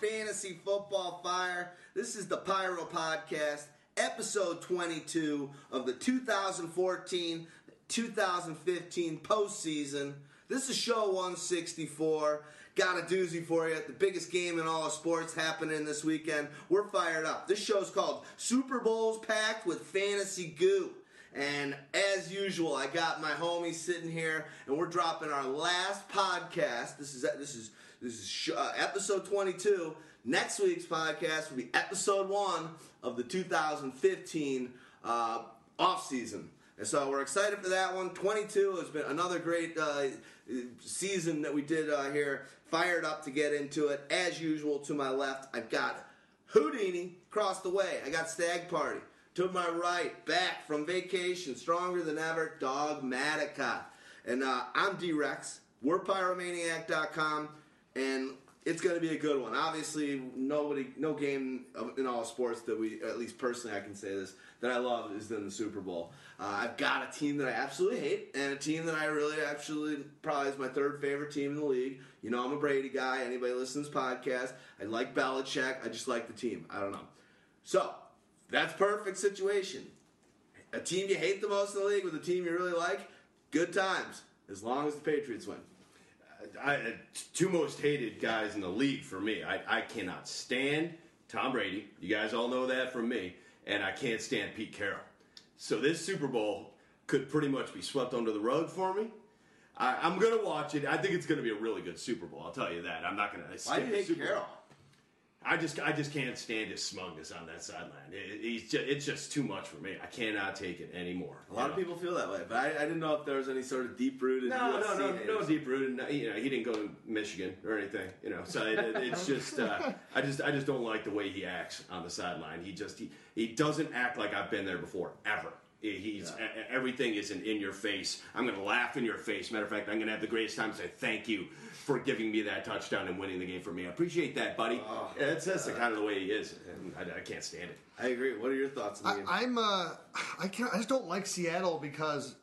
Fantasy Football Fire. This is the Pyro Podcast, episode 22 of the 2014 2015 postseason. This is show 164. Got a doozy for you. The biggest game in all of sports happening this weekend. We're fired up. This show's called Super Bowls Packed with Fantasy Goo. And as usual, I got my homie sitting here, and we're dropping our last podcast. This is this is this is sh- uh, episode 22. Next week's podcast will be episode one of the 2015 uh, off season. And so we're excited for that one. 22 has been another great uh, season that we did uh, here. Fired up to get into it. As usual, to my left, I've got Houdini across the way. I got Stag Party. To my right, back from vacation, stronger than ever, Dogmatica. And uh, I'm D-Rex. We're Pyromaniac.com. And it's going to be a good one. Obviously, nobody, no game of- in all sports that we, at least personally, I can say this, that I love is in the Super Bowl. Uh, I've got a team that I absolutely hate and a team that I really actually probably is my third favorite team in the league. You know, I'm a Brady guy. Anybody listens to this podcast, I like Belichick. I just like the team. I don't know. So, that's perfect situation. A team you hate the most in the league with a team you really like, good times, as long as the Patriots win. I, uh, two most hated guys in the league for me. I, I cannot stand Tom Brady. You guys all know that from me. And I can't stand Pete Carroll. So this Super Bowl could pretty much be swept under the rug for me. I, I'm going to watch it. I think it's going to be a really good Super Bowl. I'll tell you that. I'm not going to. Why do you hate Carroll? I just I just can't stand his smugness on that sideline. It, he's just, it's just too much for me. I cannot take it anymore. A lot of people feel that way, but I, I didn't know if there was any sort of deep rooted. No, no, no, no deep rooted. No, you know, he didn't go to Michigan or anything. You know, so it, it- it's just, uh, I just, I just don't like the way he acts on the sideline. He just, he, he doesn't act like I've been there before ever. He- He's e- e- everything is an in your face. I'm going to laugh in your face. Matter of fact, I'm going to have the greatest time. and Say thank you for giving me that touchdown and winning the game for me. I appreciate that, buddy. that's that's the kind of the way he is, and I, I can't stand it. I agree. What are your thoughts on the game? I, I'm uh, I can I just don't like Seattle because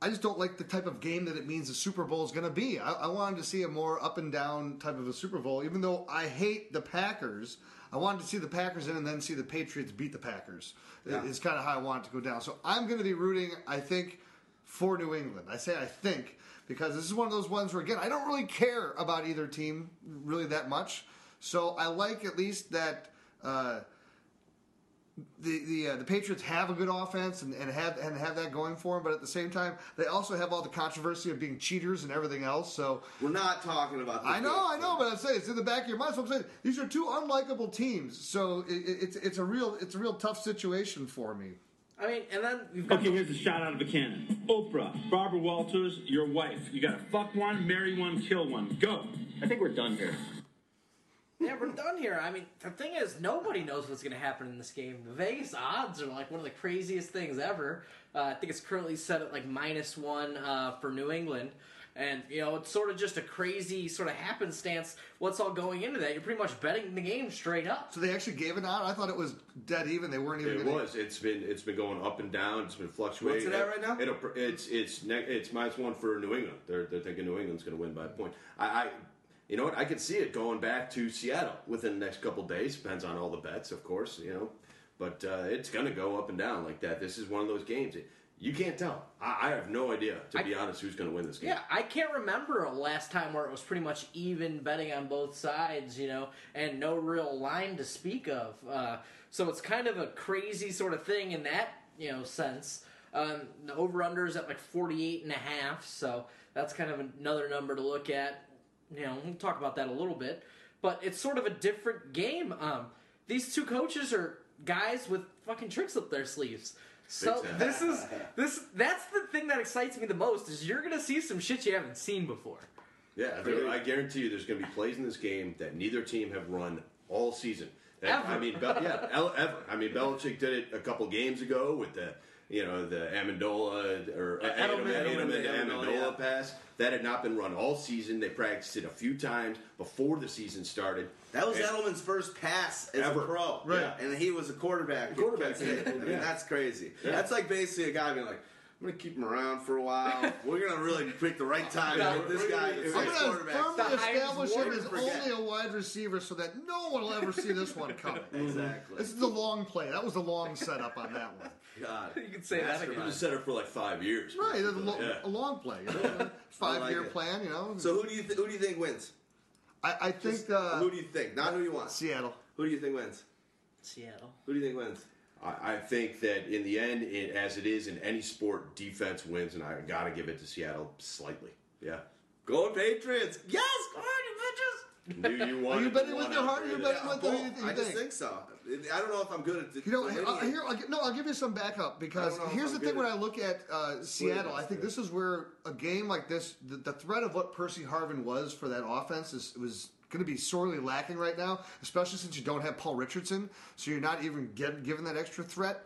I just don't like the type of game that it means the Super Bowl is going to be. I, I wanted to see a more up and down type of a Super Bowl, even though I hate the Packers. I wanted to see the Packers in and then see the Patriots beat the Packers. It- Yeah. It's kind of how I want it to go down. So I'm going to be rooting, I think, for New England. I say I think because this is one of those ones where again I don't really care about either team really that much. So I like at least that. Uh, the the uh, the Patriots have a good offense and, and have and have that going for them, but at the same time, they also have all the controversy of being cheaters and everything else. So We're not talking about. The I know, I Bills. know, but I'm saying it's in the back of your mind. So I'm saying these are two unlikable teams. So it, it, it's it's a real it's a real tough situation for me. I mean, and then Okay, here's a shot out of a cannon. Oprah, Barbara Walters, your wife. You gotta fuck one, marry one, kill one. Go. I think we're done here. Yeah, we're done here. I mean, the thing is, nobody knows what's going to happen in this game. The Vegas odds are like one of the craziest things ever. Uh, I think it's currently set at like minus one uh, for New England. And, you know, it's sort of just a crazy sort of happenstance what's all going into that. You're pretty much betting the game straight up. So they actually gave it out. I thought it was dead even. They weren't even. It gonna- was. It's been. It's been going up and down. It's been fluctuating. What's it at right now? It'll, it's it's ne- it's minus one for New England. They're they're thinking New England's going to win by a point. I, I, you know what? I can see it going back to Seattle within the next couple days. Depends on all the bets, of course. You know, but uh, it's going to go up and down like that. This is one of those games. It, you can't tell. I, I have no idea, to be honest, who's going to win this game. Yeah, I can't remember a last time where it was pretty much even betting on both sides, you know, and no real line to speak of. Uh, so it's kind of a crazy sort of thing in that, you know, sense. Um, the over-under is at like 48 and a half, so that's kind of another number to look at. You know, we'll talk about that a little bit. But it's sort of a different game. Um, these two coaches are guys with fucking tricks up their sleeves. So time. this is this that's the thing that excites me the most is you're gonna see some shit you haven't seen before. Yeah, there, I guarantee you, there's going to be plays in this game that neither team have run all season. That- I Ever. mean, Bel- yeah, el- ever. I mean, Belichick did it a couple games ago with the, you know, the Amendola or Uh, Edelman, Edelman, Edelman, to Amendola, Amendola, yeah. pass that had not been run all season. They practiced it a few times before the season started. that was And- Edelman's first pass as Ever. a pro, Right. And he was a quarterback. Quarterback. I mean, Yeah. that's crazy. Yeah. That's like basically a guy being like, I'm gonna keep him around for a while. We're gonna really pick the right time to get this guy as I'm a going to quarterback. firmly The Heinz establish him Ward as forget. only a wide receiver so that no one will ever see this one coming. Exactly. This is the long play. That was the long setup on that one. God. You could say that Master again. I've been set up for like five years. Right, a, lo- Yeah. a long play. You I know, Five like year it. plan, you know. So who do you th- who do you think wins? I, I think uh, who do you think? Not who you want. Seattle. Who do you think wins? Seattle. Who do you think wins? I, I think that in the end, it, as it is in any sport, defense wins, and I got to give it to Seattle slightly. Yeah. Go Patriots! Yes, go bitches! Knew you wanted Are you to betting want with your out heart or there you to- betting with who Well, you think? I just think so. I don't know if I'm good at. You know, I'm an I'll, idiot. here, I'll, gi- no, I'll give you some backup because I don't know if here's I'm the thing: good when at- I look at uh, Seattle, I is think good. this is where a game like this, the, the threat of what Percy Harvin was for that offense, is was going to be sorely lacking right now, especially since you don't have Paul Richardson, so you're not even get, given that extra threat.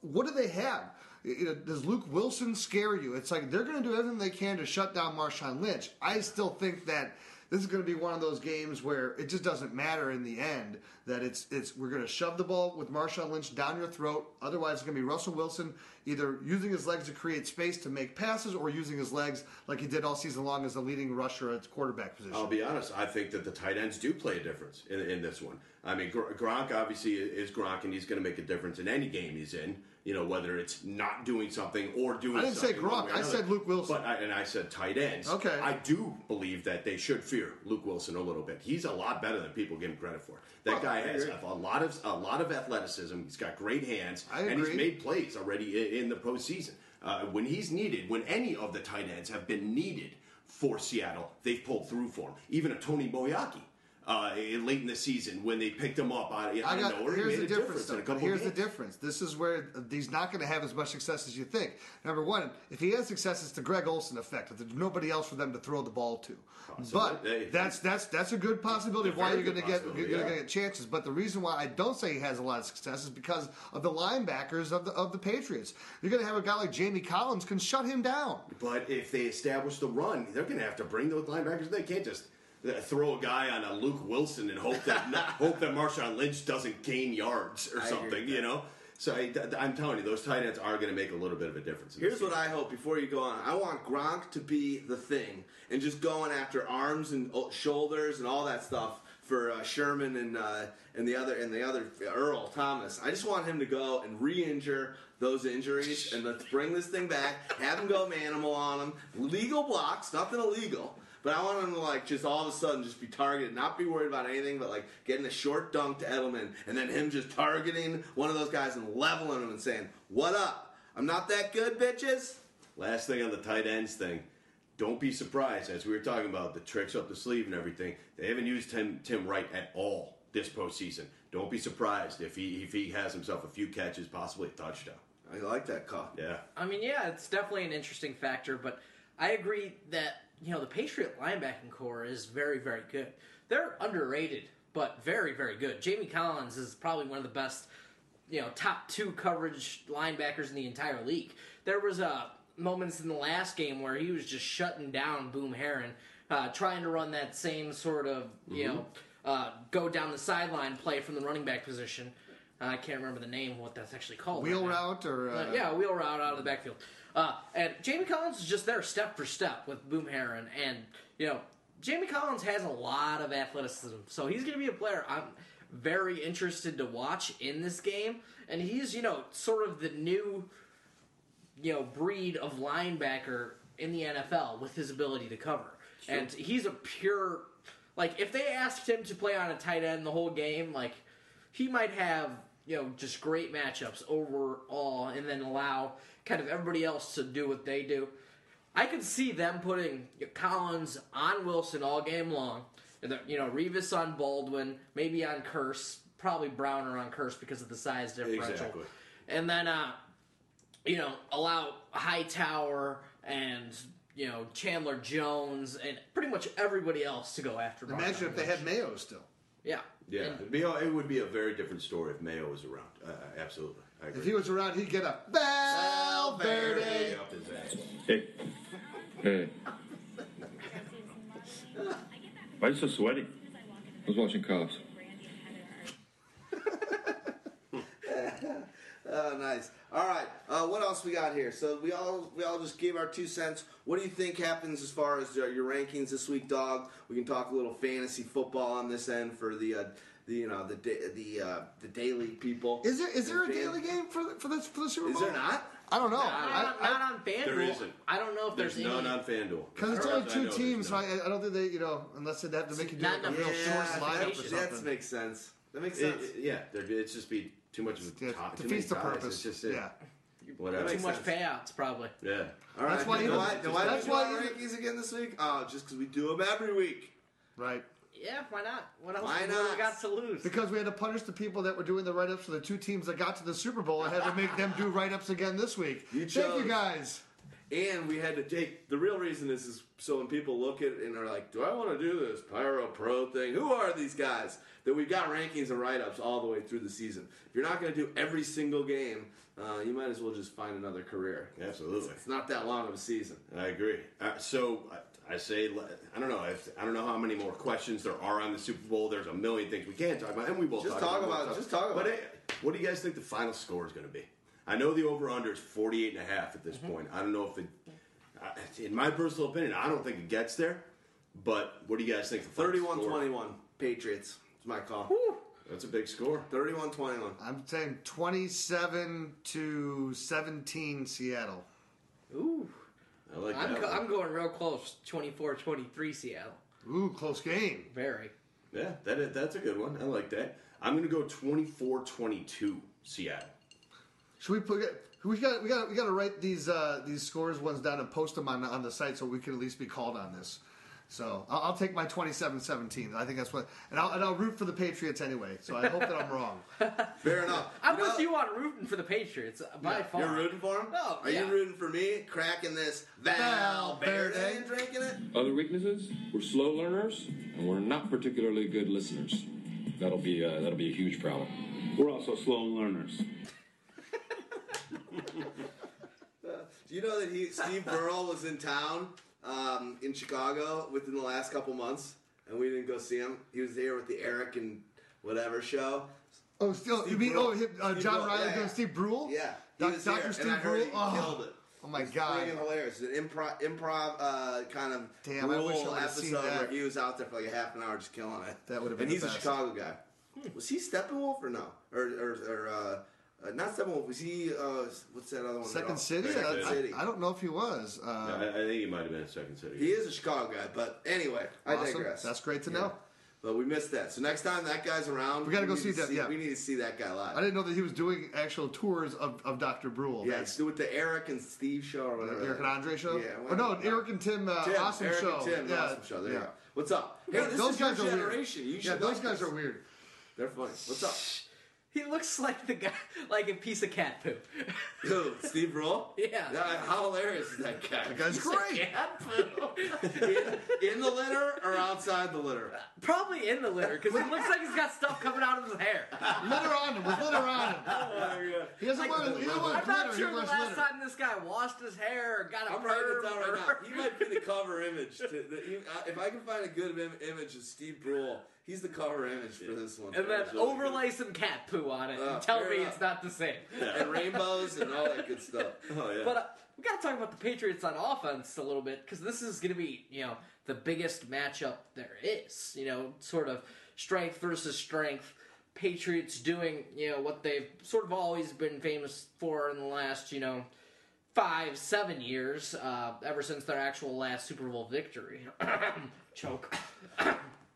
What do they have? You know, does Luke Wilson scare you? It's like they're going to do everything they can to shut down Marshawn Lynch. I still think that this is going to be one of those games where it just doesn't matter in the end that it's it's we're going to shove the ball with Marshawn Lynch down your throat. Otherwise, it's going to be Russell Wilson either using his legs to create space to make passes or using his legs like he did all season long as the leading rusher at quarterback position. I'll be honest. I think that the tight ends do play a difference in, in this one. I mean, Gr- Gronk obviously i- is Gronk, and he's going to make a difference in any game he's in. You know, whether it's not doing something or doing. I didn't say something one Gronk, way or I another. said Luke Wilson. But I, and I said tight ends. Okay. I do believe that they should fear Luke Wilson a little bit. He's a lot better than people give him credit for. That Well, guy I has agree. a lot of a lot of athleticism. He's got great hands, I and he's agree. made plays already i- in the postseason. Uh, when he's needed, when any of the tight ends have been needed for Seattle, they've pulled through for him. Even a Tony Boyaki. Uh, i- late in the season, when they picked him up out of, out I of got, nowhere, he made here's the a difference. difference. in a though. couple Here's the games. difference. This is where he's not going to have as much success as you think. Number one, if he has success, it's the Greg Olson effect. If there's nobody else for them to throw the ball to, but hey. that's that's that's a good possibility of Very why you're good going to get possibility, you're going yeah. to get chances. But the reason why I don't say he has a lot of success is because of the linebackers of the of the Patriots. You're going to have a guy like Jamie Collins can shut him down. But if they establish the run, they're going to have to bring those linebackers. They can't just uh, throw a guy on a Luke Wilson and hope that not, hope that Marshawn Lynch doesn't gain yards or agree something. with You that. know. So I, am telling you, those tight ends are going to make a little bit of a difference. in this Here's what I hope before you go on. I want Gronk to be the thing and just going after arms and o- shoulders and all that stuff for uh, Sherman and uh, and the other and the other Earl Thomas. I just want him to go and re-injure those injuries and let's bring this thing back. Have him go manimal on him. Legal blocks, nothing illegal. But I want him to like just all of a sudden just be targeted, not be worried about anything, but like getting a short dunk to Edelman and then him just targeting one of those guys and leveling him and saying, "What up? I'm not that good, bitches." Last thing on the tight ends thing. Don't be surprised, as we were talking about the tricks up the sleeve and everything. They haven't used Tim Tim Wright at all this postseason. Don't be surprised if he if he has himself a few catches, possibly a touchdown. I like that call. Yeah. I mean, yeah, it's definitely an interesting factor, but I agree that you know the Patriot linebacking core is very, very good. They're underrated, but very, very good. Jamie Collins is probably one of the best, you know, top two coverage linebackers in the entire league. There was uh, moments in the last game where he was just shutting down Boom Heron, uh, trying to run that same sort of you Mm-hmm. know uh, go down the sideline play from the running back position. I can't remember the name of what that's actually called. Wheel right now. route or uh, Uh, yeah, a wheel route out of the backfield. Uh, and Jamie Collins is just there step for step with Boom Heron. And, you know, Jamie Collins has a lot of athleticism. So he's going to be a player I'm very interested to watch in this game. And he's, you know, sort of the new, you know, breed of linebacker in the NFL with his ability to cover. And he's a pure. Like, if they asked him to play on a tight end the whole game, like, he might have you know just great matchups overall, and then allow kind of everybody else to do what they do. I could see them putting Collins on Wilson all game long, and then, you know Revis on Baldwin, maybe on Curse, probably Browner on Curse because of the size differential, Exactly. and then uh, you know, allow Hightower and you know Chandler Jones and pretty much everybody else to go after. imagine Marshawn if they Lynch. had Mayo still. yeah, Yeah, And- it'd be, a- it would be a very different story if Mayo was around. Uh, absolutely, I If agree. he was around, he'd get a Valverde. Up his ass. Hey. Hey. Why are you so sweaty? I was watching Cops. Oh, nice. All right. Uh, what else we got here? So we all we all just gave our two cents. What do you think happens as far as uh, your, your rankings this week, dog? We can talk a little fantasy football on this end for the uh, the you know the da- the uh, the daily people. Is there is there a Okay. daily game for the, for this for the Super Is Bowl? there not? I don't know. Not, I, not on FanDuel. There isn't. I don't know if There's there's, none any. on FanDuel. because As it's far only as I two know, there's teams, so none. I, I don't think they, you know, unless they'd have to make you do not like a enough real short I lineup or think something. that makes sense. That makes It- sense. yeah, there- it's just be too much of a Yeah, top, too many defeats the ties. purpose. It's just yeah. whatever. Too makes much sense. payouts, probably. Yeah. All right. That's why then you- why, then why that's do we do why our rankings again this week? Oh, just because we do them every week. Right. Yeah, why not? What else Why have not? we got to lose? Because we had to punish the people that were doing the write ups for the two teams that got to the Super Bowl and had to make them do write ups again this week. You Thank chose- you guys. And we had to take the real reason is is so when people look at it and are like, Do I want to do this Pyro Pro thing? Who are these guys? That we've got rankings and write ups all the way through the season. If you're not going to do every single game, uh, you might as well just find another career. Absolutely. It's not that long of a season. I agree. Uh, so I, I say, le- I don't know. If, I don't know how many more questions there are on the Super Bowl. There's a million things we can talk about, and we will Just talk about it, more just stuff. talk about But it. hey, what do you guys think the final score is going to be? I know the over under is 48 and a half at this point. I don't know if it, I- in my personal opinion, I don't think it gets there. But what do you guys think? The final 31 score? 21, Patriots. It's my call. That's a big score. 31 21. I'm saying 27 to 17 Seattle. Ooh, I like I'm, that. go- one. I'm going real close. 24-23 Seattle. Ooh, close game. Very. Yeah, that is, that's a good one. I like that. I'm going to go 24-22 Seattle. Should we put it? We got we got we got to write these uh, these scores ones down and post them on on the site so we can at least be called on this. So I'll, I'll take my 27-17. I think that's what, and I'll, and I'll root for the Patriots anyway. So I hope that I'm wrong. Fair enough. I'm know- with you on rooting for the Patriots uh, by far. You're rooting for him? Oh, Are yeah. you rooting for me cracking this Val Valverde Verde. and drinking it? Other weaknesses: we're slow learners and we're not particularly good listeners. That'll be uh, that'll be a huge problem. We're also slow learners. Do you know that he Steve Burrell was in town um, in Chicago within the last couple months, and we didn't go see him. He was there with the Eric and whatever show. Oh, still you Steve mean Brule. oh him, uh, Steve John Brule, Ryan yeah, yeah. and Steve Brule? Yeah, he Doc- was Dr. there, and Steve I heard Brule? he Oh. killed it. Oh my It's God. friggin' hilarious! An improv, improv uh, kind of Damn, I rule wish I would've episode seen that. where he was out there for like a half an hour just killing it. That would've been And the he's best. a Chicago guy. Was he Steppenwolf or no? Or or, or uh, uh, not Steppenwolf? Was he? Uh, what's that other one? Second City? Second I, City. I, I don't know if he was. I, Uh, I think it might have been a second city. He is a Chicago guy, but anyway, I Awesome. digress. That's great to Yeah. know. But we missed that. So next time that guy's around, We gotta go need see to that, yeah. We need to see that guy I live. didn't know that he was doing actual tours of, of Dr. Brule. Yeah, it's with the Eric and Steve show or whatever. The Eric and Andre show? Yeah. Or no, whatever. Eric and Tim, uh, Tim, awesome Eric show. And Tim, the yeah. awesome show. There yeah. you go. What's up? Hey, Yeah, this those is guys your are weird. generation. You should Yeah, those like guys this. are weird. They're funny. What's up? He looks like the guy, like a piece of cat poop. Dude, Steve Roll? Yeah. How hilarious is that guy? That guy's great. cat poop. in, in the litter or outside the litter? Probably in the litter because it looks like he's got stuff coming out of his hair. litter on him. With litter on him. He doesn't Like, want, he doesn't want I'm not glitter. sure he the wants last litter. time this guy washed his hair or got a I'm writing perm it down right or- now. He might be the cover image. To, the, you- I- if I can find a good im- image of Steve Brule, he's the cover image for this one. and then That's really good. overlay some cat poo on it Uh, and tell fair me enough. it's not the same. and rainbows and all that good stuff. Oh yeah. But uh, we got to talk about the Patriots on offense a little bit because this is going to be, you know, the biggest matchup there is. You know, sort of strength versus strength. Patriots doing, you know, what they've sort of always been famous for in the last, you know, five, seven years, uh, ever since their actual last Super Bowl victory. Choke.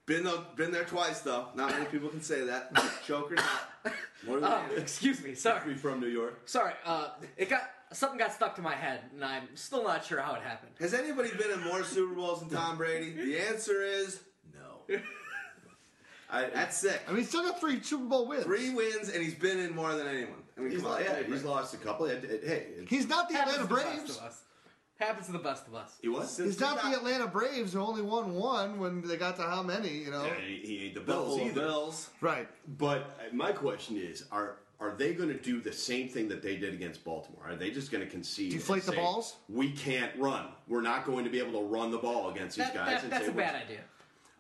Been though, been there twice though. Not many people can say that. Ah. Choke or not. More than Oh, excuse me. Sorry. we from New York. Sorry. Uh, it got something got stuck to my head, and I'm still not sure how it happened. Has anybody been in more Super Bowls than Tom Brady? The answer is no. I, That's sick. I mean, he's still got three Super Bowl wins. Three wins and he's been in more than anyone. I mean, he's, come on, lo- yeah, take a he's break. lost a couple. It- it- hey, it- He's not the Happens Atlanta to the best Braves. of us. Happens to the best of us. he was. Since He's not he the Atlanta Braves who only won one when they got to how many, you know? Yeah, he, he ain't the Bills Bills, either. Bills. Right. But uh, my question is, are are they going to do the same thing that they did against Baltimore? Are they just going to concede? and Deflate the say, balls? We can't run. We're not going to be able to run the ball against these That- guys. that- and that's say a we're- bad idea.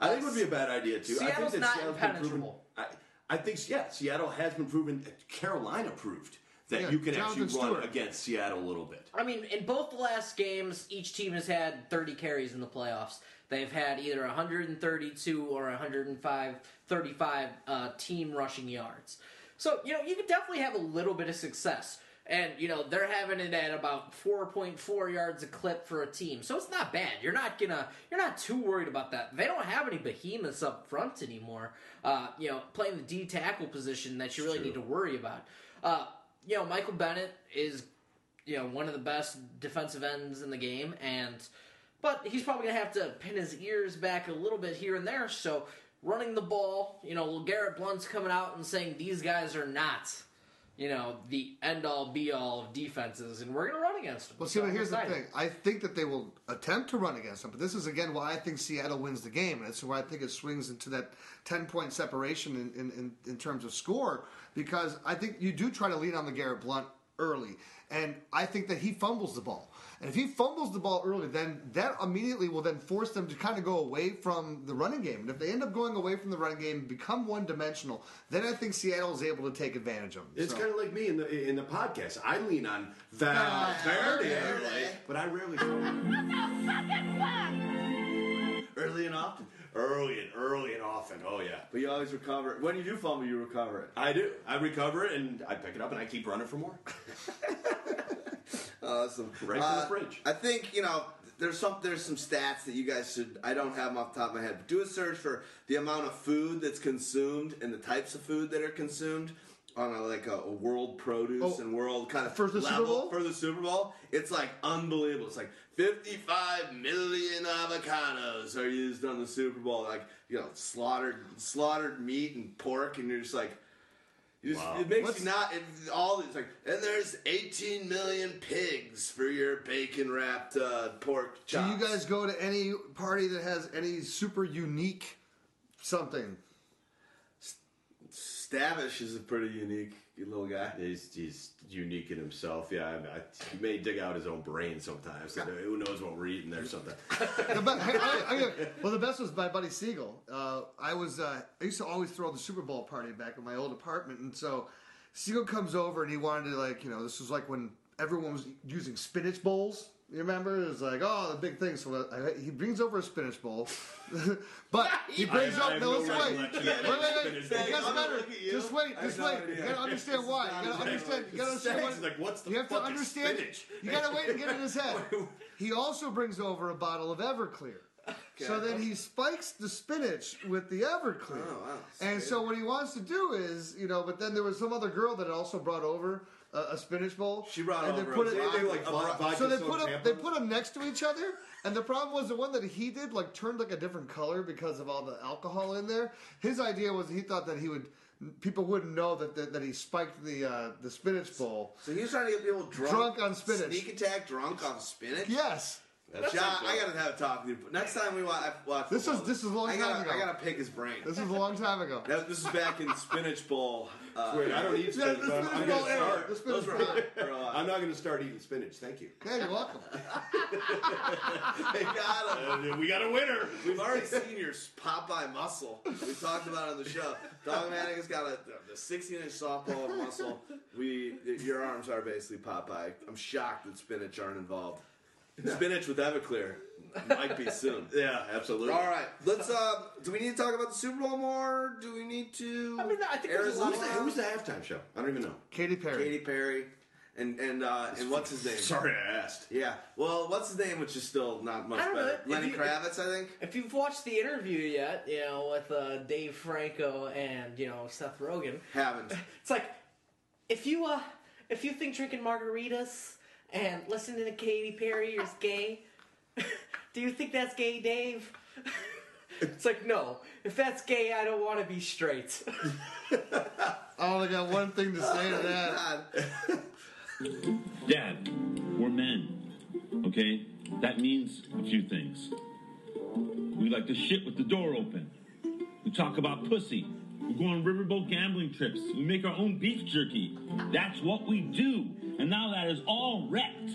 I think it would be a bad idea too. Seattle's I think not Seattle's been proven- impenetrable. I, I think yeah, Seattle has been proven. Carolina proved that Yeah, you can Jonathan actually run Stewart. against Seattle a little bit. I mean, in both the last games, each team has had 30 carries in the playoffs. They've had either 132 or 105, 35 uh, team rushing yards. So, you know, you could definitely have a little bit of success. And, you know, they're having it at about 4.4 yards a clip for a team. So it's not bad. You're not gonna, you're not too worried about that. They don't have any behemoths up front anymore. Uh, you know, playing the D tackle position that you really need to worry about. Uh, you know, Michael Bennett is you know one of the best defensive ends in the game, and but he's probably gonna have to pin his ears back a little bit here and there. So running the ball, you know, Garrett Blunt's coming out and saying these guys are not, you know, the end all be all of defenses, and we're gonna run against them. Well, see, So but I'm here's the excited. thing. I think that they will attempt to run against them, but this is again why I think Seattle wins the game, and it's why I think it swings into that ten point separation in, in, in, in terms of score because I think you do try to lean on the Garrett Blunt early, and I think that he fumbles the ball, and if he fumbles the ball early, then that immediately will then force them to kind of go away from the running game, and if they end up going away from the running game, become one dimensional, then I think Seattle is able to take advantage of them. It's So- kind of like me in the in the podcast. I lean on Ah, Valverde, Valverde. but I rarely throw early and often. Early and early and often. Oh yeah, But you always recover it. When you do fumble, you recover it. I do. I recover it and I pick it up and I keep running for more. Awesome. Right from the fridge. Uh, I think you know there's some there's some stats that you guys should. I don't have them off the top of my head. But do a search for the amount of food that's consumed and the types of food that are consumed on a, like a, a world produce Oh, and world kind of for the Super level Bowl? for the Super Bowl. It's like unbelievable. It's like 55 million avocados are used on the Super Bowl. Like you know slaughtered slaughtered meat and pork, and you're just like. You just- Wow. It makes What's- you not it, all. It's like, and there's 18 million pigs for your bacon wrapped uh, pork Do chops. you guys go to any party that has any super unique something? Stavish is a pretty unique little guy. He's, he's unique in himself. Yeah, I, I, he may dig out his own brain sometimes. Who knows what we're eating there sometimes. The be- hey, I- I- well, the best was my buddy Siegel. Uh, I was uh, I used to always throw the Super Bowl party back in my old apartment, and so Siegel comes over and he wanted to like you know this was like when everyone was using spinach bowls. You remember? It was like, oh, the big thing. So I, he brings over a spinach bowl, but he brings I- I up. have no, no listen, wait, wait, recollection of wait, wait. spinach bowl. It gets I'm better. looking at you. Just wait, I have just no wait. idea. You gotta understand This is why. not You gotta exactly- understand. You gotta understand. Stags why- is like, what's the You have to fuck is understand it. spinach? You gotta wait and get it in his head. He also brings over a bottle of Everclear. So then he spikes the spinach with the Everclear. Oh, wow. And so what he wants to do is, you know, but then there was some other girl that also brought over a, a spinach bowl. She brought and over they a put vodka- it, Anything like vod- vodka so they soda put them, tampons? they put them next to each other, and the problem was the one that he did like turned like a different color because of all the alcohol in there. His idea was he thought that he would people wouldn't know that that, that he spiked the uh, the spinach bowl. So he was trying to get people drunk, Drunk on spinach. sneak attack, drunk on spinach. Yes, John, I gotta have a talk with you. Next time we watch, watch This football, was- this was a long I gotta, time ago. I gotta pick his brain. this was a long time ago. That- this is back in. Fucking spinach bowl. Uh, Wait, I don't eat Yeah, spinach. the but I'm, spinach I'm bowl gonna era. start. The Those spinach were bowl. hot for a while. I'm not going to start eating spinach. Thank you. Yeah, you're welcome. They got 'em. Uh, we got a winner. We've already seen your Popeye muscle. We talked about it on the show. Dog Manning has got a, the 16 inch softball of muscle. We, your arms are basically Popeye. I'm shocked that spinach aren't involved. Spinach with Everclear might be soon. Yeah, absolutely. All right, let's. Uh, do we need to talk about the Super Bowl more? Do we need to? I mean, I think there's Arizona. a lot Who's the, who's the halftime show? I don't even know. Katy Perry. Katy Perry, and and uh, and what's his name? Sorry, I asked. Yeah. Well, what's his name? Which is still not much I don't know. better. If Lenny you- Kravitz, I think. If you've watched the interview yet, you know with uh, Dave Franco and you know Seth Rogen, Haven't. It's like if you uh if you think drinking margaritas and listening to Katy Perry is gay, do you think that's gay, Dave? it's like no. If that's gay, I don't want to be straight. I only Oh, got one thing to say to that. God. Dad, we're men. Okay? That means a few things. We like to shit with the door open. We talk about pussy. We go on riverboat gambling trips. We make our own beef jerky. That's what we do. And now that is all wrecked.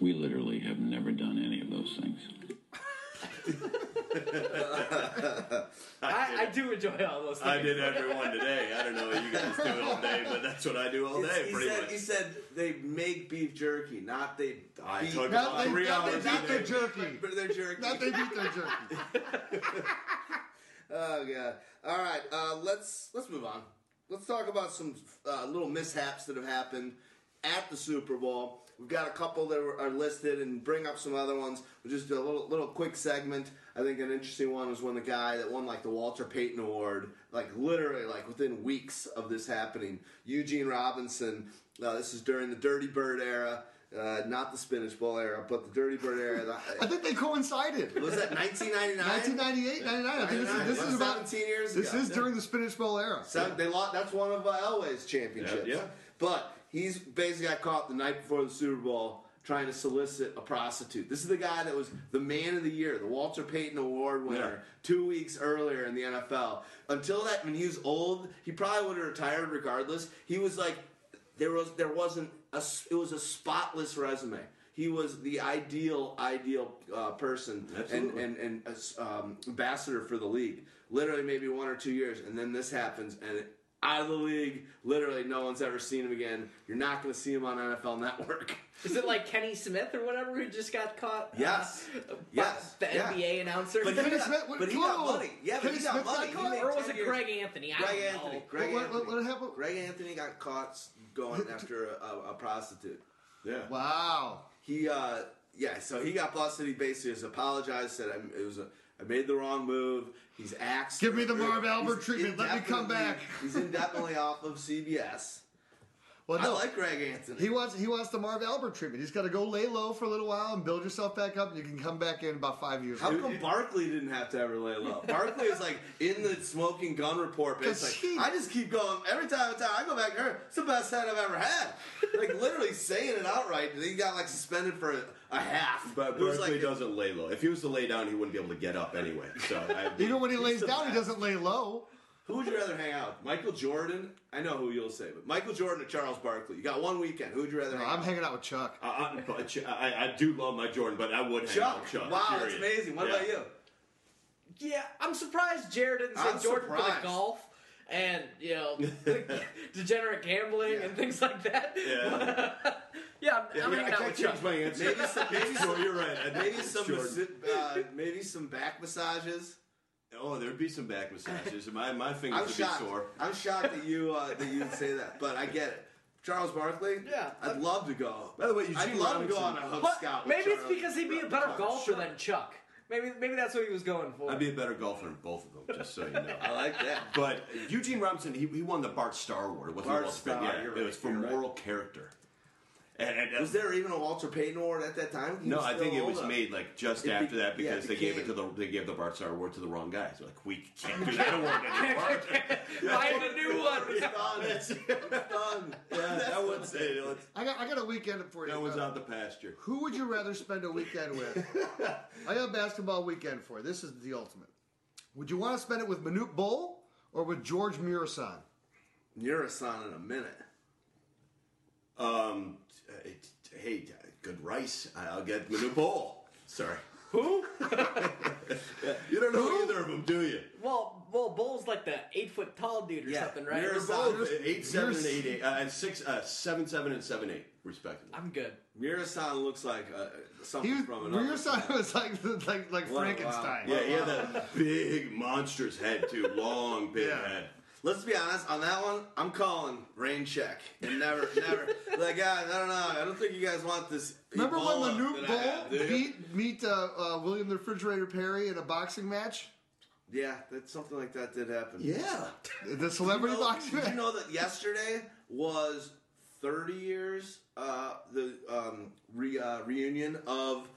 We literally have never done any of those things. I, I do enjoy all those things. I did everyone today. I don't know what you guys do all day, but that's what I do all It's- day, he, pretty said, much. he said they make beef jerky, not they. I beat- took Not about they- three not they hours. beat a the day. jerky. but they're jerky. Not they beat their jerky. Oh god. All right. Uh, let's let's move on. Let's talk about some uh, little mishaps that have happened at the Super Bowl. We've got a couple that are listed, and bring up some other ones. We'll just do a little little quick segment. I think an interesting one was when the guy that won like the Walter Payton Award, like literally like within weeks of this happening, Eugene Robinson. Uh, this is during the Dirty Bird era, uh, not the Spinach Bowl era, but the Dirty Bird era. I The- think they coincided. was that 1999? 1998, 99. I think this is, this is about 17 years This ago. is during the Spinach Bowl era. Seven, they lost. That's one of uh, Elway's championships. Yeah, yeah. But he's basically got caught the night before the Super Bowl trying to solicit a prostitute. This is the guy that was the man of the year, the Walter Payton Award winner, Yeah. two weeks earlier in the NFL. Until that, when he was old, he probably would have retired regardless. He was like, there was there wasn't a s- it was a spotless resume. He was the ideal ideal uh, person and Absolutely. and and as, um, ambassador for the league. Literally, maybe one or two years, and then this happens, and out of the league. Literally, no one's ever seen him again. You're not going to see him on NFL Network. Is it like Kenny Smith or whatever who just got caught? uh, Yes. by Yes. The Yeah. NBA announcer. But Kenny he got, Smith would but he kill got him. money. Yeah, but Kenny he got Smith got money. He caught. made or was 10 it years- Greg Anthony? I Greg don't know. Anthony. Greg What- what- Anthony. what happened? Greg Anthony got caught going after a, a, a prostitute. Yeah. Wow. he uh yeah so he got busted he basically has apologized said I, it was a I made the wrong move. He's axed. Give me the Marv He's Albert treatment. Let me come indefinitely- back. He's indefinitely off of CBS. Well, I no, like Greg Anthony. he wants he wants the Marv Albert treatment. He's got to go lay low for a little while and build yourself back up. and You can come back in about five years. How later. come Barkley didn't have to ever lay low? Barkley is like in the smoking gun report, but it's 'Cause like he- I just keep going every time. Time I go back to her, it's the best head I've ever had. Like literally saying it outright. and He got like suspended for a, a half. But It was Barkley doesn't lay low. If he was to lay down, he wouldn't be able to get up anyway. So I, Even when he lays the down, he best. doesn't lay low. Who would you rather hang out with? Michael Jordan? I know who you'll say, but Michael Jordan or Charles Barkley? You got one weekend. Who would you rather No, hang I'm out hanging out with Chuck. I, I, but Ch- I, I do love my Jordan, but I would hang with? out Chuck. with Chuck. Wow, period. that's amazing. What Yeah. about you? Yeah, I'm surprised Jared didn't say I'm Jordan for surprised. the golf and you know degenerate gambling and things like that. Yeah. yeah, I'm, Yeah, I'm I hanging out can't with change Chuck. my answer. Maybe some, maybe Sure, some, you're right. I think maybe it's some, Jordan. masi- uh, maybe some back massages. Oh, there'd be some back massages. My my fingers I'm would shocked. be sore. I'm shocked that you uh, that you'd say that, but I get it. Charles Barkley? Yeah. I'd love to go. By the way, Eugene I'd love to go Robinson- on a hook But scout. with maybe it's Charles- because he'd be a better Chuck, golfer sure. than Chuck. Maybe maybe that's what he was going for. I'd be a better golfer than both of them, just so you know. I like that. But Eugene Robinson, he, he won the Bart Star Award. It wasn't Bart Bart Starr, yeah, you're it right, was for you're right. moral character. And, and- Was there even a Walter Payton award at that time? He no, was I think still it was old, uh, made like just It be- after that yeah, it because they gave it to became- the they gave the Bart Star Award to the wrong guys. Like we can't do that award anymore. Buying a new one. That's Done. I would say I got I got a weekend for you. no one's Uh, out the pasture. Who would you rather spend a weekend with? I got a basketball weekend for you. This is the ultimate. Would you want to spend it with Manute Bull or with George Murison? Neurasan in a minute. Um, it, hey, good rice. I'll get the new bowl. Sorry, Who? you don't know either of them, do you? Well, well, Bull's like the eight foot tall dude or Yeah, something, right? you're Or a Bull- Both eight seven and you're- eight eight uh, and six uh, seven seven and seven eight respectively. I'm good. Murasan looks like uh, He something was, from another. Murison planet. was like like like Wow, wow. Frankenstein. Yeah, he had that big monstrous head too, long big Yeah. head. Let's be honest on that one. I'm calling rain check and never, never. Like, guys, I don't know. I don't think you guys want this. Remember when Ebola Manute that I have, Bull dude. beat meet uh, uh, William the Refrigerator Perry in a boxing match? Yeah, that something like that did happen. Yeah, The celebrity You know, boxing did match. you know that yesterday was 30 years uh, the um, re, uh, reunion of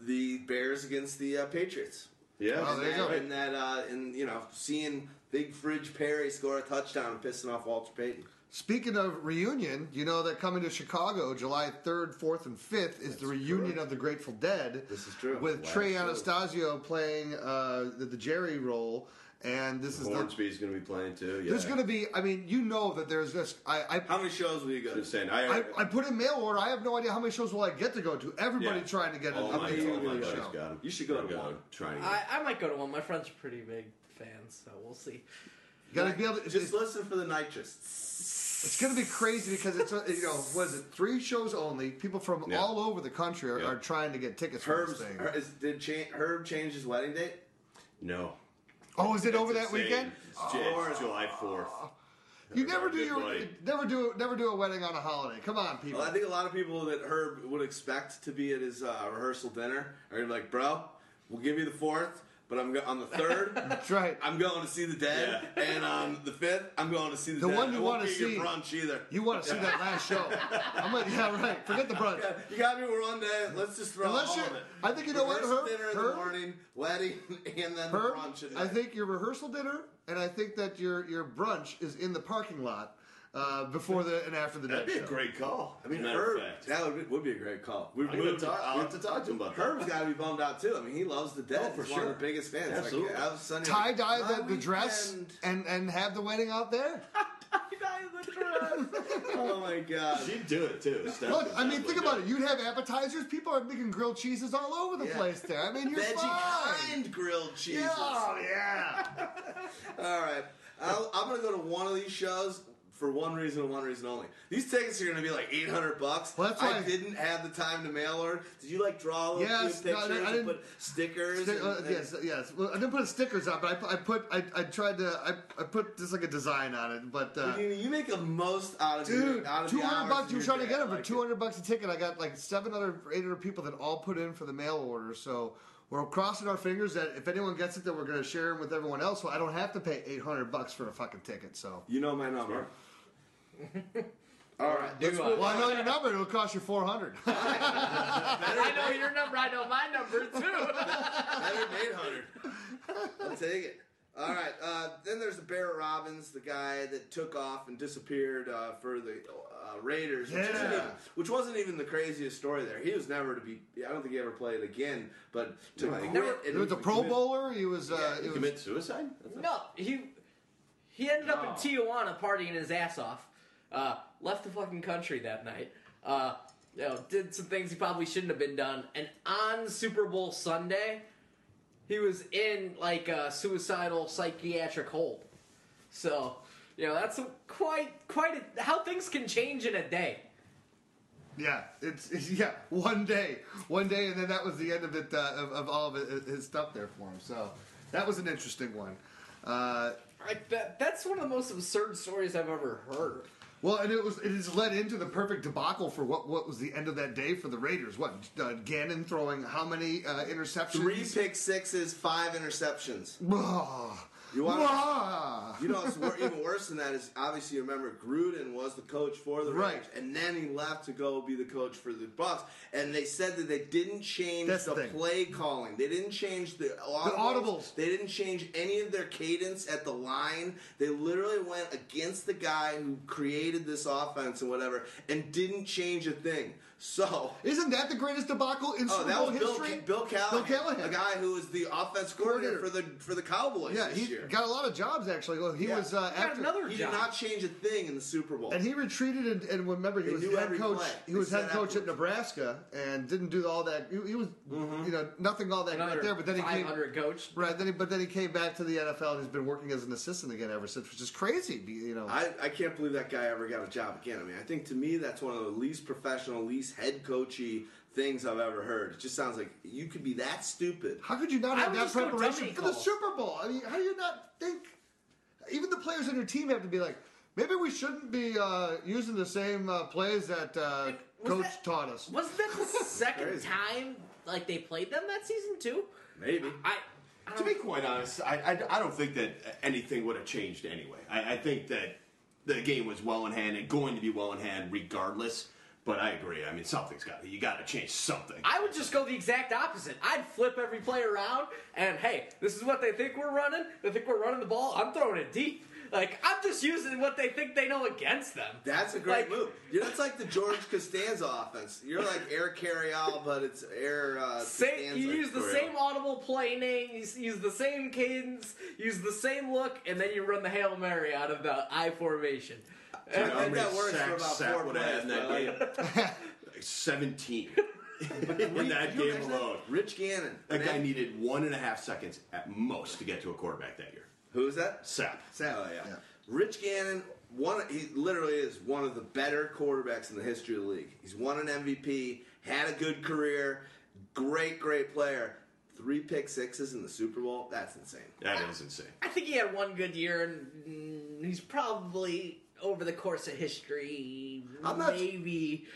the Bears against the uh, Patriots. yeah. Oh, there you go. And that, uh, and you know, seeing Big Fridge Perry score a touchdown and pissing off Walter Payton. Speaking of reunion, you know that coming to Chicago July 3rd, 4th, and 5th is the reunion of the Grateful Dead. This is true. With Wow. Trey Anastasio playing uh, the, the Jerry role. And this is the. Hornsby's going to be playing too. Yeah, There's going to be, I mean, you know that there's this. I, How many shows will you go? I'm to? saying I, oh I, I, I put in mail order. I have no idea how many shows will I get to go to. Everybody Yeah. trying to get oh how my, many God, people my go to buddy's the show. got him. You should go to I'm one. Trying. I, I might go to one. My friends are pretty big fans, so we'll see. You gotta be able to. Just listen for the nitrous. It's going to be crazy because it's uh, you know what is it three shows only. People from Yeah. all over the country are, Yeah. are trying to get tickets for Herb's, this thing. Her- is, did cha- Herb change his wedding date? No. oh, is it over that It's insane. weekend? It's, Ju- it's July 4th. You never Good do your buddy. never do never do a wedding on a holiday. Come on, people. Well, I think a lot of people that Herb would expect to be at his uh, rehearsal dinner are gonna be like, "Bro, we'll give you the fourth, but I'm go- on the third, That's right. I'm going to see the dead, and on the fifth, I'm going to see the, The dead. one I you won't wanna be at your see. brunch either. You want to see that last show? I'm like, yeah, right. Forget the brunch. You got me one day. Let's just throw Unless all you- of it. I think you know what, Rehearsal Herb- dinner in the Herb- morning, wedding, and then Herb, the brunch. at I night. think your rehearsal dinner, and I think that your your brunch is in the parking lot uh, before the and after the That'd next be a show. great call. I mean, matter Herb, of fact. that would be, would be a great call. We've I'm gonna moved. talk- I'll we've- have to talk to him about that. Herm's got to be bummed out too. I mean, he loves the dead. Oh, for He's one sure. of the biggest fans. Like, Absolutely. I was Sunday, Tie dye my the, the dress weekend. and and have the wedding out there. Oh my god. She'd do it too. Steph Look, would I mean, think definitely about do it. You'd have appetizers. People are making grilled cheeses all over the Yeah. place there. I mean, you're Veggie fine. kind grilled cheeses. Oh, yeah. All right, I'll, I'm gonna go to one of these shows for one reason and one reason only. These tickets are gonna be like 800 bucks. Well, that's I why- didn't have the time to mail order. Did you like draw little Yes, cute no, I pictures didn't- I and didn't- put stickers? Stick- and- uh, and- yes, yes. Well, I didn't put stickers on, but I, I put, I, I tried to, I, I put just like a design on it. But uh, You, you make the most out of dude, your, out of two the hundred hours bucks. of You were your trying to day. get I them for like it. two hundred bucks a ticket. I got like seven hundred, eight hundred people that all put in for the mail order. So we're crossing our fingers that if anyone gets it, then we're going to share them with everyone else. So I don't have to pay eight hundred bucks for a fucking ticket. So. You know my number. All right. Do I? Well, I know your number. It'll cost you four hundred. I know your number. I know my number too. Better than 800. I'll take it. All right. Uh, then there's the Barrett Robbins, the guy that took off and disappeared uh, for the uh, Raiders, which, isn't Yeah. even, which wasn't even the craziest story there. He was never to be. I don't think he ever played again. But to No. quit Never- and He was a Pro commit- Bowler. He was. Uh, Yeah, he it. was Commit suicide? That's not- no, he he ended up in Tijuana partying his ass off. Uh, left the fucking country that night. Uh, you know, did some things he probably shouldn't have been done. And on Super Bowl Sunday, he was in like a suicidal psychiatric hold. So you know that's quite quite a, how things can change in a day. yeah, it's, it's- yeah. One day, one day, and then that was the end of it. Uh, of, of all of it, his stuff there for him. So that was an interesting one. Uh, Like that, that's one of the most absurd stories I've ever heard. well, and it was it has led into the perfect debacle for what what was the end of that day for the Raiders. What uh, Gannon throwing how many uh, interceptions? Three pick sixes, five interceptions. Blah. You wanna- Blah. You know, it's wor- even worse than that is obviously you remember Gruden was the coach for the Right. Raiders, and then he left to go be the coach for the Bucks. And they said that they didn't change That's the the thing. play calling, they didn't change the audibles. audibles. they didn't change any of their cadence at the line. They literally went against the guy who created this offense and whatever, and didn't change a thing. So. Isn't that the greatest debacle in Oh, Super that Bowl was Bill, history? Bill Callahan, Bill Callahan. a guy who was the offense coordinator, for the for the Cowboys. yeah, this he year. got a lot of jobs actually. Well, he Yeah. was uh, Got after another He job. did not change a thing in the Super Bowl. And he retreated, and, and remember, he They was knew head every coach. play. He They was said head coach at afterwards. Nebraska, and didn't do all that. He, he was, you know, nothing all that Another great there. But then he came 500 coach. right. Then he, but then he came back to the NFL, and he's been working as an assistant again ever since, which is crazy. be- You know, I, I can't believe that guy ever got a job again. I mean, I think to me that's one of the least professional, least head coachy things I've ever heard. It just sounds like you could be that stupid. how could you not I have would that just go preparation dummy for the calls. Super Bowl? I mean, how do you not think? Even the players on your team have to be like, maybe we shouldn't be uh, using the same uh, plays that uh, was coach that- taught us. Wasn't that the second Crazy. time like they played them that season too? Maybe. I, I To don't be quite honest, I, I, I don't think that anything would have changed anyway. I, I think that the game was well in hand and going to be well in hand regardless. But I agree. I mean, something's got you got to change something. I would just go the exact opposite. I'd flip every play around, and hey, this is what they think we're running. They think we're running the ball. I'm throwing it deep. Like I'm just using what they think they know against them. That's a great Like- move. You know, that's like the George Costanza offense. You're like air carry out, but it's air uh, Same, Costanza. you use the Or- same audible play name, you s- use the same cadence, use the same look, and then you run the hail mary out of the I formation. I think that works for about four would have plays. had in but I like that it. game? Like Seventeen. in that you game imagine that? alone. Rich Gannon. That guy And- needed one and a half seconds at most to get to a quarterback that year. Who is that? Sap. Sam. Oh, yeah. Yeah. Rich Gannon, one he literally is one of the better quarterbacks in the history of the league. He's won an MVP, had a good career, great, great player. Three pick sixes in the Super Bowl. That's insane. That is insane. I think he had one good year, and mm, he's probably over the course of history, I'm not- maybe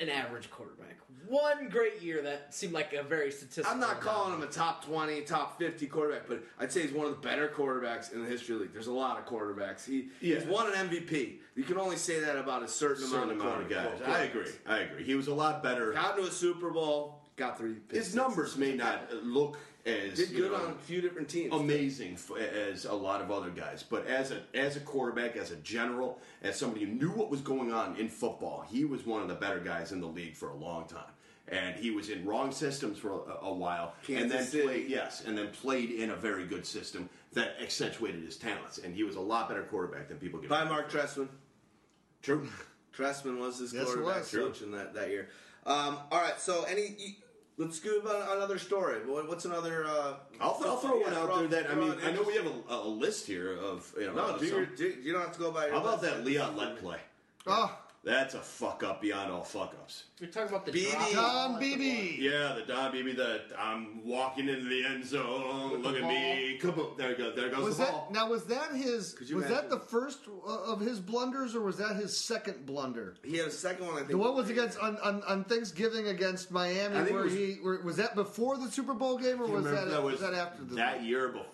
an average quarterback. One great year that seemed like a very statistical. I'm not calling him amount. a top 20, top 50 quarterback, but I'd say he's one of the better quarterbacks in the history of the league. There's a lot of quarterbacks. He, Yeah. He's won an MVP. You can only say that about a certain, Certain amount, amount of of quarter- guys. I quarterbacks. agree. I agree. He was a lot better. Got into a Super Bowl, got three pick His sixes. numbers may not look as Did you good know, on a few different teams. amazing f- as a lot of other guys, but as a as a quarterback, as a general, as somebody who knew what was going on in football, he was one of the better guys in the league for a long time. And he was in wrong systems for a, a while, and then Kansas City. played yes, and then played in a very good system that accentuated his talents. And he was a lot better quarterback than people give. By him Mark credit Tressman. for. True. Tressman was his Yes, it quarterback was. coach in that, that year. Um, all right, so any you, let's scoop on another story. What- What's another? Uh, I'll, th- I'll throw one yeah, out throw- there that I throw mean an I know we interest- have a, a list here of you know No, of do your, some- do, you don't have to go by. Your how about list. that Leon Lett play? Oh, That's a fuck up beyond all fuck ups. You're talking about the BB. drop ball John at the Beebe. Yeah, the Don Beebe that I'm walking into the end zone. With the look at me. Kaboom. There, go, there goes Was the that ball. now? Was that his? Could Was you that imagine? the first uh, of his blunders, or was that his second blunder? He had a second one. I think The one was against on, on, on Thanksgiving against Miami, I think it where was- he where, was that before the Super Bowl game, or You was remember that, was that after the that year before,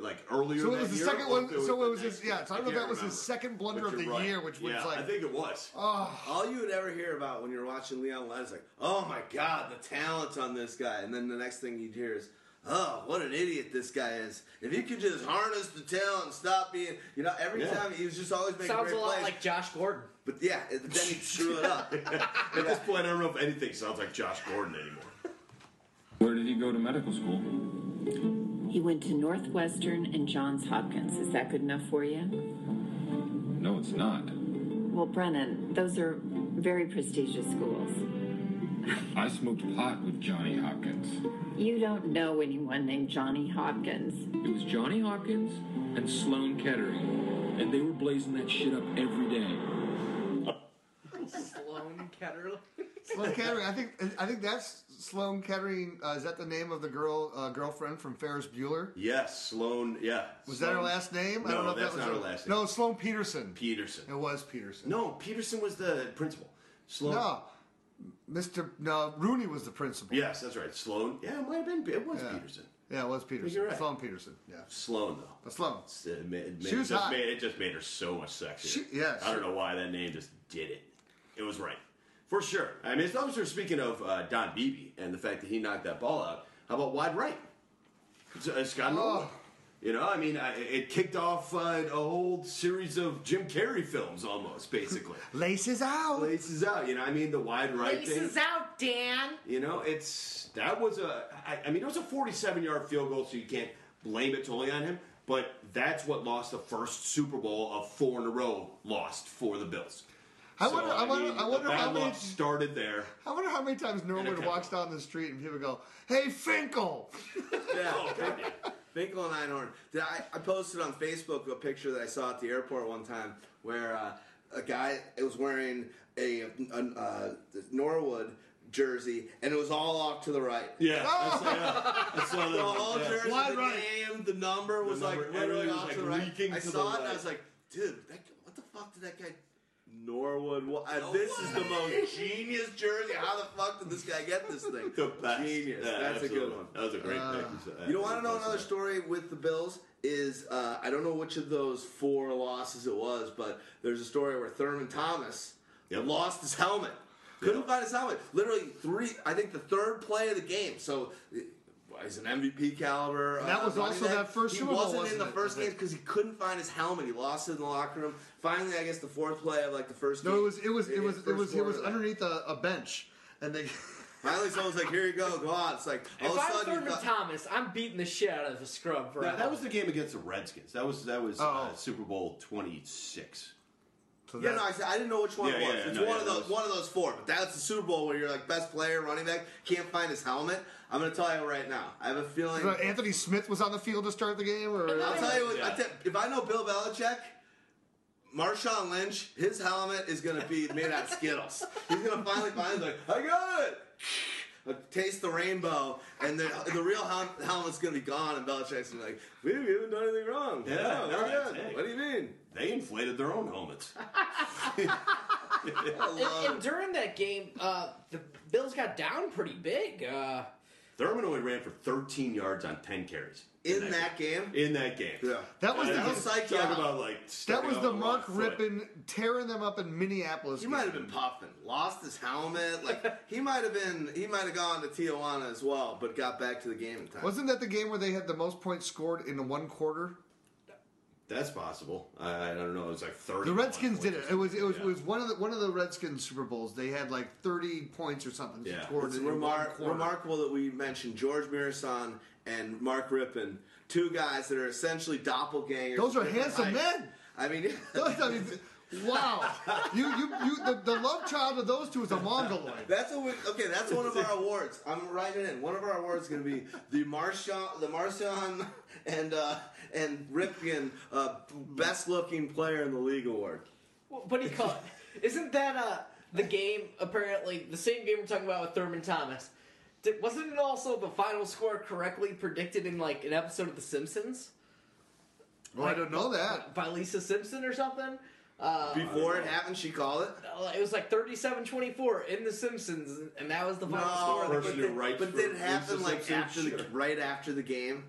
like earlier. So it that was the year, second or one. if So the it was his next year. yeah. So I don't know if can't that was his remember. second blunder But of the you're right. year, which was Yeah, like Oh, I think it was. all you would ever hear about when you're watching Leon Lett is like, "Oh my God, the talent on this guy," and then the next thing you'd hear is. Oh, what an idiot this guy is! If he could just harness the talent and stop being, you know, every Yeah. time he was just always making Sounds a great lot plays. like Josh Gordon. but yeah, it, then he screw it up. At this point, I don't know if anything sounds like Josh Gordon anymore. Where did he go to medical school? He went to Northwestern and Johns Hopkins. Is that good enough for you? No, it's not. Well, Brennan, those are very prestigious schools. I smoked pot with Johnny Hopkins. You don't know anyone named Johnny Hopkins. It was Johnny Hopkins and Sloan Kettering, and they were blazing that shit up every day. Sloan Ketterle. Sloan Kettering. I think I think that's Sloan Kettering. Uh, is that the name of the girl uh, girlfriend from Ferris Bueller? Yes, Sloan. Yeah. Was that her last name? I No, don't know if that's that was not her last name. No, Sloan Peterson. Peterson. It was Peterson. No, Peterson was the principal. Sloan. no. Mr. No, Rooney was the principal. Yes, that's right. Sloan. Yeah, it might have been. It was Peterson. Yeah, it was Peterson. You're right. Sloan Peterson. Yeah. Sloan though. But Sloan. It made, it made, She was it just hot. Made, it just made her so much sexier. She- yeah, I don't she- know why that name just did it. It was right. For sure. I mean, it's also speaking of uh, Don Beebe and the fact that he knocked that ball out. How about wide right? It's, uh, Scott Oh. Norwood. You know, I mean, I, it kicked off uh, a whole series of Jim Carrey films almost, basically. Laces out. Laces out. You know, I mean, the wide right thing. Aces out, Dan. You know, it's that was a. I, I mean, it was a 47 yard field goal, so you can't blame it totally on him. But that's what lost the first Super Bowl of four in a row lost for the Bills. I So, wonder. I wonder. mean, I the wonder how bad many. luck started there. I wonder how many times Norwood couple. walks down the street and people go, "Hey, Finkel." Yeah. Oh, God, yeah. Finkel and Einhorn. Did I, I posted on Facebook a picture that I saw at the airport one time where uh, a guy was wearing a, an uh, Norwood jersey and it was all off to the right. Yeah, uh, I saw, yeah, I saw that. The whole yeah. jersey, Why the right? name, the number was number, like literally everything off was, to the like, right. leaking I to the saw it and I right. was like, dude, that, guy- what the fuck did that guy? Norwood. What, uh, this is the most genius jersey. How the fuck did this guy get this thing? The best. Genius. Yeah, That's a absolutely. good one. That was a great pick. So, You don't want to uh, know another story with the Bills? Is uh, I don't know which of those four losses it was, but there's a story where Thurman Thomas Yep. lost his helmet. Couldn't find his helmet. Literally three. I think the third play of the game. So. uh, He's an MVP caliber. uh, That was running also back. that first He Super Bowl, wasn't, in wasn't the it? first game because he couldn't find his helmet. He lost it in the locker room. Finally, I guess the fourth play of like the first. No, game- it was. It was. It was. It first was. It was quarter. underneath a, a bench, and they. Finally, someone's like, "Here you go, go on." It's like all If of a I'm sudden uh, you Thurman thought- Thomas, I'm beating the shit out of the scrub for No, a Oh. that was the game against the Redskins. That was that was uh, Oh. Super Bowl 26. So Yeah, that- no, I, said, I didn't know which one it Yeah, was. yeah, it's no, one yeah, of that those, was- one of those four. But that's the Super Bowl where you're like best player, running back, can't find his helmet. I'm gonna tell you right now. I have a feeling. So Anthony Smith was on the field to start the game, or I'll tell you. What, Yeah. I tell- if I know Bill Belichick, Marshawn Lynch, his helmet is gonna be made out of Skittles. He's gonna finally find like, I got it. Taste the rainbow, and the the real hel- helmet's gonna be gone. And Belichick's gonna be like, We haven't done anything wrong. Yeah, No, "Oh, no, yeah. that's it. What do you mean? They inflated their own helmets. Uh, And, and during that game, uh, the Bills got down pretty big. Uh, Thurman only ran for 13 yards on 10 carries in that game. In that game. Yeah. that was And That'll the just psych you talk out. about, like, that stepping was on the wrong Mark foot. Rippin tearing them up in Minneapolis. He might have game. been puffing, lost his helmet. Like he might have been, he might have gone to Tijuana as well, but got back to the game in time. Wasn't that the game where they had the most points scored in one quarter? That's possible. I, I don't know. It was like 30. The Redskins did it. It was it was, Yeah. it was one of the one of the Redskins Super Bowls. They had like thirty points or something Yeah. scored It's in one remar- quarter. remarkable that we mentioned George Mirasan and Mark Rippon, two guys that are essentially doppelgangers. Those are of different handsome men. I mean, I mean, wow, you you you the, the love child of those two is a mongoloid. that's a win- okay. That's one of our awards. I'm writing it in. One of our awards is going to be the Marshawn, the Marshawn, and uh, and Ripken uh, best looking player in the league award. wh- what do you call it? Isn't that uh, the game, apparently, the same game we're talking about with Thurman Thomas? Did, wasn't it also the final score correctly predicted in like an episode of The Simpsons Well, I don't know that. by Lisa Simpson or something? Uh, Before it happened, she called it. it was like 37-24 in The Simpsons, and that was the final score. but person did- who writes but for did it Lisa happen like Simpson? after the Sure. right after the game?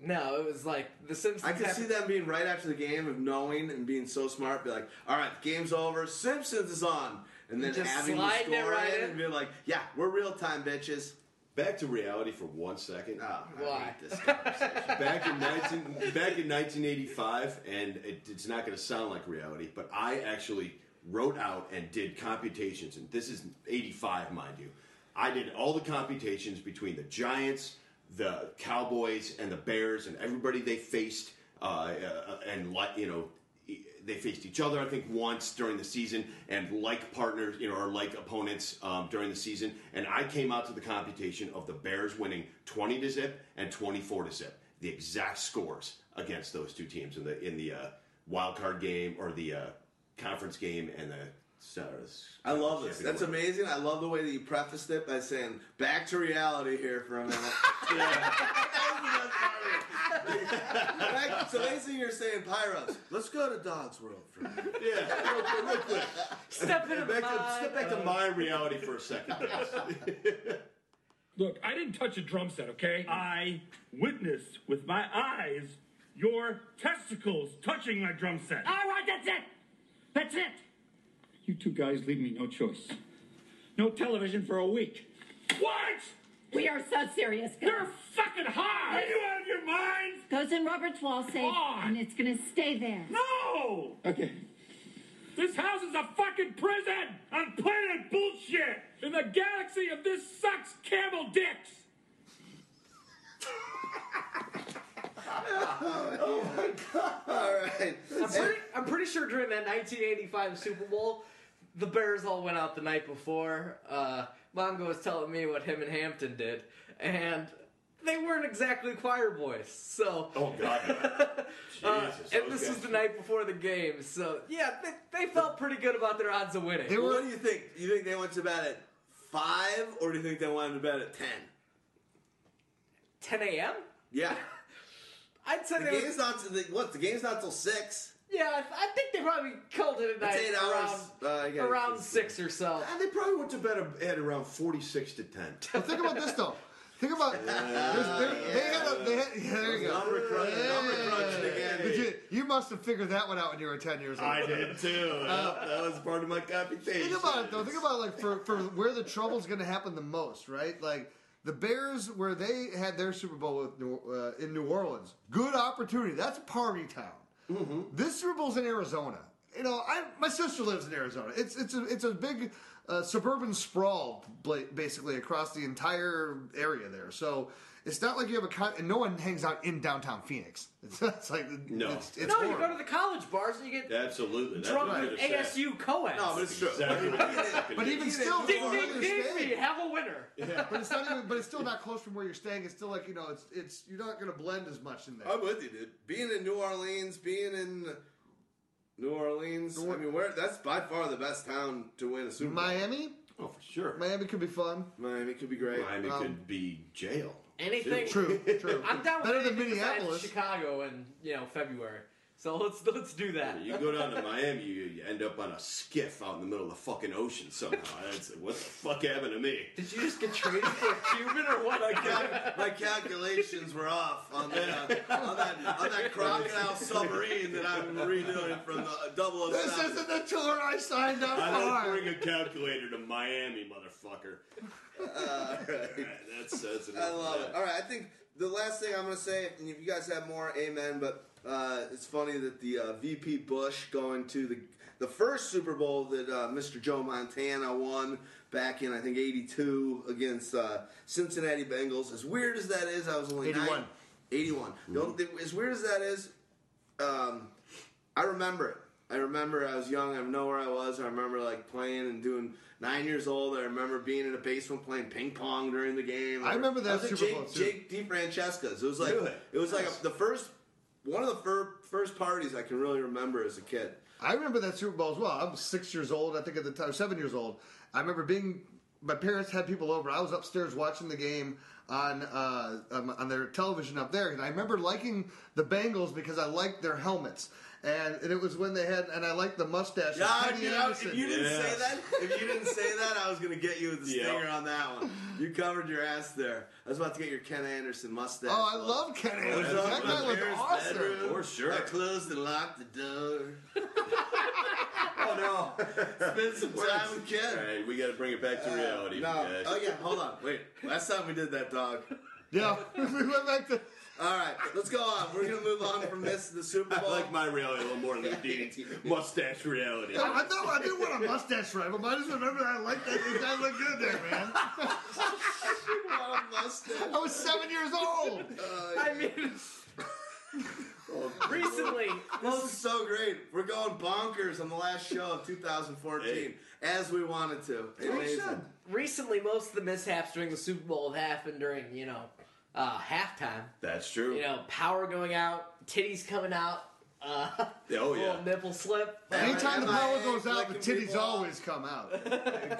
No, it was like The Simpsons. I could see happened- them being right after the game of knowing and being so smart, be like, "All right, the game's over. Simpsons is on," and then Just having the slide it score right in in. and be like, "Yeah, we're real time bitches." Back to reality for one second. Oh, I Why? hate this conversation. back in 19, back in 1985, and it, it's not going to sound like reality, but I actually wrote out and did computations, and this is 85, mind you. I did all the computations between the Giants, the Cowboys, and the Bears, and everybody they faced, uh, uh, and like you know. e- They faced each other, I think, once during the season, and like partners, you know, or like opponents um, during the season. And I came out to the computation of the Bears winning twenty to zip and twenty-four to zip the exact scores against those two teams in the in the uh, wild card game or the uh, conference game and the. Stars. I love this. That's amazing. I love the way that you prefaced it by saying "back to reality" here for a minute. That was the best part of it. Back- so basically, you're saying Pyros. Let's go to Dog's World for a minute. Yeah, real, real quick. Step into Back to, my- step back to my reality for a second. guys. Look, I didn't touch a drum set, okay? I witnessed with my eyes your testicles touching my drum set. All right, that's it. That's it. You two guys leave me no choice. No television for a week. What? We are so serious, guys. You're fucking high! Are you out of your mind? Goes in Robert's wall safe, on. and it's gonna stay there. No! Okay. This house is a fucking prison on planet bullshit in the galaxy of this sucks camel dicks. All right. I'm pretty, I'm pretty sure during that 1985 Super Bowl, the Bears all went out the night before. Uh, Mongo was telling me what him and Hampton did, and they weren't exactly choir boys. So, Oh God. uh, Jesus, and those this was guys. the night before the game. So, yeah, they, they felt pretty good about their odds of winning. They were What do you think? You think they went to bed at five, or do you think they went to bed at ten? 10 a.m. Yeah, I'd say the they were- game's not. The, what? The game's not till six. yeah, I, I think they probably called it a night eight around, hours. Uh, I gotta- around six or so. And they probably went to bed at around forty-six to ten. But think about this though. Think about there's- there- they had a they had, yeah, there you go. Number crunch. Number Yeah. crunching again. But you, you must have figured that one out when you were ten years old. I did too. Oh, that was part of my computation. Think about it though. Think about like for, for where the trouble's going to happen the most, right? Like the Bears, where they had their Super Bowl with New, uh, in New Orleans, good opportunity. That's party town. This Super Bowl's in Arizona. You know, I my sister lives in Arizona. It's it's a, it's a big uh, suburban sprawl, bla- basically across the entire area there. So it's not like you have a con- and no one hangs out in downtown Phoenix. It's, it's like No. it's, it's no, you horrible. go to the college bars and you get Absolutely. That's drunk what I with would've said. ASU co-eds. No, but it's true. Exactly what I fucking But did. even still, Ding, from ding, where you're ding, staying. we have a winner. but it's not even. But it's still not close from where you're staying. It's still like you know. It's it's you're not going to blend as much in there. I'm with you, dude. Being in New Orleans, being in New Orleans. I mean, where that's by far the best town to win a Super Bowl. Miami, Oh, for sure. Miami could be fun. Miami could be great. Miami Um, could be jail. Anything. True, true. I'm down Better with than anything besides Minneapolis. Chicago in you know February. So let's let's do that. You go down to Miami, you you end up on a skiff out in the middle of the fucking ocean somehow. That's, what the fuck happened to me? Did you just get traded for a Cuban or what? My, cal- my calculations were off on that uh, on that on that crocodile submarine that I'm redoing from the double This isn't the tour I signed up I for. didn't bring a calculator to Miami, motherfucker. All right, that's that's enough I of love it. that. All right, I think the last thing I'm going to say, and if you guys have more, amen. But uh, it's funny that the uh, VP Bush going to the the first Super Bowl that uh, Mr. Joe Montana won back in I think '82 against uh, Cincinnati Bengals. As weird as that is, I was only 81. nine- 81. The only thing- as weird as that is, um, I remember it. I remember I was young. I know where I was. I remember like playing and doing nine years old. I remember being in a basement playing ping pong during the game. I remember that was at Super Bowl, Jake, too. Jake DeFrancesca's. It was like Really? it was like a, the first one of the fir- first parties I can really remember as a kid. I remember that Super Bowl as well. I was six years old, I think at the time, seven years old. I remember being. My parents had people over. I was upstairs watching the game on uh, um, on their television up there, and I remember liking the Bengals because I liked their helmets, and, and it was when they had and I liked the mustache. of Yeah, Kenny dude, I- Anderson. if you didn't say Yes. that, if you didn't say that, I was gonna get you with the Yeah. stinger on that one. You covered your ass there. I was about to get your Ken Anderson mustache. Oh, I love Ken I was Anderson. up That in guy my was parents' awesome. bedroom. For sure. I closed and locked the door. oh no! Spend some time with All Ken. right, we got to bring it back to reality, No. guys. Oh yeah. Hold on. Wait. Last time we did that, dog. Yeah, we went back to. All right. Let's go on. We're gonna move on from this to the Super I Bowl. like my reality a little more than the mustache reality. I thought I didn't want a mustache rival, but I just remember I liked that. That looked good there, man. want a mustache. I was seven years old. I mean, recently, This is so great. We're going bonkers on the last show of 2014, Hey. as we wanted to. Amazing. recently, most of the mishaps during the Super Bowl have happened during you know uh, halftime. That's true. You know, power going out, titties coming out, uh, oh little yeah, nipple slip. Anytime the power MIA, goes out, the flicking titties people off. always come out.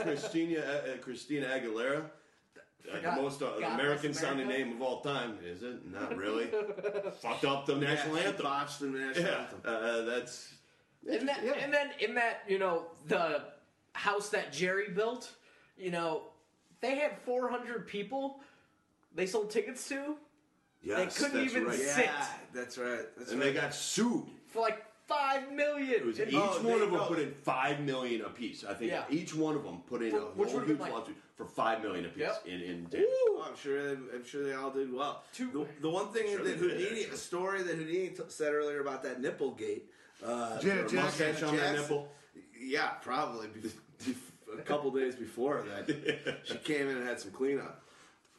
Christina uh, uh, Christina Aguilera. Like the Forgot- most uh, God American bless America. sounding name of all time, is it? Not really. Fucked up the national Yeah, she anthem. botched the national Yeah, anthem. uh, that's And, that, and then in that, you know, the house that Jerry built, you know, they had 400 people they sold tickets to yes, couldn't that's even right. say- Yeah, that's right. That's and right. they got sued. for like 5 million. It was And- each Oh, one they- of them no. put in five million apiece. I think Yeah. each one of them put in For- a which whole would've been huge like- lawsuit for five million apiece Yep. in in damage. Oh, I'm sure. They, I'm sure they all did well. Two- The, the one thing Sure that they did, Houdini, actually. the story that Houdini t- said earlier about that nipple gate. Uh, Janet there were Jackson. mustache on Janet that Jackson. nipple. Yeah, probably. Be- be- a couple days before that, she came in and had some cleanup.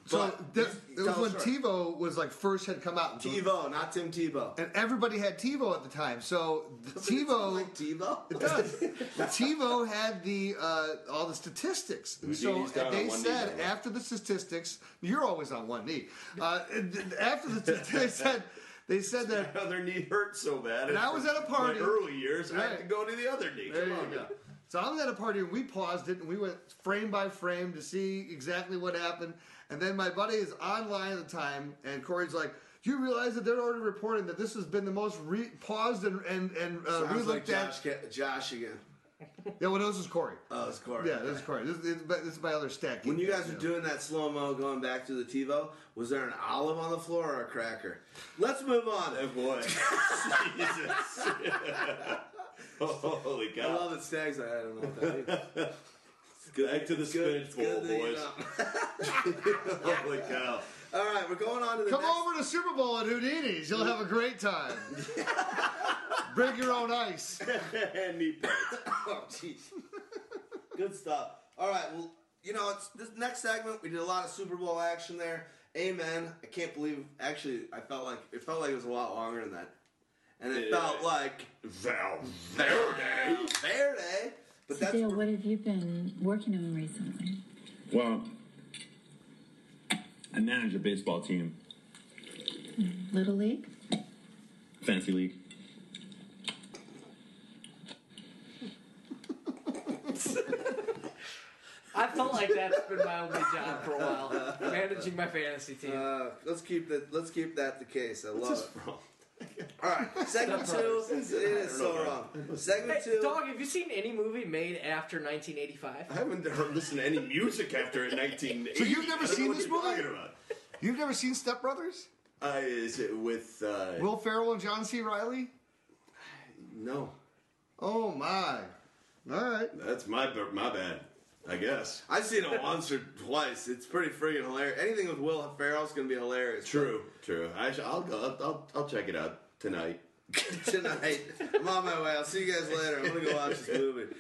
So But- that, it was Tell when us, sir. TiVo was like first had come out, TiVo, not Tim Tebow. and everybody had TiVo at the time. So the Doesn't it sound TiVo, like TiVo. it does. TiVo had the uh, all the statistics. And so Houdini's down they on one knee, by said the way. after the statistics, you're always on one knee. Uh, and th- after the statistics, they said they said that My other knee hurt so bad. And I was at a party. My early years, I had Right. to go to the other knee. There Come you on go. now. So I was at a party and we paused it and we went frame by frame to see exactly what happened. And then my buddy is online at the time and Corey's like, "Do you realize that they're already reporting that this has been the most re- paused and and and uh, Sounds re-looked like Josh, at?" Ca- Josh again. Yeah, well, this is Corey. Oh, it's Corey. Yeah, this is Corey. This, is- but this is my other stack. When you guys Yeah. were doing that slow mo going back to the TiVo, was there an olive on the floor or a cracker? Let's move on. Oh boy. Jesus. Holy I cow. love that Stags. I don't know what that means. Back to the Good- spinach it's good bowl, that you boys. know. Holy cow. All right, we're going on to the Come next. over to Super Bowl at Houdini's. You'll have a great time. Bring your own ice. and meat pies. Oh, jeez. Good stuff. All right. Well, you know, it's this next segment. We did a lot of Super Bowl action there. Amen. I can't believe. Actually, I felt like it felt like it was a lot longer than that, and it Yeah. felt like Valverde. Verde. But that's Dale, what have you been working on recently? Well, I manage a baseball team, Little League? fancy league. I felt like that's been my only job for a while, managing my fantasy team. Uh, let's keep that. Let's keep that the case. I love it. All right, segment Step two. It Brothers. is so wrong. Segment Hey, two. Dog, have you seen any movie made after 1985? I haven't heard listened to any music after 1980. So you've never I don't know seen what this you're movie? Talking about. You've never seen Step Brothers? Uh, is it with uh, Will Ferrell and John C. Riley? No. Oh my! All right. That's my b- my bad. I guess. I've seen it once or twice. It's pretty freaking hilarious. Anything with Will Ferrell's gonna be hilarious. True. True. I sh- I'll go. I'll, I'll I'll check it out tonight. tonight. I'm on my way. I'll see you guys later. I'm gonna go watch this movie.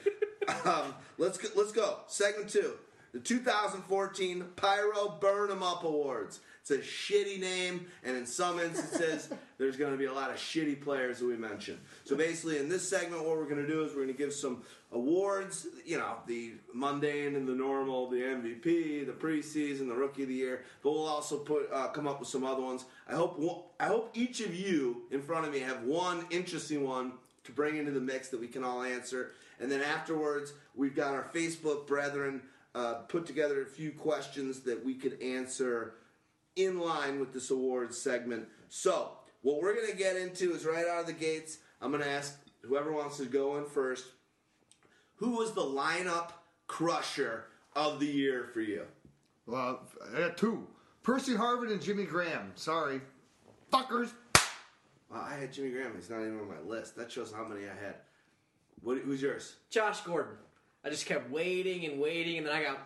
Um, let's go, let's go. Segment two, the 2014 Pyro Burn 'Em Up Awards. It's a shitty name, and in some instances, there's going to be a lot of shitty players that we mention. So basically, in this segment, what we're going to do is we're going to give some awards. You know, the mundane and the normal, the MVP, the preseason, the Rookie of the Year. But we'll also put uh, come up with some other ones. I hope one- I hope each of you in front of me have one interesting one to bring into the mix that we can all answer. And then afterwards, we've got our Facebook brethren uh, put together a few questions that we could answer in line with this awards segment. So, what we're going to get into is right out of the gates, I'm going to ask whoever wants to go in first who was the lineup crusher of the year for you? Well, I got two: Percy Harvin and Jimmy Graham. Sorry, fuckers. Wow, I had Jimmy Graham. He's not even on my list. That shows how many I had. What, who's yours? Josh Gordon. I just kept waiting and waiting, and then I got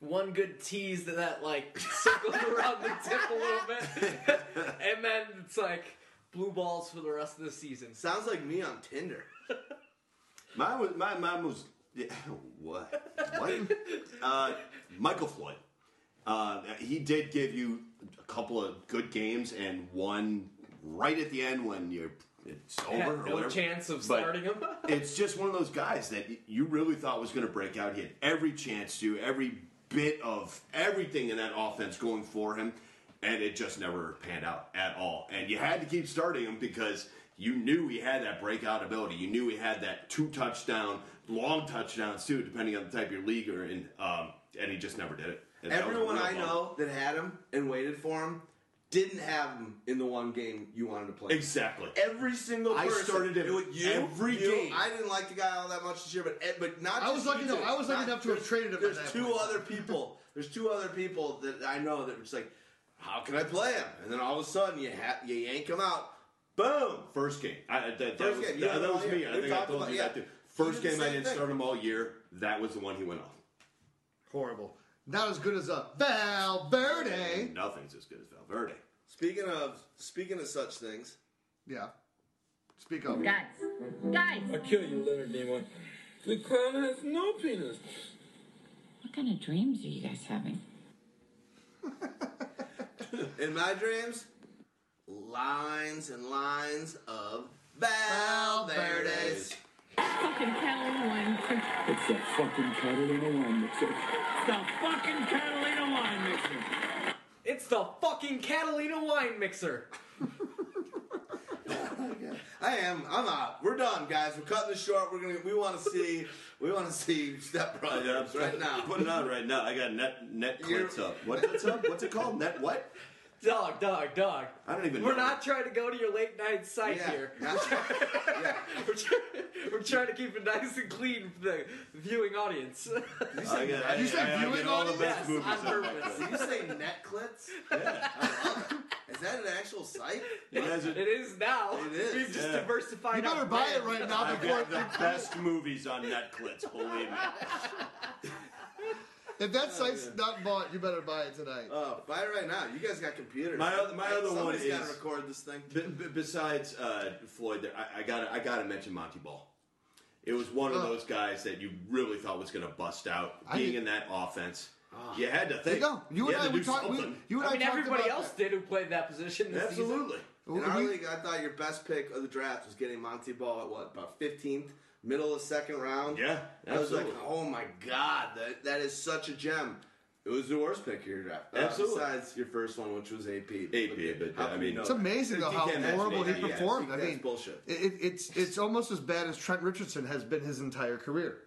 one good tease that that like circled around the tip a little bit, and then it's like blue balls for the rest of the season. Sounds like me on Tinder. Mine was my mine was yeah, what what uh, Michael Floyd. Uh, he did give you a couple of good games and one right at the end when you're it's over Had or no whatever. chance of But starting him. it's just one of those guys that you really thought was going to break out. He had every chance to, every bit of everything in that offense going for him, and it just never panned out at all. And you had to keep starting him because you knew he had that breakout ability. You knew he had that two touchdown, long touchdowns too, depending on the type of your league or in. Um, and he just never did it. And that was a Everyone real I bummer. know that had him and waited for him didn't have him in the one game you wanted to play. Exactly. Every single I person. started him It was you, every you. game. I didn't like the guy all that much this year, but eh, but not. I just was lucky you though. two. I was lucky Not- enough to have there's- traded him at There's that two point. other people. There's two other people that I know that were just like, how can I play him? And then all of a sudden you ha- you yank him out. Boom. First game. I, that that First was, game, you that, had that him was all me. year. I We think I talked told about- you that yeah. too. First You did game the I same didn't thing. start him all year. That was the one he went off. Horrible. Not as good as a Valverde. Nothing's as good as Valverde. Speaking of speaking of such things, yeah. Speak up. Guys, guys. I'll kill you, Leonard Nimoy. The clown has no penis. What kind of dreams are you guys having? in my dreams, lines and lines of Valverde's. Fucking Catalina wine mixer. It's that fucking Catalina wine mixer. The fucking Catalina wine mixer. It's the fucking Catalina wine mixer. I am. I'm out. We're done, guys. We're cutting this short. We're gonna. We want to see. We want to see Step Brothers Oh, right now. Put it on right now. I got net net clips up. What, what's up? What's it called? Net what? Dog, dog, dog. I don't even. We're know. not trying to go to your late night site Yeah. here. we're, try- we're trying to keep it nice and clean for the viewing audience. You say- I get- I- you say I- I get viewing all the audience? best movies Yes, on out there. purpose. Did you say netclits? Is that an actual site? You guys are- It is now. It is, We've just yeah. diversified. our brand. I've got the best movies on Netflix. Believe me. If that site's not bought, you better buy it tonight. Uh, Oh, buy it right now. You guys got computers. My other- my other one Somebody's gotta is- record this thing. B- b- besides uh, Floyd, there I, I got I got to mention Monty Ball. It was one of those guys that you really thought was going to bust out, I being did- in that offense. You had to There think. you go. You and had I, to we do talked. We, something. you and I, I mean, talked everybody about else did who played that position this Absolutely. season. In our league, I thought your best pick of the draft was getting Monty Ball at what, about 15th, middle of second round? Yeah, I was like, absolutely. oh my God, that, that is such a gem. It was the worst pick of your draft. Uh, Absolutely. Besides your first one, which was AP. AP, but How I can you mean, know It's amazing though how You can't match horrible he Nate, yeah. performed. I That's mean, bullshit. It, it- it's it's almost as bad as Trent Richardson has been his entire career.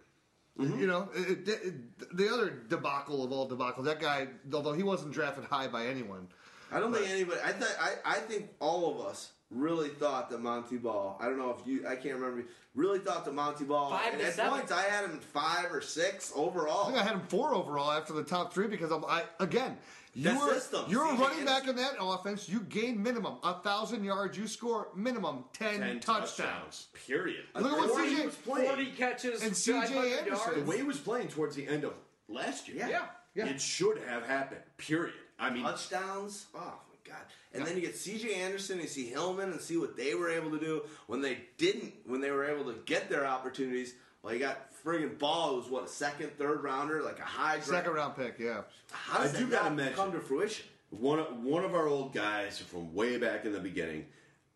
Mm-hmm. You know, it, it- it- the other debacle of all debacles. That guy, although he wasn't drafted high by anyone, I don't think anybody. I thought. I, I think all of us really thought that Monty Ball. I don't know if you. I can't remember. Really thought that Monty Ball. Five and to at seven. points, I had him five or six I overall. think I had him four overall after the top three because I'm, I again. You That were, system. you're a See, running it's- back in that offense. You gain minimum a thousand yards. You score minimum ten, Ten touchdowns. touchdowns. Period. Look at what The way CJ he was playing. 40 catches, And CJ 500 Anderson. yards. The way he was playing towards the end of last year. Yeah. Yeah. It should have happened. Period. I mean, touchdowns. Oh my god! And then you get C.J. Anderson, you see Hillman, and see what they were able to do when they didn't, when they were able to get their opportunities. Well, you got friggin' Ball, who's what a second, third rounder, like a high draft. Second round pick, yeah. How I does do that gotta not mention- come to fruition? one of, one of our old guys from way back in the beginning,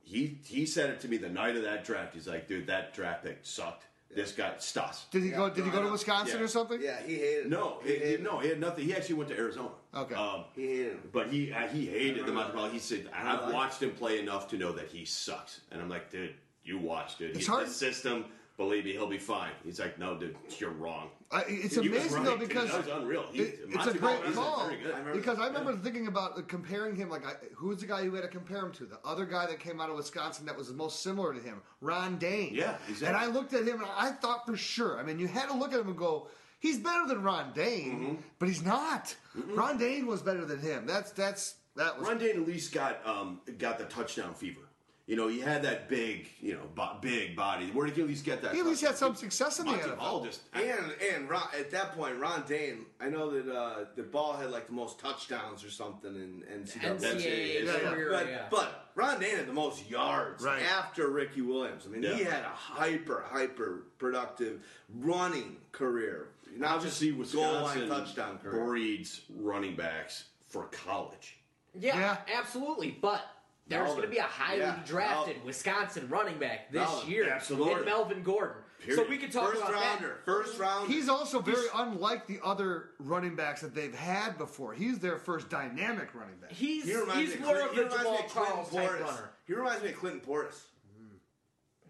he he said it to me the night of that draft. He's like, dude, that draft pick sucked. This guy Stas. Did he go? Did he no, go to no. Wisconsin Yeah. or something? Yeah, he hated. it. No, he he- he- no, he had nothing. He actually went to Arizona. Okay. Um, He hated him. but he uh, he hated the Monty Ball. He said, Really? "I've watched him play enough to know that he sucks." And I'm like, "Dude, you watched it. It's He's hard- the system. Believe me, he'll be fine." He's like, "No, dude, you're wrong." I, it's He was amazing right, though dude. because that was unreal. He, it- it's Monty a Ball great was call Very good. because I remember thinking about uh, comparing him. Like, I, who was the guy you had to compare him to? The other guy that came out of Wisconsin that was the most similar to him, Ron Dane. Yeah, exactly. And I looked at him and I thought for sure. I mean, you had to look at him and go, he's better than Ron Dane, Mm-hmm. but he's not. Ron Dane was better than him. That's that's that was. Ron Dane at least got um, got the touchdown fever. You know, he had that big, you know, bo- big body. Where did he at least get that? he at least touchdown? had some success in the Monty NFL. Ball just And and Ron, at that point, Ron Dane, I know that uh, the ball had like the most touchdowns or something in NCAA. NCAA Yeah, yeah. career, But, yeah. but Ron Dane had the most yards Right. after Ricky Williams. I mean, he Yeah. had a hyper, hyper productive running career. Not just obviously goal line Wisconsin touchdown career. breeds running backs for college. Yeah, Yeah. absolutely. But there's Melvin. going to be a highly Yeah, drafted Melvin. Wisconsin running back this Melvin, year absolutely. in Melvin Gordon. So Period. we could talk First about rounder. First rounder. He's also very unlike the other running backs that they've had before. He's their first dynamic running back. that. He's He reminds he's me- more of he the reminds me Jamal of Clinton Charles type Portis. runner. He reminds me of Clinton Portis.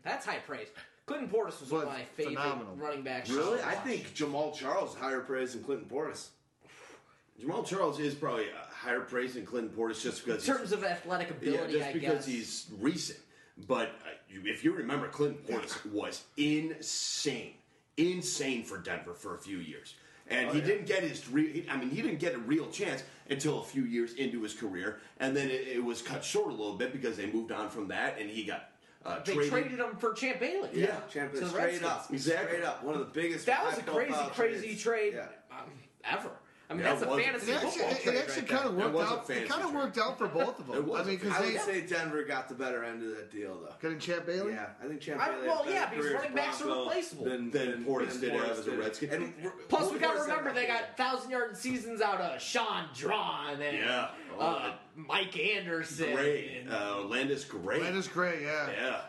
That's high praise. Clinton Portis was one of Was my favorite phenomenal. running backs. Really, to I watch. think Jamal Charles higher praise than Clinton Portis. Jamal Charles is probably a Uh, higher praise than Clinton Portis just in because terms of athletic he's, yeah, ability, just I because guess. he's recent. But uh, you- if you remember, Clinton Portis was insane, insane for Denver for a few years, Oh, and he didn't get his. Re- he- I mean, he didn't get a real chance until a few years into his career, and then it, it was cut short a little bit because they moved on from that, and he got uh, they traded. traded, him for Champ Bailey. Yeah. Champion To the straight Redskins. up, Exactly. straight up, one of the biggest. That was a crazy, high-profile crazy trades. trade Yeah. um, ever. I mean, Yeah, that's it a was. fantasy It actually, football it, trade. it actually right kind there. of That worked was a out. It fantasy kind of trade. worked out for both of them. It was I mean, a because I they would say Denver got the better end of that deal, though. getting Champ Bailey. Yeah, I think Champ I- Bailey. well, had a yeah, better because career as running backs are Bronco replaceable. Than, Than Portis did as a did. Redskin. And r- Plus, we Portis got to had remember that they career. got thousand yard seasons out of Sean Drawn and Yeah. Oh, uh, Mike Anderson. Gray, and uh, Landis Gray, That is great. Yeah. yeah,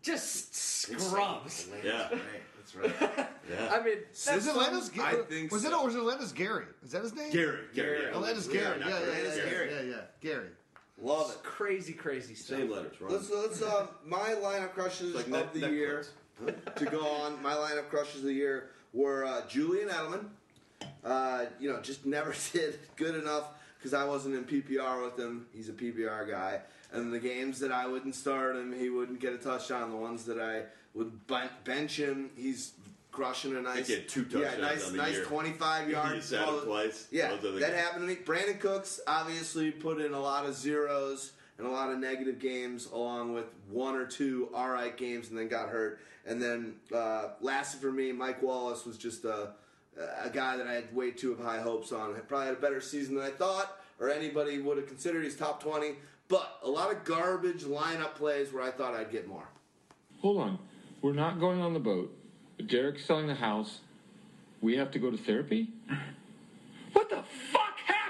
just scrubs. yeah, That's right. That's right. yeah. I mean, Is that's it Landis? I Gary? think was it so. or was it Landis Gary? Is that his name? Oh, Gary, Gary, Gary. yeah. Landis Yeah, Gary. not Yeah, yeah, Gary. yeah, Landis yeah, Gary. yeah, yeah, Gary. Love it. crazy, crazy stuff. Same letters, right? Let's let's uh, um my lineup crushes Like of neck- the neck year to go on. My lineup crushes of the year were uh, Julian Edelman. Uh, you know, just never did good enough because I wasn't in PPR with him. He's a PPR guy, and the games that I wouldn't start him, he wouldn't get a touchdown. The ones that I would ben- bench him, he's crushing a nice get two touchdowns Yeah, nice, on the nice year. twenty-five yard. He's had it twice. Yeah, Those are the that guys. happened to me. Brandon Cooks obviously put in a lot of zeros and a lot of negative games, along with one or two all right games, and then got hurt. And then uh, lastly for me, Mike Wallace was just a, a guy that I had way too high hopes on. Had probably had a better season than I thought or anybody would have considered. He's top twenty, but a lot of garbage lineup plays where I thought I'd get more. Hold on. We're not going on the boat. Derek's selling the house. We have to go to therapy?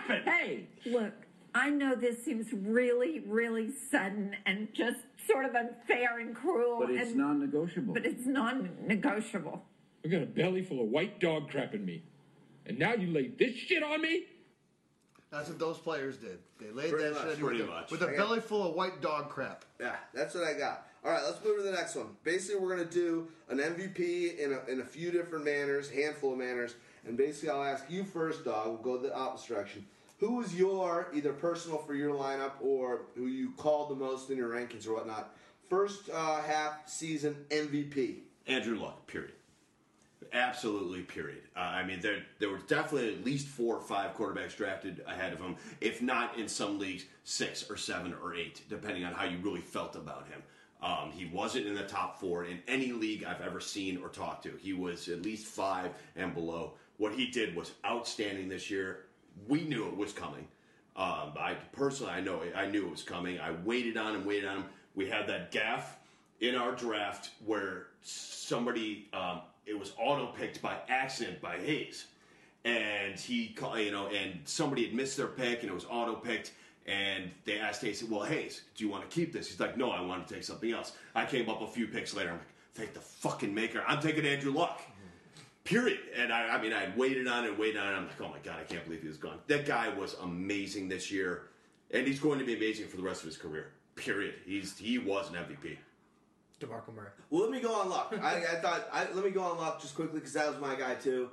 Hey, look, I know this seems really, really sudden and just sort of unfair and cruel. But it's and, non-negotiable. But it's non-negotiable. I got a belly full of white dog crap in me. And now you lay this shit on me? That's what those players did. They laid Pretty that much, shit in with, pretty a- much. with a Yeah. belly full of white dog crap. Yeah, that's what I got. All right, let's move to the next one. Basically, we're going to do an MVP in a, in a few different manners, handful of manners, and basically, I'll ask you first, dog. We'll go the opposite direction. Who was your either personal for your lineup or who you called the most in your rankings or whatnot? First uh, half season MVP. Andrew Luck, period. Absolutely, period. Uh, I mean, there there were definitely at least four or five quarterbacks drafted ahead of him, if not in some leagues six or seven or eight, depending on how you really felt about him. Um, he wasn't in the top four in any league I've ever seen or talked to. He was at least five and below. What he did was outstanding this year. We knew it was coming. Um, I personally, I know, I knew it was coming. I waited on him, waited on him. We had that gaff in our draft where somebody um, it was auto picked by accident by Hayes, and he ca- you know and somebody had missed their pick and it was auto picked. And they asked Hayes, "Well, Hayes, do you want to keep this?" He's like, "No, I want to take something else." I came up a few picks later. I'm like, "Take the fucking maker. I'm taking Andrew Luck." period. And I, I mean, I had waited on it, waited on it. I'm like, oh my god, I can't believe he was gone. That guy was amazing this year, and he's going to be amazing for the rest of his career. Period. He's he was an MVP. DeMarco Murray. Well, let me go on luck. I, I thought I, let me go on luck just quickly because that was my guy too.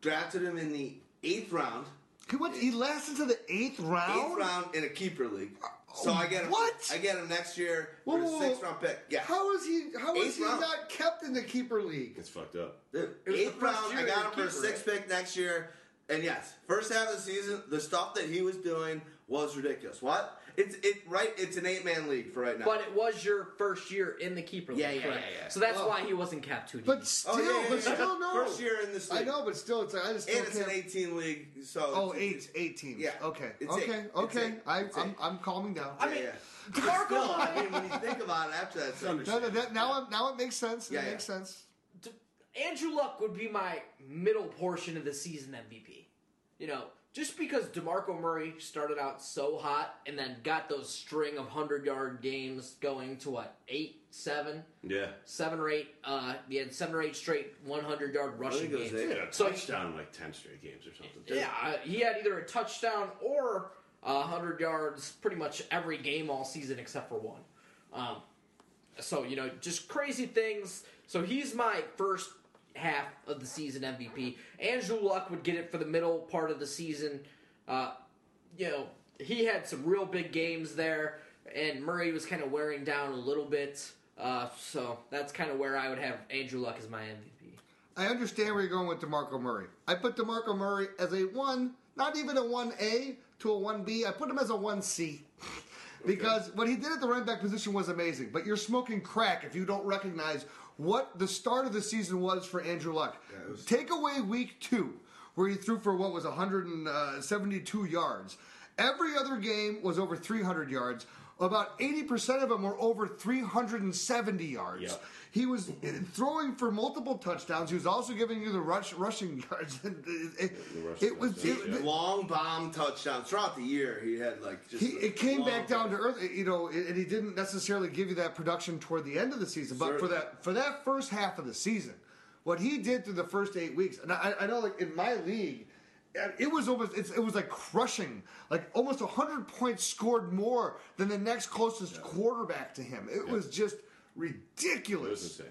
Drafted him in the eighth round. He went. He lasted to the eighth round. Eighth round in a keeper league. So I get him. What? I get him next year Whoa, for whoa, a whoa. sixth round pick. Yeah. How is he? How is Eighth he round. not kept in the keeper league? It's fucked up. Dude, It was the eighth first round, year I they got were him for a keeper, sixth pick next year. And yes, first half of the season, the stuff that he was doing was ridiculous. What? It's it right? It's an eight man league for right now. But it was your first year in the keeper league. Yeah, yeah, correct? yeah, yeah. So that's Oh. why he wasn't capped too deep. But still, but still, no. First year in this I league. know, but still, it's like I just. and still it's can't- an eighteen league. So Oh, it's- eight, eight teams. Yeah. Okay. It's okay. eight. It's Okay. eight. I, It's I'm, eight. I'm calming down. I mean, DeMarco. Still, I mean, when you think about it, after that, it's No, no, that, now, it- now it makes sense. Yeah, it yeah. makes sense. Andrew Luck would be my middle portion of the season MVP. You know, just because DeMarco Murray started out so hot and then got those string of 100 yard games going to what, eight, seven? Yeah. Seven or eight, uh, he had seven or eight straight 100 yard I rushing think it was games. they had a So touchdown in like ten straight games or something. too. Yeah, uh, he had either a touchdown or uh, 100 yards pretty much every game all season except for one. Um, so, you know, just crazy things. So he's my first half of the season MVP. Andrew Luck would get it for the middle part of the season. Uh, you know, he had some real big games there, and Murray was kind of wearing down a little bit. Uh, so that's kind of where I would have Andrew Luck as my MVP. I understand where you're going with DeMarco Murray. I put DeMarco Murray as a 1, not even a 1A to a 1B. I put him as a 1C. because what he did at the running back position was amazing. But you're smoking crack if you don't recognize what the start of the season was for Andrew Luck. Take away week two, where he threw for what was 172 yards. Every other game was over 300 yards. About 80% of them were over 370 yards. He was throwing for multiple touchdowns. He was also giving you the rush rushing yards. it, it- it was it- long bomb touchdowns throughout the year. He had like just he, a it came long- back down to earth, you know, and and he didn't necessarily give you that production toward the end of the season, but for Certainly. that for that first half of the season, what he did through the first eight weeks, and I, I know, like in my league, and it was almost it's, it was like crushing, like almost hundred points scored more than the next closest quarterback to him. It was just ridiculous.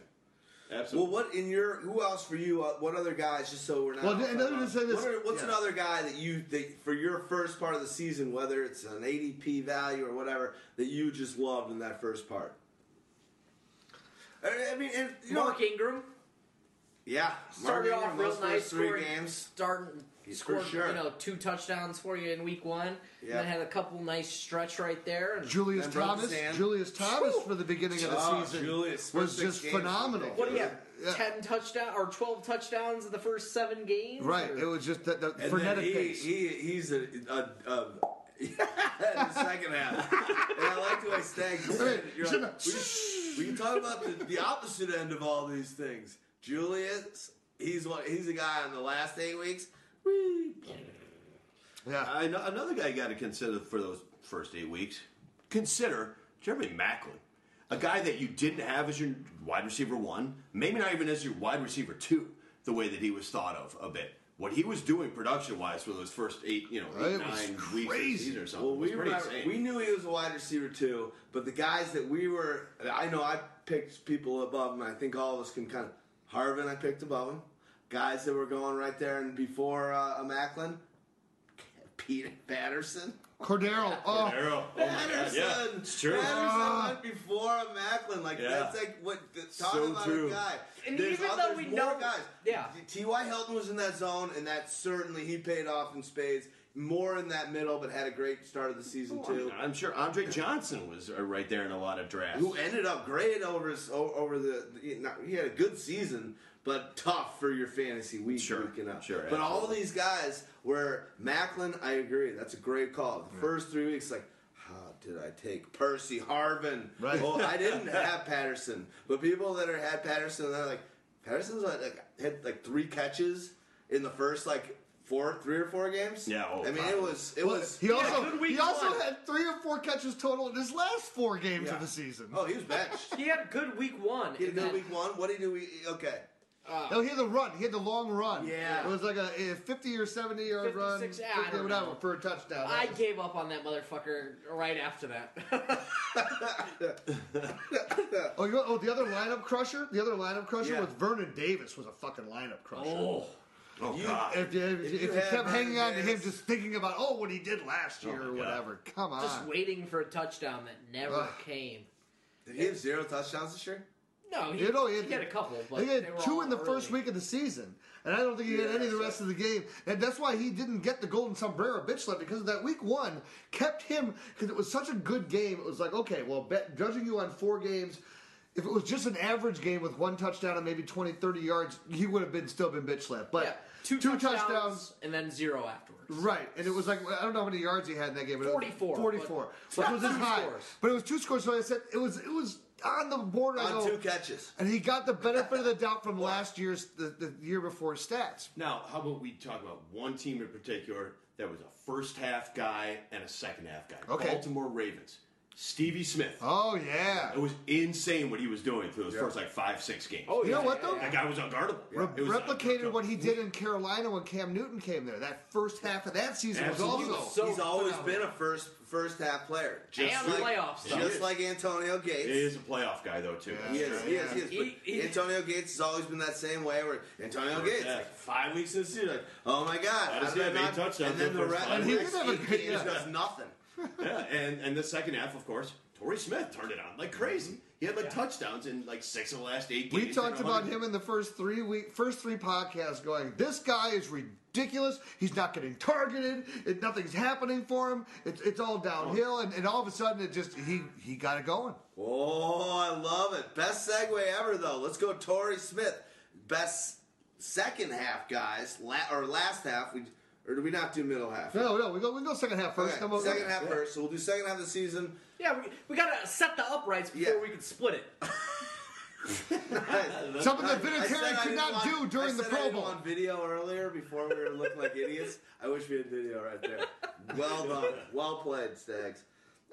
Absolutely. Well, what in your who else for you? Uh, what other guys? Just so we're not. Well, and let me just say this- What are- what's yeah. another guy that you that for your first part of the season, whether it's an ADP value or whatever, that you just loved in that first part? I I mean, and, you Mark know, Ingram. yeah, started Mark off Ingram, real those nice first three scoring, games. starting Yeah, for scored sure. you know two touchdowns for you in week one, Yeah. and then had a couple nice stretch right there. And Julius and broke Thomas, his hand. Julius Thomas for the beginning of the Oh, season Julius, was first six just games was phenomenal. What do you have? Ten touchdown or twelve touchdowns in the first seven games? Right, Or- it was just that the And then frenetic he, pace. he he's a, a, a the second half. And I like the way Stag said it. You're like, we, we can talk about the, the opposite end of all these things. Julius, he's one. He's the guy on the last eight weeks. Yeah. I know, another guy you got to consider for those first eight weeks. Consider Jeremy Macklin, a guy that you didn't have as your wide receiver one, maybe not even as your wide receiver two, the way that he was thought of a bit. What he was doing production wise for those first eight, you know, eight, It was nine weeks of the season or something. Well, was we pretty remember, insane. we knew he was a wide receiver too, but the guys that we were, I know I picked people above him. I think all of us can kind of Harvin. I picked above him. Guys that were going right there and before uh, Macklin, Peter Patterson. Cordero. Oh. Cordero. Patterson, it's true. Patterson Ah. Oh. went before Macklin. Like Yeah. that's like what talk So about true. a guy. And There's even oth- though there's we more know- guys, yeah. T.Y. Hilton was in that zone, and that certainly he paid off in spades. More in that middle, but had a great start of the season Oh, I too. mean, I'm sure Andre Johnson was uh, right there in a lot of drafts. Who ended up great over his, o- over the? the- Not, he had a good season, but tough for your fantasy week. Sure, week and up. sure, But all absolutely. these guys were Macklin. I agree. That's a great call. The first three weeks, like. How did I take Percy Harvin? Right. Well, I didn't have Patterson, but people that are had Patterson, they're like, Patterson's like, like had like three catches in the first like four, three or four games. Yeah, oh, I mean it probably. was it was He also he also had three or four catches total in his last four games Yeah. of the season. Oh, he was benched. he had a good week one. He had a and good then- week one. What did he do? Week, okay. No, he had the run. He had the long run. Yeah. it was like a, a fifty or seventy yard run, 56 yeah, I 50 don't whatever know. for a touchdown. I gave up on that motherfucker right after that. oh, you know, oh, the other lineup crusher, the other lineup crusher Yeah. was Vernon Davis was a fucking lineup crusher. Oh. Oh, You- God. If you, If if, you- you if you had kept Vernon hanging on to him, Davis- just thinking about oh what he did last year my or God. whatever. Come on, Just waiting for a touchdown that never Ah. Ugh. came. Did he have zero touchdowns this year? No, he, You know, he had a couple, but he they had were two all in the early. first week of the season, and I don't think he Yeah, had any the so- rest of the game. And that's why he didn't get the golden sombrero bitch slap because of that week one kept him because it was such a good game. It was like okay, well, bet, judging you on four games. If it was just an average game with one touchdown and maybe 20, 30 yards, he would have been still been bitch slapped. But Yeah, two, touchdowns, and then zero afterwards. right? And it was like I don't know how many yards he had in that game. But it was 44, but- forty-four, which was his Two high. scores. But it was two scores. So I said it was it was on the border. I On go, two catches. and he got the benefit of the doubt from last year's the, the year before stats. Now, how about we talk about one team in particular that was a first half guy and a second half guy? Okay. Baltimore Ravens. Stevie Smith. Oh yeah. It was insane what he was doing for those first like five, six games. Oh, You know yeah, what, yeah, though? yeah. That guy was unguardable. Re- It was replicated what he did in Carolina when Cam Newton came there. That first half of that season Absolutely. was also So he's always been a first first half player, And playoff stuff. just like Antonio He Gates. is a playoff guy though too. He is, he is, he is. But Antonio Gates has always been that same way. Where Antonio First Gates, half. like five weeks into the season, like, oh my god, That how is did I him, eight not- touchdowns and then in the the rest first five And he next did have a eight good- games yeah. does nothing. yeah, and and the second half, of course, Torrey Smith turned it on like crazy. He had like touchdowns in like six of the last eight games. Mm-hmm. We talked and about 100 him in the first three week, first three podcasts, going, "This guy is ridiculous. He's not getting targeted. It, nothing's happening for him. It's, it's all downhill." And, and all of a sudden, it just he he got it going. Oh, I love it. Best segue ever, though. Let's go, Torrey Smith. Best second half guys, la- or last half. We or do we not do middle half? No, no, we go we go second half first. Okay, come on. second half first. So we'll do second half of the season. Yeah, we, we gotta set the uprights before we can split it. Something that I- I Vinatieri said I could didn't not want- do during I the said Pro I didn't Bowl. want video earlier before we were looking like idiots. I wish we had video right there. Well done, well played, Stags.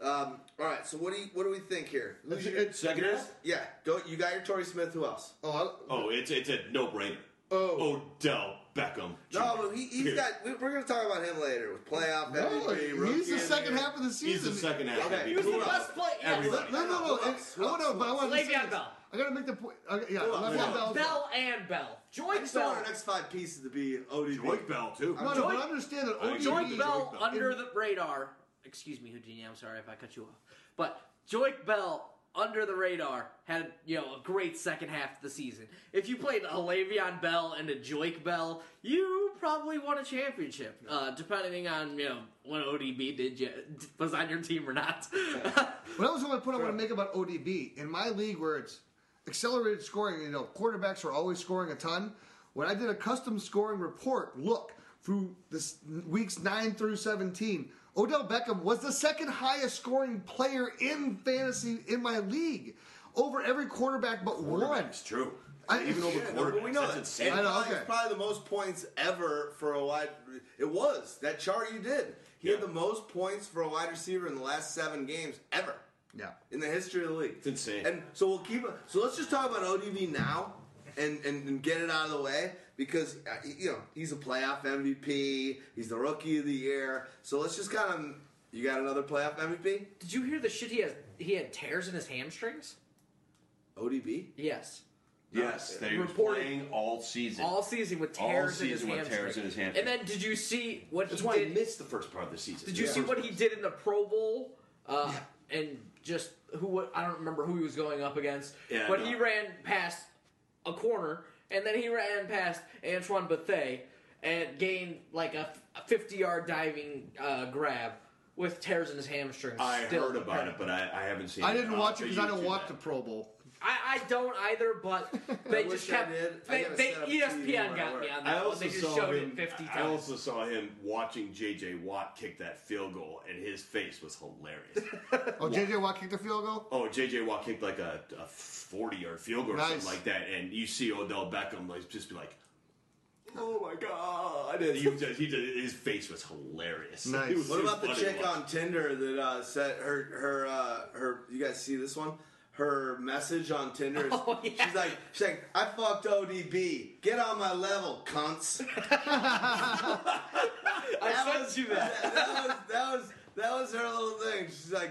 Um, all right, so what do you, what do we think here? Who's your- second half? Yeah, go. You got your Torrey Smith. Who else? Oh, Oh, it's it's a no brainer. Oh. Odell Beckham. no, Jr. but he, he's got. we- We're going to talk about him later with playoff No, MVP. he's rookie the of second year. half of the He's season. the second half. Okay. MVP. He was the Who best else? play ever. Everybody. No, no, no. Who and- else? I want to, but I want to say Le'Veon this. Bell. I gotta make the point. Okay, yeah, Who else? Who Le'Veon Bell. else? Bell and Bell. I Joint just don't want Bell. our next five pieces to be ODB. Joyke Bell too. No, no, Joint- but understand that I ODB. agree. Joint Bell Joint Bell. under the radar. Excuse me, Houdini. I'm sorry if I cut you off. But Joint Bell under the radar had you know a great second half of the season. If you played a Le'Veon Bell and a Joik Bell, you probably won a championship. Uh, depending on you know what ODB did you was on your team or not. But that was the only point I want to make about ODB. In my league where it's accelerated scoring, you know, quarterbacks are always scoring a ton. When I did a custom scoring report, look, through this weeks 9 through 17, Odell Beckham was the second highest scoring player in fantasy in my league over every quarterback but one. It's true. even over quarterbacks. we know That's that. insane. And I know, probably, okay. it's probably the most points ever for a wide. It was that chart you did. He had the most points for a wide receiver in the last seven games ever Yeah. in the history of the league. It's insane. And so we'll keep. So let's just talk about ODB now and, and, and get it out of the way because uh, you know he's a playoff MVP. He's the rookie of the year. So let's just kind of. You got another playoff MVP? Did you hear the shit he has? He had tears in his hamstrings. ODB? Yes. Yes, they were Reported- playing all season. All season with All tears in his season with hamstring. tears in his hamstring. And then did you see what That's he why did? he missed the first part of the season. Did you see what he did in the Pro Bowl? Uh, And just who? wa- I don't remember who he was going up against. Yeah, but no. he ran past a corner, and then he ran past Antoine Bethea and gained like a fifty-yard diving uh, grab with tears in his hamstrings. I still heard about it, but I, I haven't seen. I didn't Uh, watch but it because you I don't do watch that. the Pro Bowl. I, I don't either, but they just I kept. did. I They, gotta they, E set up ESPN TV got me where I on I that. one. also They just saw showed him. it fifty I times. also saw him watching J.J. Watt kick that field goal, and his face was hilarious. Oh, JJ Watt kicked a field goal. Oh, J.J. Watt kicked like a, a forty-yard field goal or Nice. something like that, and you see Odell Beckham like just be like, Oh my god! and he was just, he just, his face was hilarious. It was- What it was about the funny chick to watch. on Tinder that uh, said her her uh, her? You guys see this one? Her message on Tinder. Is, She's like, she's like, I fucked ODB. Get on my level, cunts. I sent you that. That was, that was that was her little thing. She's like,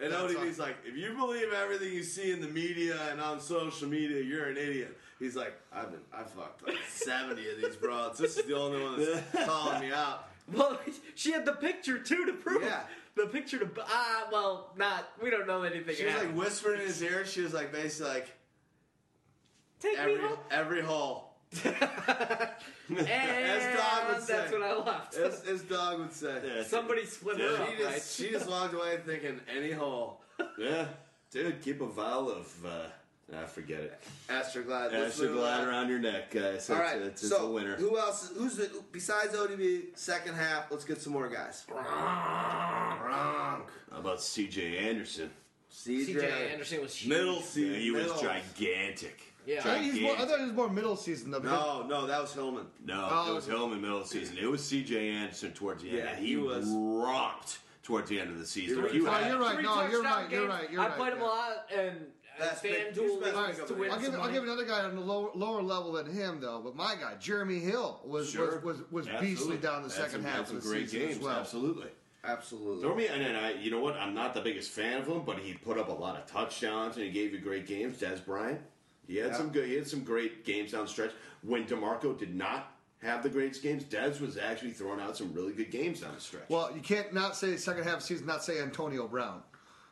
and ODB's like, if you believe everything you see in the media and on social media, you're an idiot. He's like, I've been, I fucked like seventy of these broads. This is the only one that's calling me out. Well, she had the picture too to prove. Yeah. The picture to ah well, not we don't know anything. She was like happened. whispering in his ear. She was like basically like, Take every, me home. every hole. And as dog would say. that's what I left. As, as dog would say. Somebody split her up, She just, right? she just walked away thinking any hole. Yeah, dude, keep a vial of. Uh, I forget it. Astroglide. Let's move Astroglide on. around your neck, guys. All right, it's, it's, so a winner. who else? Who's the besides ODB second half? Let's get some more guys. Gronk. How about C.J. Anderson? C.J. Anderson was huge. Middle C- Yeah, he middle. was gigantic. I, think he's more, I Gigantic. thought he was more middle season though. No, because- no, that was Hillman. No, Oh. it was Hillman middle of the season. It was C.J. Anderson towards the end. Yeah, and he, he was- rocked towards the end of the season. You're If you right. had- Oh, you're right. Three No, you're touchdown right, you're games. right, you're I right, played him a yeah. lot, and That's big. He's best FanDuel pickup is of to the win year. I'll give, some I'll money. give another guy on the lower, lower level than him though, but my guy Jeremy Hill was Sure. was, was, was Absolutely. beastly down the Had second some- had half some of the great season games, as well. Absolutely. Absolutely. Throw me, and then I, you know what? I'm not the biggest fan of him, but he put up a lot of touchdowns and he gave you great games. Des Bryant, he had Yeah. some good, he had some great games down the stretch. When Demarco did not have the greatest games, Des was actually throwing out some really good games down the stretch. Well, you can't not say second half of the season, not say Antonio Brown.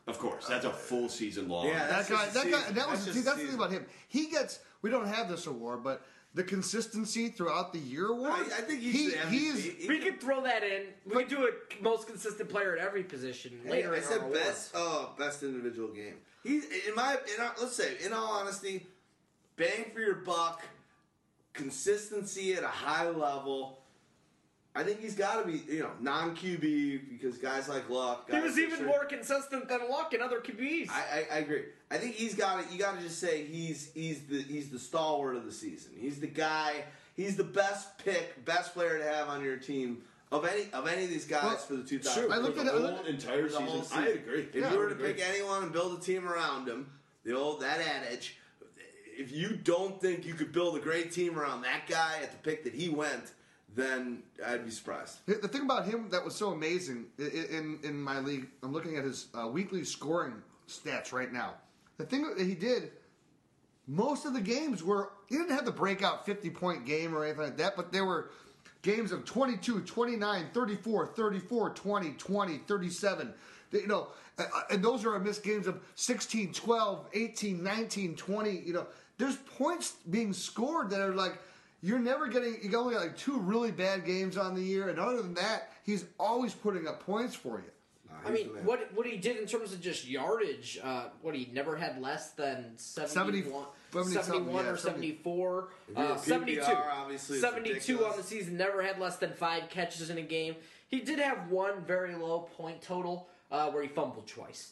Of course, that's a full season long. that guy. That guy. That was. see, that's the thing about him. He gets. We don't have this award, but the consistency throughout the year award. I- I think he's he, the MVP. he is. we could throw that in. We could do a most consistent player at every position Hey, later. I in our said awards. best. Oh, best individual game. He's in my. In our, let's say, in all honesty, bang for your buck, consistency at a high level. I think he's got to be, you know, non QB because guys like Luck. He guys was like even Sher- more consistent than Luck and other QBs. I, I, I agree. I think he's got to You got to just say he's he's the he's the stalwart of the season. He's the guy. He's the best pick, best player to have on your team of any of any of these guys Well, for the 2000. sure. I looked for at it- I whole looked- entire the whole season. I agree. If Yeah, you I were would to pick agree. anyone and build a team around him, the old that adage. If you don't think you could build a great team around that guy at the pick that he went, then I'd be surprised. The thing about him that was so amazing i- i- in in my league, I'm looking at his uh, weekly scoring stats right now. The thing that he did, most of the games were he didn't have the breakout 50 point game or anything like that, but there were games of 22, 29, 34, 34, 20, 20, 37. They- You know, uh, uh, and those are missed games of 16, 12, 18, 19, 20. You know, there's points being scored that are like you're never getting. You only got like two really bad games on the year, and other than that, he's always putting up points for you. I mean, what what he did in terms of just yardage, uh, what he never had less than 71, 70 something, 71 yeah, or 70. 74. If you're a Uh, 72. PPR, obviously, it's 72 ridiculous. on the season, never had less than five catches in a game. He did have one very low point total uh, where he fumbled twice.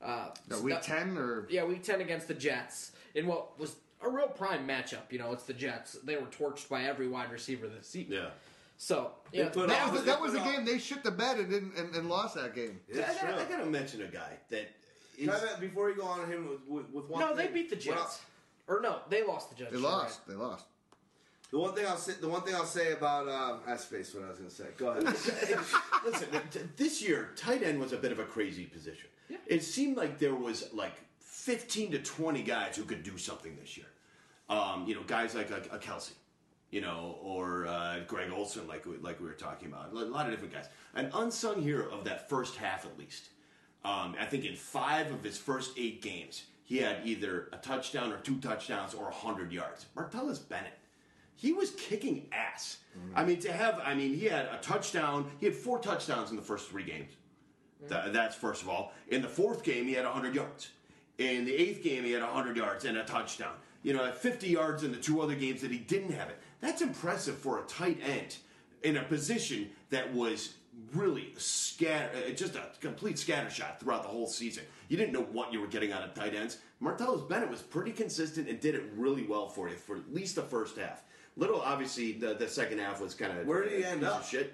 Uh, The so week that- ten or Yeah, week 10 against the Jets in what was a real prime matchup. You know, it's the Jets. They were torched by every wide receiver this season. Yeah. So They yeah, put That was the, that was the all- game they shit the bed and didn't and, and lost that game. I, gotta, I gotta mention a guy that is. Can I bet- before you go on him with, with, with one. no, they thing, beat the what I'll- Jets, or no, they lost the Jets. They you're lost. right. They lost. The one thing I'll say, the one thing I'll say about um, I spaced what I was going to say. Go ahead. Listen, th- this year tight end was a bit of a crazy position. It seemed like there was like 15 to 20 guys who could do something this year. Um, you know, guys like like a Kelsey, you know, or uh, Greg Olson, like we- like we were talking about, a lot of different guys. An unsung hero of that first half, at least. Um, I think in five of his first eight games, he had either a touchdown or two touchdowns or 100 yards. Martellus Bennett he was kicking ass. I mean, to have, I mean, he had a touchdown. He had four touchdowns in the first three games. Tha- that's first of all. In the fourth game, he had 100 yards. In the eighth game, he had 100 yards and a touchdown. You know, at 50 yards in the two other games that he didn't have it. That's impressive for a tight end in a position that was really scatter, uh, just a complete scattershot throughout the whole season. You didn't know what you were getting out of tight ends. Martellus Bennett was pretty consistent and did it really well for you for at least the first half. Little, obviously, the, the second half was kind of Where did he end up? Shit,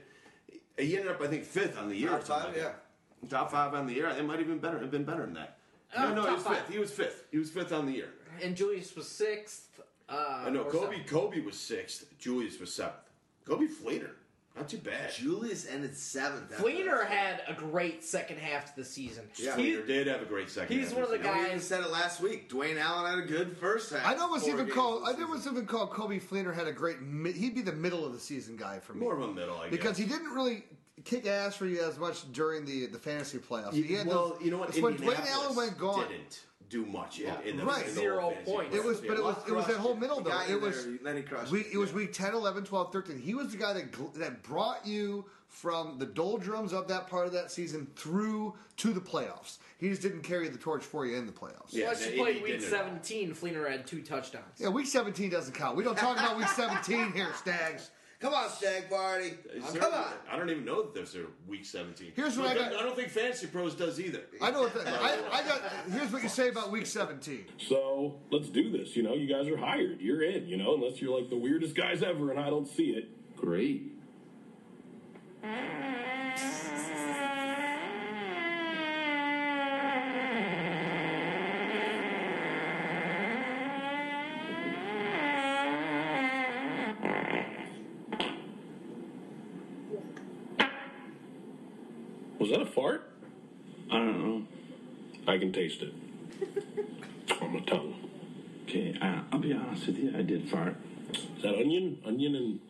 he ended up I think fifth on the year. Top or something five, like that. Top five on the year. It might have been better. Have been better than that. Uh, no, no, he top was five. fifth. He was fifth. He was fifth on the year. And Julius was sixth. Uh, I know or Kobe. seventh. Kobe was sixth. Julius was seventh. Kobe Flater, not too bad. Julius ended seventh. after Fleener that. had a great second half of the season. Yeah, He- Flater did have a great second. he's half. one of the You know, guys- We even said it last week. Dwayne Allen had a good first half. I'd almost Four even games. call. I'd almost even call Kobe Fleener had a great. Mid, he'd be the middle of the season guy for me. More of a middle, I because guess. he didn't really kick ass for you as much during the the fantasy playoffs. You- He had well, those- you know what? It's when Dwayne Indianapolis Allen went gone. didn't do much in, in the, Right. in the Zero whole fantasy points. It playoffs. was- but it Yeah. was- it was that whole middle, He though. got It you was- there. Then he crushed. We, you. it was week 10, 11, 12, 13. He was the guy that gl- that brought you from the doldrums of that part of that season through to the playoffs. He just didn't carry the torch for you in the playoffs. Plus, you played week 17. Fleener had two touchdowns. Yeah, week 17 doesn't count. We don't talk about week 17 here, Stags. Come on, Stag Party. Is there- Come on. I don't even know that there's a week 17. Here's what I But got- I don't think Fantasy Pros does either. I know what the, I, I got. Here's what you say about week 17. So let's do this. You know, you guys are hired. You're in, you know, unless you're like the weirdest guys ever and I don't see it. Great. Was that a fart? I don't know. I can taste it. on my tongue. Okay, I, I'll be honest with you. I did fart. Is that onion? Onion and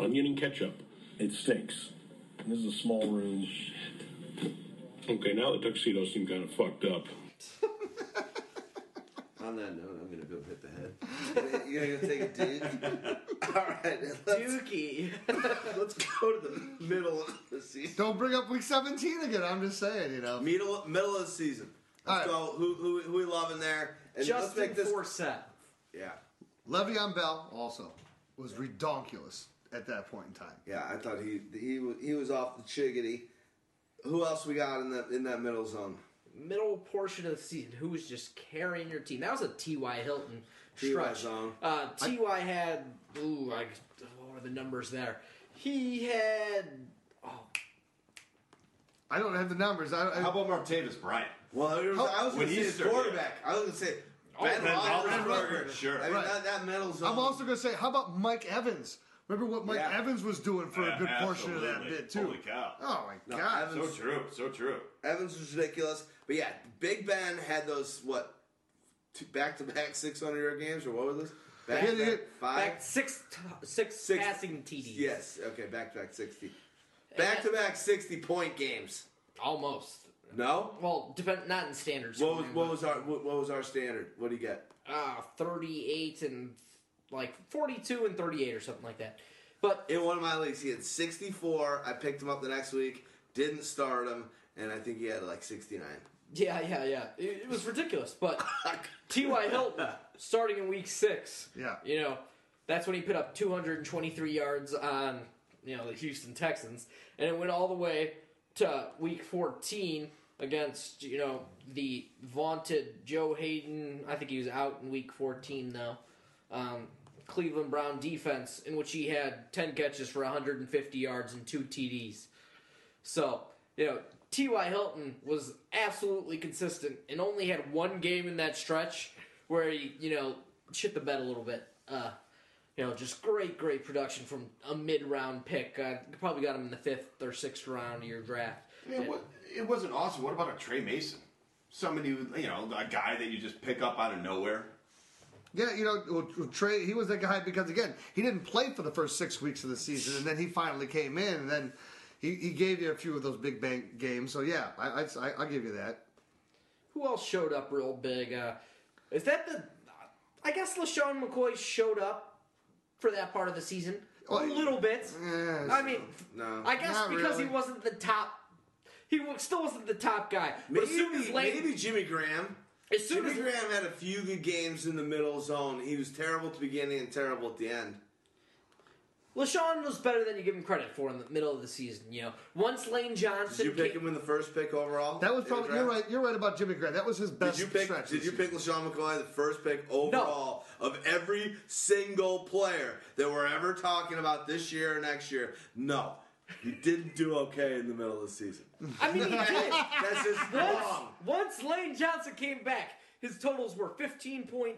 onion and ketchup. It stinks. And this is a small room. Okay, now the tuxedos seem kind of fucked up. On that note, I'm going to go hit the head. You're gonna take a duke. All right, Dookie. let's go to the middle of the season. Don't bring up week 17 again. I'm just saying, you know. Middle middle of the season. Let's All go. Who who who we loving there? Justin Forsett. Yeah. Le'Veon Bell also was redonkulous at that point in time. Yeah, I thought he he wa- he was off the chiggity. Who else we got in that in that middle zone? Middle portion of the season, who was just carrying your team? That was a T.Y. Hilton T.Y. stretch. zone. Uh, T.Y. had, ooh, I, what are the numbers there? He had, oh, I don't have the numbers. I, I, How about Martavis Bryant? Well, I was, I was When going to say he his started- quarterback. I was going to say Oh, Ben, Ben Roethlisberger. Roethlisberger, sure. I mean, Right. that, that middle zone. I'm also going to say, how about Mike Evans? Remember what Mike Yeah. Evans was doing for a Yeah, good portion of that absolutely. bit, too. Holy cow. Oh, my No, God. Evans- So true. So true. Evans was ridiculous. But yeah, Big Ben had those what two back to back six hundred yard games or what was this? Back Yeah, to back yeah. five Back six t- six passing TDs. Yes, okay, back to back sixty. Back to back sixty point games. Almost. No? Well, depend not in standards. What was what was our what what was our standard? What do you get? uh, 38 and like 42 and 38 or something like that. But in one of my leagues, he had 64. I picked him up the next week, didn't start him, and I think he had like 69. Yeah, yeah, yeah. It, it was ridiculous. But T.Y. Hilton, starting in week six, Yeah. you know, that's when he put up 223 yards on, you know, the Houston Texans. And it went all the way to week 14 against you know the vaunted Joe Hayden. I think he was out in Week 14 now. Um, Cleveland Brown defense in which he had 10 catches for 150 yards and two TDs. So you know T.Y. Hilton was absolutely consistent and only had one game in that stretch where he you know shit the bed a little bit. Uh, you know, just great, great production from a mid-round pick. Uh, you probably got him in the fifth or sixth round of your draft. Yeah, what, it wasn't awesome. What about a Trey Mason? Somebody, who, you know, a guy that you just pick up out of nowhere. Yeah, you know, well, Trey, he was that guy because, again, he didn't play for the first six weeks of the season, and then he finally came in, and then he, he gave you a few of those big bang games. So, yeah, I, I'd- I, I'll give you that. Who else showed up real big? Uh, is that the? I guess LaShawn McCoy showed up for that part of the season a little bit. Eh, I mean, No. I guess Not because he really. wasn't the top. He wa- still wasn't the top guy. But as soon as Maybe- late, maybe Jimmy Graham. As soon Jimmy as- Graham had a few good games in the middle zone. He was terrible at the beginning and terrible at the end. LaShawn was better than you give him credit for in the middle of the season. You know, once Lane Did Johnson you pick came- him in the first pick overall? That was in the probably, draft? you're right, you're right about Jimmy Graham. That was his best Did you pick? stretch. Did you pick LaShawn McCoy the first pick overall of every single player that we're ever talking about this year or next year? No, you didn't do okay in the middle of the season. I mean, he did. That's just once, wrong. Once Lane Johnson came back, his totals were 15.4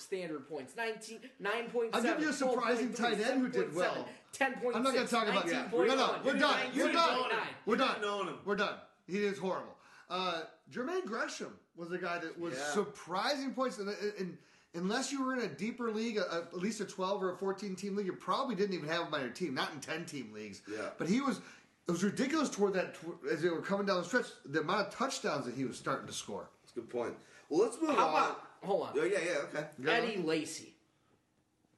standard points, 19, 9.7. I'll give you a surprising 12.3, tight end who did well. 10.6, I'm not going to talk about that. No, no, we're done. We're done. We're done. We're done. He is horrible. Uh, Jermaine Gresham was a guy that was Yeah. surprising points, and, and unless you were in a deeper league, a, a- at least a 12 or a 14 team league, you probably didn't even have him on your team. Not in 10 team leagues. Yeah. But he was. It was ridiculous toward that tw- as they were coming down the stretch. The amount of touchdowns that he was starting to score. That's a good point. Well, let's move How on. about, hold on. Yeah, yeah, yeah. Okay. Eddie Lacy.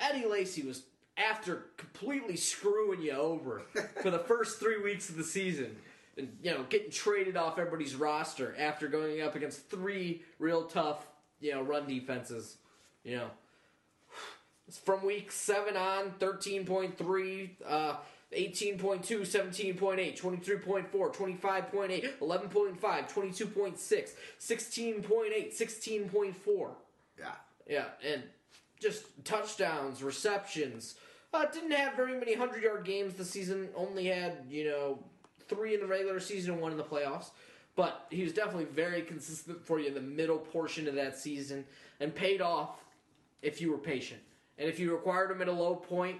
Eddie Lacy was after completely screwing you over for the first three weeks of the season. And you know, getting traded off everybody's roster after going up against three real tough, you know, run defenses. You know. It's from week seven on, 13.3, uh, 18.2, 17.8, 23.4, 25.8, 11.5, 22.6, 16.8, 16.4. Yeah. Yeah, and just touchdowns, receptions. Uh, didn't have very many 100 yard games this season. Only had, you know, three in the regular season and one in the playoffs. But he was definitely very consistent for you in the middle portion of that season and paid off if you were patient. And if you required him at a low point,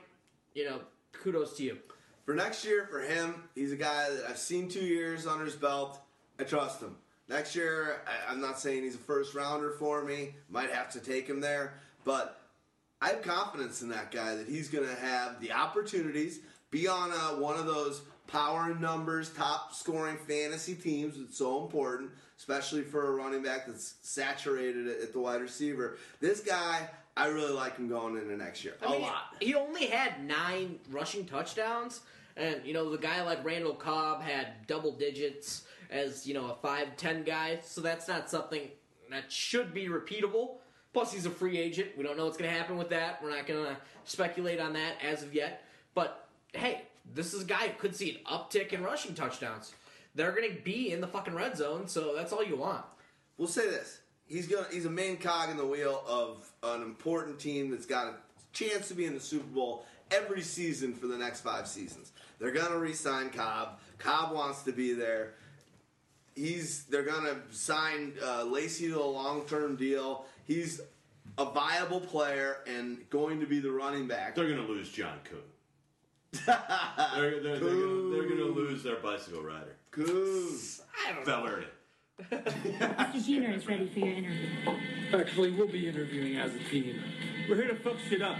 you know, kudos to you. For next year, for him, he's a guy that I've seen two years under his belt. I trust him. Next year, I, I'm not saying he's a first rounder for me. Might have to take him there, but I have confidence in that guy that he's going to have the opportunities, be on uh one of those power and numbers, top scoring fantasy teams. It's so important, especially for a running back that's saturated at, at the wide receiver. This guy, I really like him going into next year I a mean, lot. He only had nine rushing touchdowns, and you know the guy like Randall Cobb had double digits as you know a five ten guy. So that's not something that should be repeatable. Plus, he's a free agent. We don't know what's going to happen with that. We're not going to speculate on that as of yet. But hey, this is a guy who could see an uptick in rushing touchdowns. They're going to be in the fucking red zone, so that's all you want. We'll say this: he's gonna he's a main cog in the wheel of an important team that's got a chance to be in the Super Bowl every season for the next five seasons. They're gonna re-sign Cobb. Cobb wants to be there. He's they're gonna sign uh, Lacey to a long-term deal. He's a viable player and going to be the running back. They're going to lose John Coon. they're, they're, they're, gonna, they're gonna lose their bicycle rider. Coon. Valverde. Mr. Diener is ready for your interview. Actually, we'll be interviewing as a team. We're here to fuck shit up.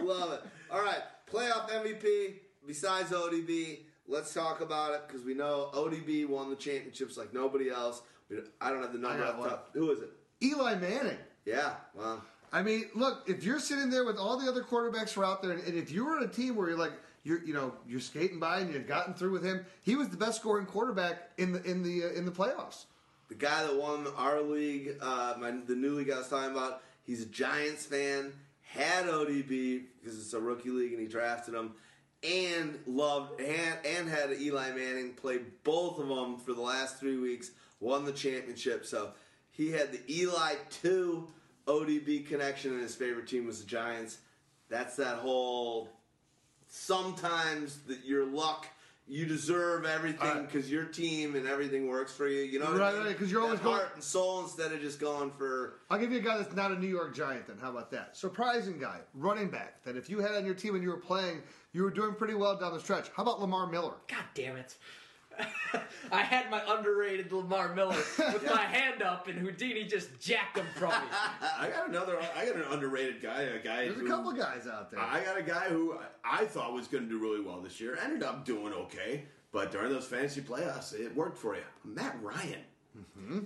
Love it. All right, playoff MVP besides ODB. Let's talk about it because we know ODB won the championships like nobody else. We- I don't have the number I off got the one. top. Who is it? Eli Manning. Yeah. Wow. I mean, look, if you're sitting there with all the other quarterbacks who are out there, and, and if you were in a team where you're like, you're, you know, you're skating by and you've gotten through with him, he was the best scoring quarterback in the in the uh, in the playoffs. The guy that won our league, uh, my, the new league I was talking about, he's a Giants fan, had ODB because it's a rookie league and he drafted him, and loved and, and had Eli Manning play both of them for the last three weeks, won the championship. So he had the Eli two ODB connection, and his favorite team was the Giants. That's that whole sometimes that your luck. You deserve everything because your team and everything works for you. You know what Right, I mean? right, 'cause you're That always going- heart and soul instead of just going for I'll give you a guy that's not a New York Giant then. How about that? Surprising guy, running back, that if you had on your team and you were playing, you were doing pretty well down the stretch. How about Lamar Miller? God damn it. I had my underrated Lamar Miller with my hand up, and Houdini just jacked him from me. I got another. I got an underrated guy. A guy. There's a couple guys out there. I got a guy who I I thought was going to do really well this year. Ended up doing okay, but during those fantasy playoffs, it worked for you. Matt Ryan.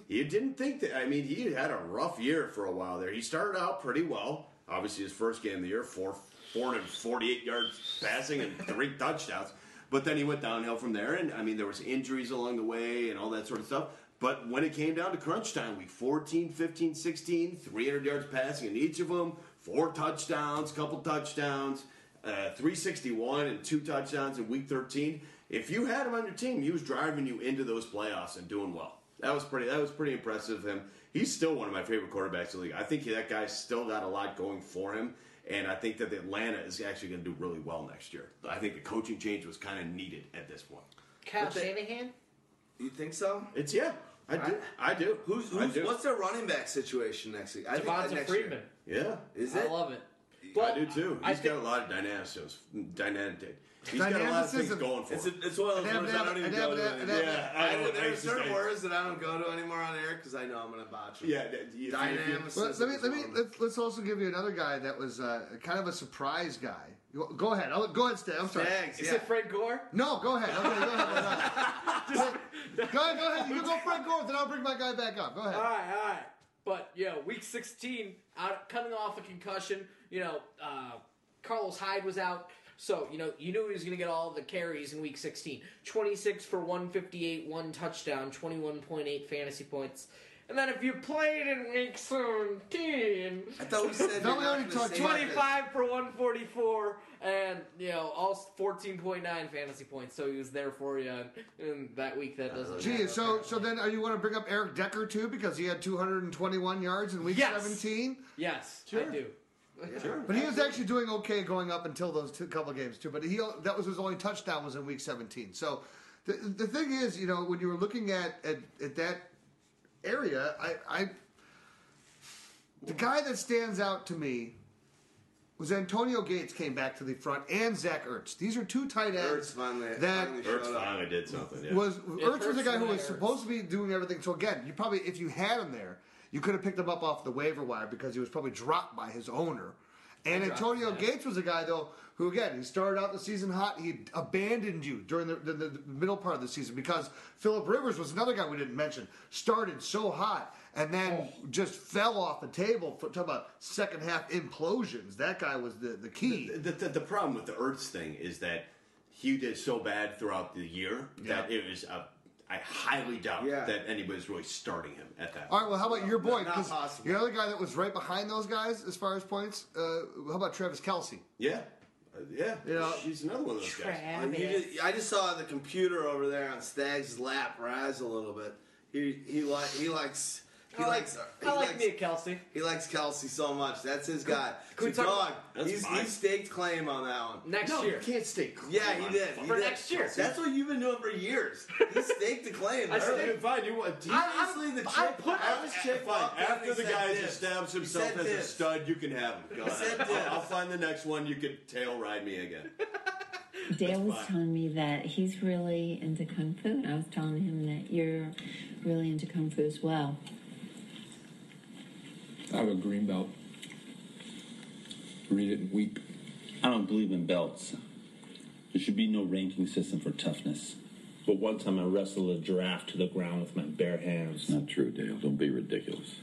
You didn't think that. I mean, he had a rough year for a while there. He started out pretty well. Obviously, his first game of the year, four, 448 yards passing and three touchdowns. But then he went downhill from there. And I mean, there was injuries along the way and all that sort of stuff. But when it came down to crunch time, week 14, 15, 16, 300 yards passing in each of them, four touchdowns, couple touchdowns, uh, 361 and two touchdowns in week 13. If you had him on your team, he was driving you into those playoffs and doing well. That was pretty. That was pretty impressive of him. He's still one of my favorite quarterbacks in the league. I think that guy's still got a lot going for him, and I think that Atlanta is actually going to do really well next year. I think the coaching change was kind of needed at this point. Kyle Shanahan? You think so? It's yeah. I do. I do. Who's, I who's do. what's their running back situation next week? I uh, Devonta next Freeman. Yeah, Is I it? love it. I do too. I He's got a lot of dynamics. Dynamic. He's got a lot of things Dynamicism. going for It's him. a- it's one of those words I don't even go to anymore. Yeah, I don't- would- I there are just- certain I- words that I don't go to anymore on air because I know I'm going to botch them. Yeah, that- you- Dynamicism Well, let me is let me one. let's, let's also give you another guy that was uh, kind of a surprise guy. You- Go ahead. I'll, go ahead, Stag. I'm sorry. Stags, Is it Fred Gore? No, go ahead. Okay, go ahead. Go ahead. Go ahead. You go Fred Gore, then I'll bring my guy back up. Go ahead. All right, all right. But you know, week 16, out coming off a concussion, you know, uh, Carlos Hyde was out. So, you know, you knew he was going to get all the carries in week 16. 26 for 158, one touchdown, 21.8 fantasy points. And then if you played in week 17, I thought we said Don't we already talked about this? 25 for 144 and, you know, all 14.9 fantasy points. So he was there for you. And, and that week that doesn't Gee, matter. so so then are you want to bring up Eric Decker too because he had 221 yards in week Yes. 17? Yes, I Sure. do. But he was actually doing okay going up until those two couple games too. But he that was his only touchdown was in week 17. So the, the thing is, you know, when you were looking at at, at that area, I, I the guy that stands out to me was Antonio Gates came back to the front and Zach Ertz. These are two tight Ertz ends finally, that- finally showed Ertz up. finally did something. Yeah. was Yeah, Ertz was a Ertz guy who and was Ertz. supposed to be doing everything. So again, you probably if you had him there, you could have picked him up off the waiver wire because he was probably dropped by his owner. And I dropped Antonio Gates was a guy though who again he started out the season hot. He abandoned you during the, the, the middle part of the season because Philip Rivers was another guy we didn't mention. Started so hot and then just fell off the table. For, talk about second half implosions. That guy was the, the key. The, the, the problem with the Ertz thing is that he did so bad throughout the year that it was a. I highly doubt Yeah. that anybody's really starting him at that. All right. Well, how about your boy? Not 'Cause possible. Your other guy that was right behind those guys as far as points. Uh, how about Travis Kelsey? Yeah. Uh, yeah. Yeah. He's another one of those guys. Uh, you just- I just saw the computer over there on Stag's lap rise a little bit. He he li- he likes he I like- likes I he like likes, Mia Kelsey. He likes Kelsey so much. That's his guy. can we So, talk dog, about- That's he's, mine. he staked claim on that one. Next No, year. you can't stake Yeah, claim he on did. fucking He For did. next year. That's what you've been doing for years. He staked the claim. I staked- early. Fine, you want I- I- I put- I- fine, after the guy has established himself as a stud, you can have him. Go ahead. I'll, I'll find the next one. You could tail ride me again. Dale was telling me that he's really into kung fu, and I was telling him that you're really into kung fu as well. I have a green belt. Read it and weep. I don't believe in belts. There should be no ranking system for toughness. But one time I wrestled a giraffe to the ground with my bare hands. It's not true, Dale. Don't be ridiculous.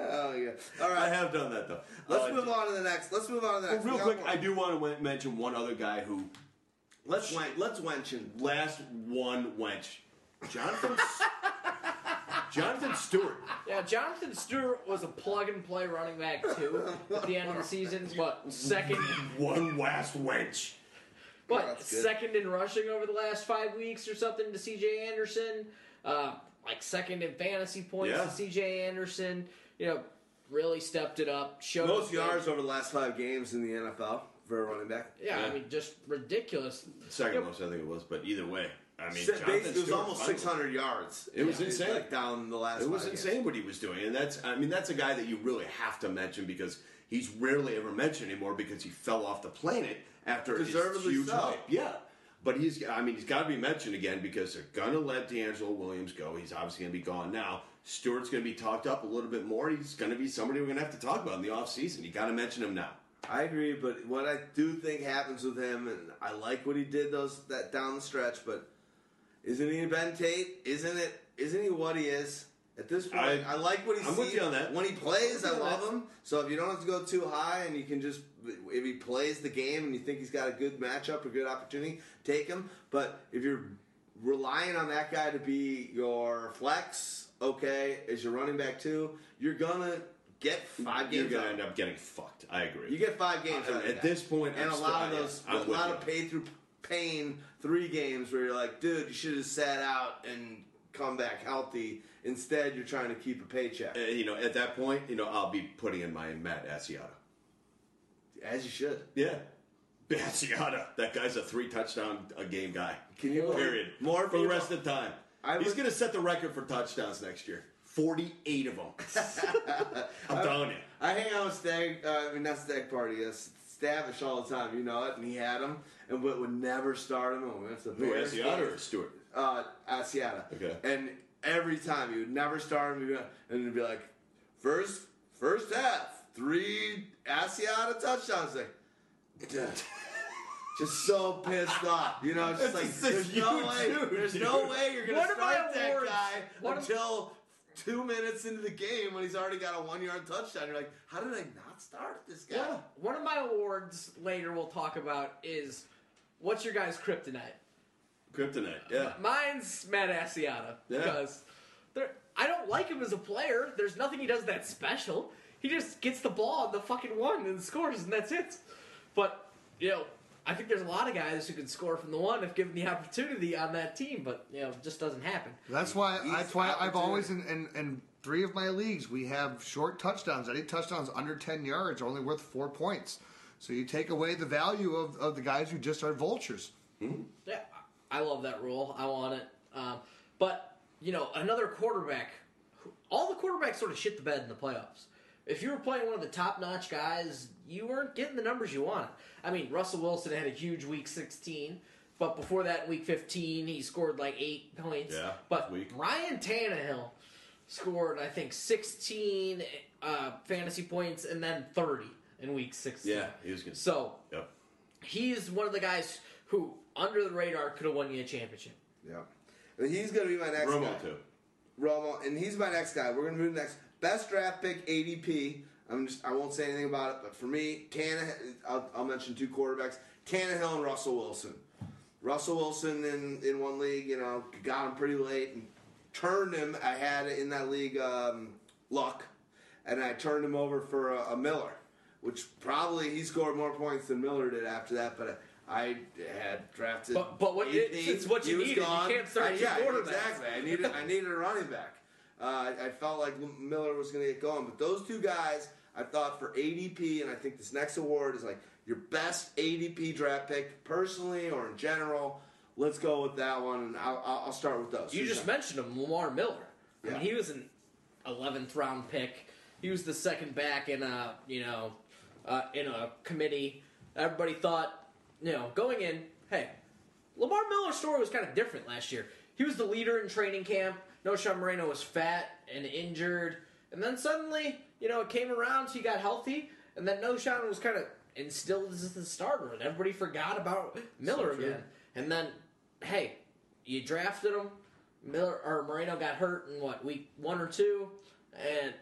Oh yeah. All right. I have done that though. Let's Uh, move on to the next. Let's move on to the Well, next. real We got quick, one. I do want to mention one other guy who let's wen- let's wench him. Last one wench, Jonathan. Jonathan Stewart. Yeah, Jonathan Stewart was a plug and play running back too. At the end of the season, what second? One last wench. What that's good. second in rushing over the last five weeks or something to C.J. Anderson? Uh, like second in fantasy points Yeah. to C.J. Anderson. You know, really stepped it up. Showed Most that- yards over the last five games in the NFL for a running back. Yeah, I mean, just ridiculous. Second Yep. most, I think it was, but either way, I mean, Said Jonathan basically it was Stewart almost finally- 600 yards. It was Yeah. insane. Like down the last. It was five games. insane what he was doing, and that's I mean that's a guy that you really have to mention because he's rarely ever mentioned anymore because he fell off the planet after his Deservedly huge so. hype. Yeah, but he's I mean he's got to be mentioned again because they're gonna let D'Angelo Williams go. He's obviously gonna be gone now. Stewart's gonna be talked up a little bit more. He's gonna be somebody we're gonna have to talk about in the offseason. You got to mention him now. I agree, but what I do think happens with him, and I like what he did those that down the stretch, but isn't he Ben Tate? Isn't it? Isn't he what he is at this point? I, I- like what he I'm with sees. you on that. When he plays, I I'm with you on love him. So if you don't have to go too high, and you can just if he plays the game, and you think he's got a good matchup or good opportunity, take him. But if you're relying on that guy to be your flex, okay, as your running back too, you're gonna get five You're games. gonna out of end up getting fucked. I agree. you get five games I- out of at that. this point, and I'm a lot still- of those, I'm a with lot you. of pay through pain three games where you're like, dude, you should have sat out and come back healthy. Instead, you're trying to keep a paycheck, Uh, you know, at that point, you know, I'll be putting in my Matt Asiata. as you should. Yeah. Asiata. That guy's a three touchdown a game guy. Can you believe- Period. more for the people- rest of the time. I He's would- going to set the record for touchdowns next year. 48 of them. I'm telling you. I hang out with Stag, uh, I mean not Stag Party, uh, Stavish all the time. You know it, and he had him, and but would never start him. And that's the Who, Bears Asiata game. or Stewart? uh, Asiata. Okay. And every time he would never start him, he'd be- and it'd be like, first first half, three Asiata touchdowns. Like, duh. just so pissed off. You know, it's just like This is there's no you, way, dude. there's no way you're gonna What am I start that awards? guy What am- until. Two minutes into the game, when he's already got a one-yard touchdown, you're like, "How did I not start this guy?" One of my awards later we'll talk about is what's your guy's kryptonite? Kryptonite. Yeah. Mine's Matt Asiata Yeah. because there, I don't like him as a player. There's nothing he does that's special. He just gets the ball on the fucking one and scores, and that's it. But you know, I think there's a lot of guys who can score from the one if given the opportunity on that team, but you know, it just doesn't happen. That's why. He's That's why I've opportunity. always in, in in three of my leagues we have short touchdowns. Any touchdowns under ten yards are only worth four points. So you take away the value of, of the guys who just are vultures. Yeah, I love that rule. I want it. Um, but you know, another quarterback. who- All the quarterbacks sort of shit the bed in the playoffs. If you were playing one of the top-notch guys, you weren't getting the numbers you wanted. I mean, Russell Wilson had a huge Week 16, but before that, Week 15, he scored like eight points. Yeah, but Ryan Tannehill scored, I think, 16 uh, fantasy points and then 30 in Week 16. Yeah. He was going to. So Yep. he's one of the guys who, under the radar, could have won you a championship. Yeah. And he's going to be my next Romo, guy. too. Romo, and he's my next guy. We're going to move next. Best draft pick, ADP. I'm just, I won't say anything about it, but for me, Tannehill, I'll, I'll mention two quarterbacks Tannehill and Russell Wilson. Russell Wilson in, in one league, you know, got him pretty late and turned him. I had in that league um, luck, and I turned him over for a, a Miller, which probably he scored more points than Miller did after that, but I had drafted. But- but what- AP. it's what you He was needed. You gone. can't start I- two yeah, quarterbacks. Exactly. I needed, I needed a running back. Uh, I felt like Miller was going to get going. But those two guys, I thought for ADP, and I think this next award is like your best ADP draft pick, personally or in general. Let's go with that one, and I'll, I'll I'll start with those. You Who's just next? mentioned him, Lamar Miller. I Yeah. mean, he was an 11th round pick. He was the second back in a you know uh, in a committee. Everybody thought you know going in, hey, Lamar Miller's story was kind of different last year. He was the leader in training camp. No, Sean Moreno was fat and injured, and then suddenly you know it came around. He got healthy, and then No. Sean was kind of instilled as the starter, and everybody forgot about Miller true. again. And then hey, you drafted him. Miller or Moreno got hurt in what week one or two, and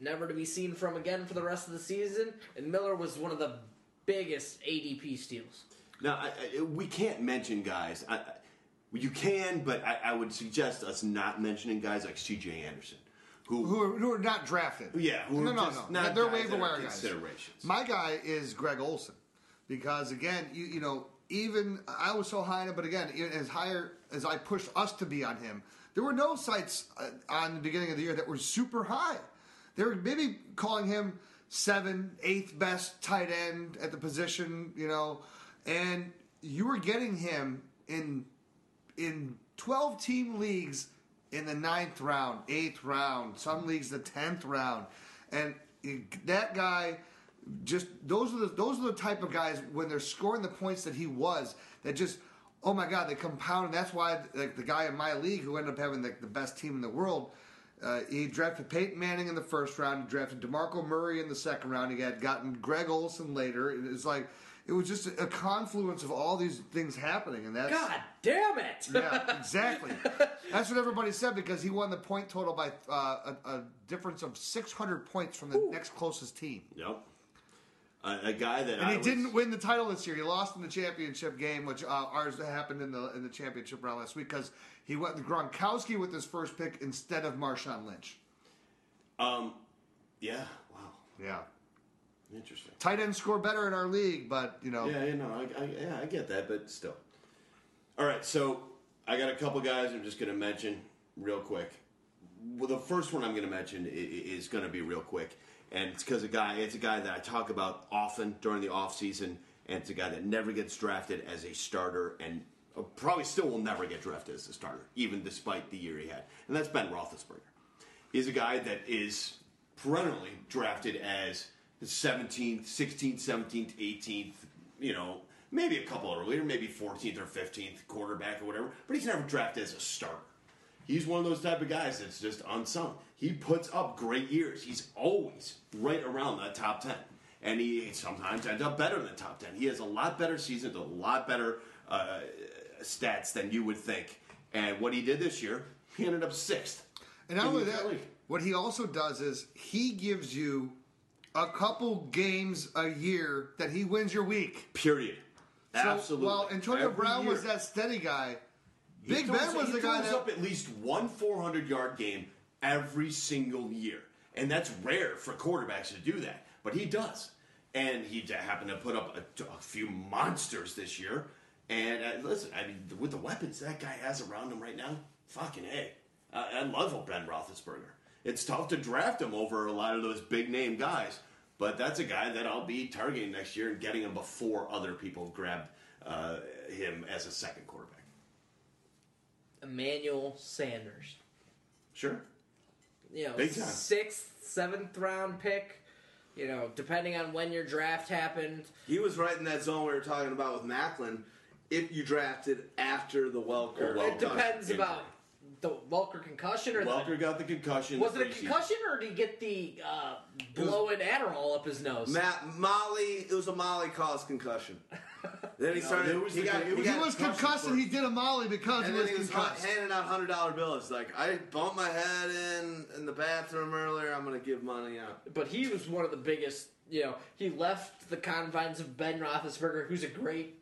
never to be seen from again for the rest of the season. And Miller was one of the biggest ADP steals. Now, I, I, we can't mention guys. I, I, you can, but I, I would suggest us not mentioning guys like C.J. Anderson. who who are, who are not drafted. Yeah, who no, are no, just no. not They're guys waiver that are wire guys. considerations. My guy is Greg Olson because again, you you know, even I was so high on him, but again, even as higher as I pushed us to be on him, there were no sites uh, on the beginning of the year that were super high. They were maybe calling him seven, eighth best tight end at the position, you know, and you were getting him in in 12 team leagues in the ninth round, eighth round, some leagues the 10th round. And that guy just those are the those are the type of guys when they're scoring the points that he was that just oh my god they compound and that's why like the guy in my league who ended up having the, the best team in the world uh, he drafted Peyton Manning in the first round. He drafted DeMarco Murray in the second round. He had gotten Greg Olson later. It was like it was just a, a confluence of all these things happening, and that's God damn it! yeah, exactly. That's what everybody said because he won the point total by uh, a, a difference of 600 points from the next closest team. Yep. A, a guy that And I he was- didn't win the title this year. He lost in the championship game, which uh, ours happened in the in the championship round last week because he went with Gronkowski with his first pick instead of Marshawn Lynch. Um, yeah. Wow. Yeah. Interesting. Tight ends score better in our league, but you know. Yeah, you know, I, I, yeah, I get that, but still. All right, so I got a couple guys I'm just going to mention real quick. Well, the first one I'm going to mention i- i- is going to be real quick, and it's because a guy, it's a guy that I talk about often during the off season, and it's a guy that never gets drafted as a starter, and uh, probably still will never get drafted as a starter, even despite the year he had, and that's Ben Roethlisberger. He's a guy that is perennially drafted as the 17th, 16th, 17th, 18th, you know, maybe a couple earlier, maybe 14th or 15th quarterback or whatever, but he's never drafted as a starter. He's one of those type of guys that's just unsung. He puts up great years. He's always right around that top 10. And he sometimes ends up better than the top 10. He has a lot better seasons, a lot better uh, stats than you would think. And what he did this year, he ended up sixth. And not in only the that, league. what he also does is he gives you a couple games a year that he wins your week. Period. Absolutely. So while Antonio Every Brown was year. that steady guy, He Big throws- Ben was he the guy throws that up at least one 400 yard game every single year, and that's rare for quarterbacks to do that, but he does. And he j- happened to put up a, a few monsters this year. And uh, listen, I mean, with the weapons that guy has around him right now, fucking a. I, I love Ben Roethlisberger. It's tough to draft him over a lot of those big name guys, but that's a guy that I'll be targeting next year and getting him before other people grab uh, him as a second quarterback. Emmanuel Sanders. Sure. You know, Big time. sixth, seventh round pick. You know, depending on when your draft happened. He was right in that zone we were talking about with Macklin. If you drafted after the Welker, it depends about the Welker concussion or Welker got the concussion. the. in Was the it a preseason. concussion or did he get the uh, blowing Adderall up his nose? Matt Molly. It was a Molly caused concussion. then he No, started. there was he, the- got, it was- got he was concussed and he did a Molly because and he then was he was concussed. ha- handing out hundred dollar bills. Like I bumped my head in in the bathroom earlier. I'm gonna give money out. But he was one of the biggest. You know, he left the confines of Ben Roethlisberger, who's a great,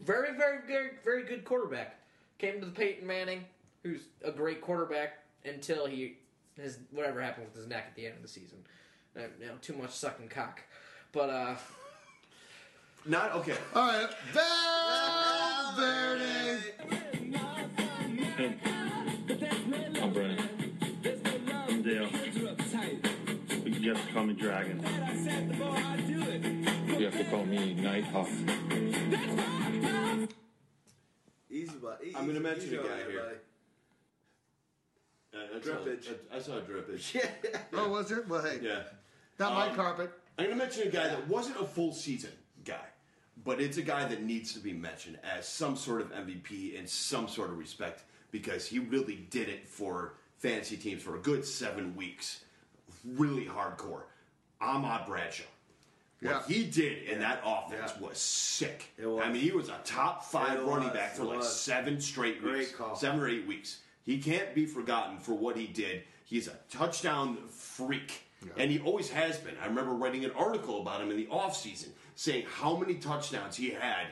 very, very, very, very good quarterback. Came to the Peyton Manning, who's a great quarterback until he his whatever happened with his neck at the end of the season. Uh, you know, too much sucking cock. But uh, not okay. All right, Valverde. I'm Brennan. I'm Dale. You can just call me Dragon. You have to call me Nighthawk. Easy, but I'm going to mention easy a on guy everybody. here. Uh, I saw- Drippage. I, I saw a drippage. Yeah. Oh, was it? Well, hey, Yeah. not my Um, carpet. I'm going to mention a guy that wasn't a full season guy, but it's a guy that needs to be mentioned as some sort of MVP in some sort of respect because he really did it for fantasy teams for a good seven weeks. Really hardcore. Ahmad Bradshaw. What Yeah. he did in that offense was sick. I mean, he was a top five It running was, back for it like was. seven straight Great weeks. call. Seven or eight weeks. He can't be forgotten for what he did. He's a touchdown freak. And he always has been. I remember writing an article about him in the offseason saying how many touchdowns he had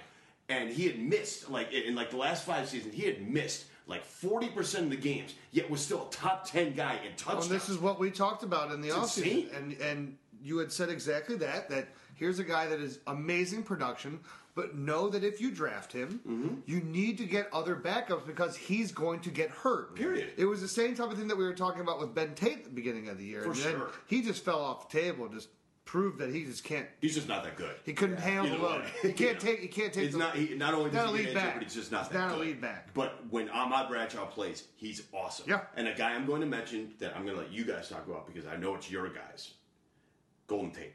and he had missed like in in, like the last five seasons, he had missed like forty percent of the games, yet was still a top ten guy in Well, touchdowns. Oh, and this is what we talked about in the It's offseason. insane. And and you had said exactly that that here's a guy that is amazing production, but know that if you draft him, Mm-hmm. you need to get other backups because he's going to get hurt. Period. It was the same type of thing that we were talking about with Ben Tate at the beginning of the year. For and then sure. He just fell off the table and just proved that he just can't he's just not that good. he couldn't handle Either the load. way. He can't take he can't take He's the not. He, not only not does he a lead get injured, back. but he's just not He's that not a good. lead back. But when Ahmad Bradshaw plays, he's awesome. Yeah. And a guy I'm going to mention that I'm going to let you guys talk about because I know it's your guys. Golden Tate.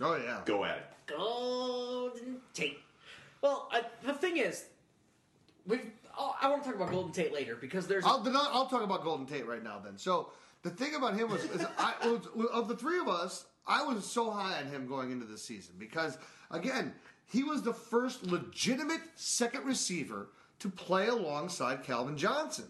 Oh yeah. Go at it. Golden Tate. Well, I, the thing is, we've. Oh, I want to talk about Golden Tate later because there's. I'll, then I'll I'll talk about Golden Tate right now. Then, so the thing about him was, is I, was- of the three of us, I was so high on him going into this season because, again, he was the first legitimate second receiver to play alongside Calvin Johnson.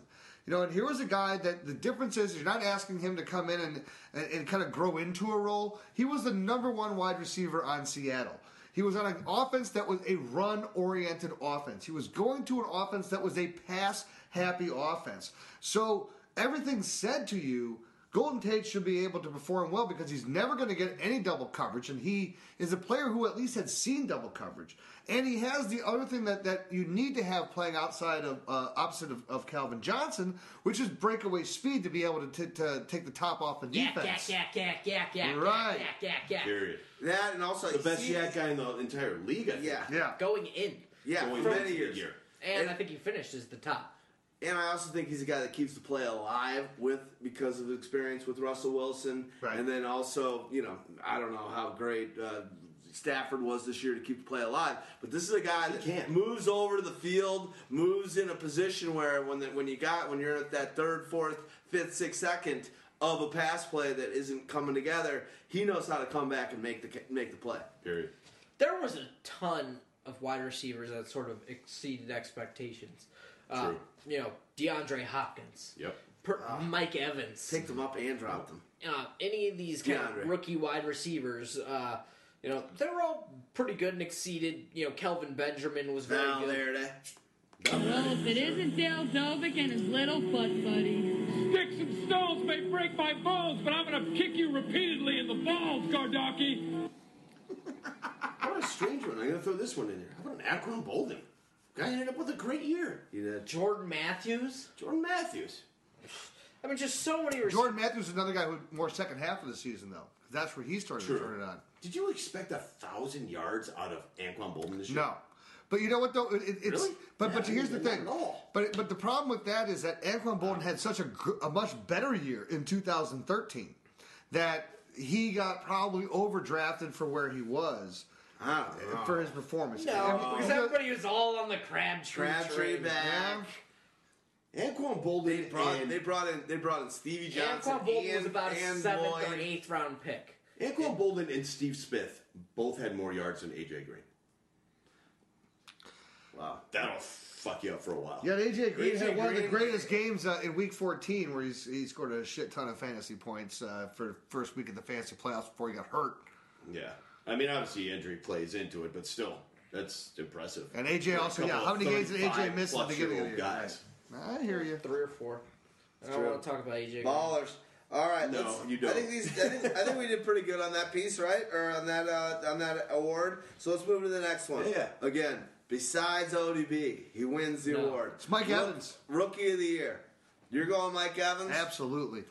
You know, and here was a guy that the difference is you're not asking him to come in and, and, and kind of grow into a role. He was the number one wide receiver on Seattle. He was on an offense that was a run oriented offense. He was going to an offense that was a pass happy offense. So everything said to you, Golden Tate should be able to perform well because he's never going to get any double coverage, and he is a player who at least had seen double coverage. And he has the other thing that, that you need to have playing outside of uh, opposite of, of Calvin Johnson, which is breakaway speed to be able to, t- to take the top off the yak, defense. yak, yak, yak, yak, yak, Right. yak, yak, yak, yak. Period. That and also the best he- yak guy in the entire league. I think. Yeah. Yeah. Going in. Yeah, Going for into many the years. year. And, I think he finished as the top. And I also think he's a guy that keeps the play alive with because of his experience with Russell Wilson, and then also you know I don't know how great uh, Stafford was this year to keep the play alive, but this is a guy that can. moves over to the field, moves in a position where when the, when you got when you're at that third, fourth, fifth, sixth second of a pass play that isn't coming together, he knows how to come back and make the make the play. Period. There was a ton of wide receivers that sort of exceeded expectations. Uh, True. You know, DeAndre Hopkins. Yep. Per- Ah. Mike Evans. Picked them up and dropped them. uh, any of these kind DeAndre. of rookie wide receivers, uh, you know, they were all pretty good and exceeded. You know, Kelvin Benjamin was very Down good. there, there. Well, if it isn't Dale Dovick and his little foot buddy. Sticks and stones may break my bones, but I'm gonna kick you repeatedly in the balls, Gardaki. What a strange one. I'm going to throw this one in there. How about an Akron Bolden? Guy ended up with a great year. He did. Jordan Matthews. Jordan Matthews. I mean, just so many. Rec- Jordan Matthews is another guy who more second half of the season though. That's where he started to turn it on. Did you expect a thousand yards out of Anquan Bolden this year? No, but you know what though? It, it- it's Really? but Yeah, but I here's the mean, thing. not at all. But but the problem with that is that Anquan Bolden had such a gr- a much better year in 2013 that he got probably overdrafted for where he was Ah, uh, for his performance. no, And- because everybody was all on the Crabtree. Crabtree train. back. Anquan Bolden. They brought, and- they brought in they brought in Stevie Johnson. Anquan Bolton was and- about a and seventh Boyd. or eighth round pick. Anquan Bolden and Steve Smith both had more yards than AJ Green. Wow, that'll fuck you up for a while. Yeah, AJ Green AJ had one of the Green- greatest games uh, in Week 14, where he's, he scored a shit ton of fantasy points uh, for first week of the fantasy playoffs before he got hurt. Yeah, I mean, obviously injury plays into it, but still, that's impressive. And AJ For a also, yeah, couple how of many games did AJ 35 miss at the plus beginning of year-old the year? Guys, I hear you. Three or four. I don't true. want to talk about AJ. Ballers. All right. No, let's- you don't. I think, these, I, think, I think we did pretty good on that piece, right? Or on that uh, on that award. So let's move to the next one. Yeah. Again, besides ODB, he wins the No. award. It's Mike Evans. Rookie of the year. You're going Mike Evans. Absolutely.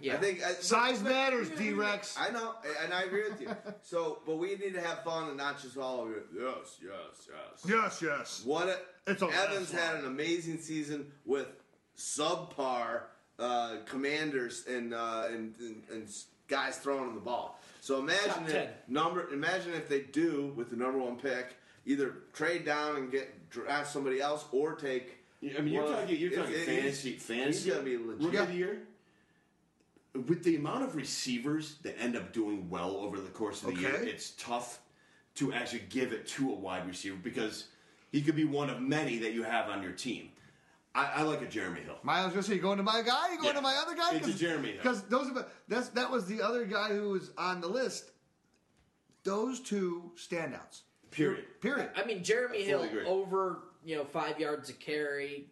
Yeah. I think I, Size matters, D-Rex. I know, and I agree with you. So, but we need to have fun and not just all of you. Yes, yes, yes. Yes, yes. What a, It's a Evans last line. had an amazing season with subpar uh, commanders and, uh, and, and and s- guys throwing him the ball. So imagine Top if ten. number imagine if they do with the number one pick either trade down and get draft somebody else or take. I mean, you're one of- talking, you're it- talking it- fantasy, he's- fantasy. He's gonna be legit. Rookie of the year. With the amount of receivers that end up doing well over the course of the year, Okay. it's tough to actually give it to a wide receiver because he could be one of many that you have on your team. I, I like a Jeremy Hill. My, I was gonna say, you going to my guy? You going Yeah. to my other guy? It's a Jeremy, though. Because those are the- that's that was the other guy who was on the list. Those two standouts. Period. Period. I mean, Jeremy I Hill fully agree. over you know five yards of carry,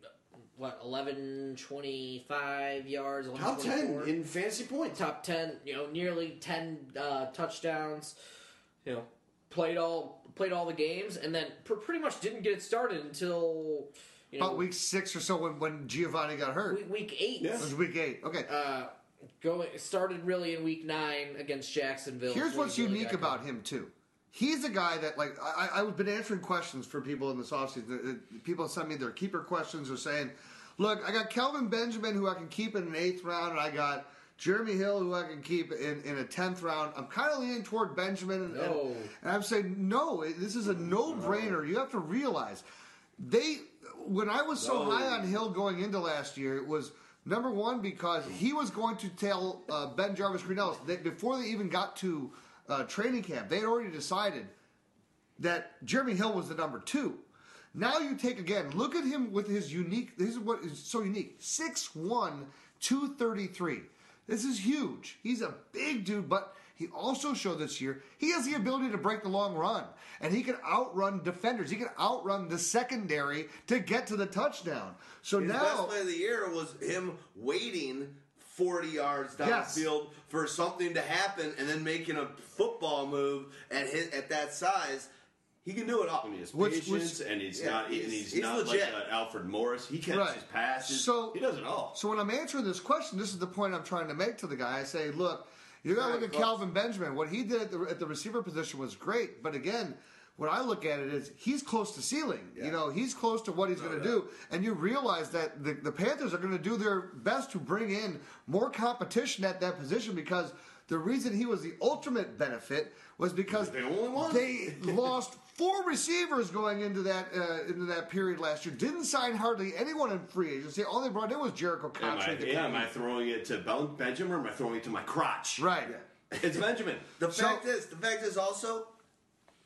what 11, 25 yards, 11, Top 10 in fantasy points, top ten, you know, nearly ten uh, touchdowns. You know, played all played all the games, and then pr- pretty much didn't get it started until you know About week six or so when, when Giovanni got hurt. Week- week eight. Yeah. It was week eight. Okay. Uh, going started really in week nine against Jacksonville. Here's when what's he really unique got about him too. He's a guy that like I, I- I've been answering questions for people in this offseason. Uh, uh, People send me their keeper questions or saying, "Look, I got Kelvin Benjamin who I can keep in an eighth round, and I got Jeremy Hill who I can keep in, in a tenth round. I'm kind of leaning toward Benjamin." And, No. and, and I'm saying no. it- This is a no brainer. You have to realize they when I was so No. high on Hill going into last year, it was number one because he was going to tell uh, Ben Jarvis Green Ellis that before they even got to uh, training camp, they had already decided that Jeremy Hill was the number two. Now you take again, look at him with his unique, this is what is so unique 6'1, 233. This is huge. He's a big dude, but he also showed this year he has the ability to break the long run and he can outrun defenders. He can outrun the secondary to get to the touchdown. So His best now, play of the year was him waiting 40 yards down Yes. the field for something to happen and then making a football move at his, at that size. He can do it all. He has Which- patience, which- and he's yeah, not. he's- and he's, he's not legit. like uh, Alfred Morris. He catches Right. passes. So- he does it all. so when I'm answering this question, this is the point I'm trying to make to the guy. I say, look, you got to look at Calvin Benjamin. What he did at the, at the receiver position was great, but again, what I look at it is he's close to ceiling. You know, he's close to what he's going to do, and you realize that the, the Panthers are going to do their best to bring in more competition at that position because. The reason he was the ultimate benefit was because they only won. They lost four receivers going into that uh, into that period last year. Didn't sign hardly anyone in free agency. All they brought in was Jericho Am I, Cottrell. the yeah, am captain. I throwing it to Ben- Benjamin or am I throwing it to my crotch? Right. It's Benjamin. The fact is, the fact is also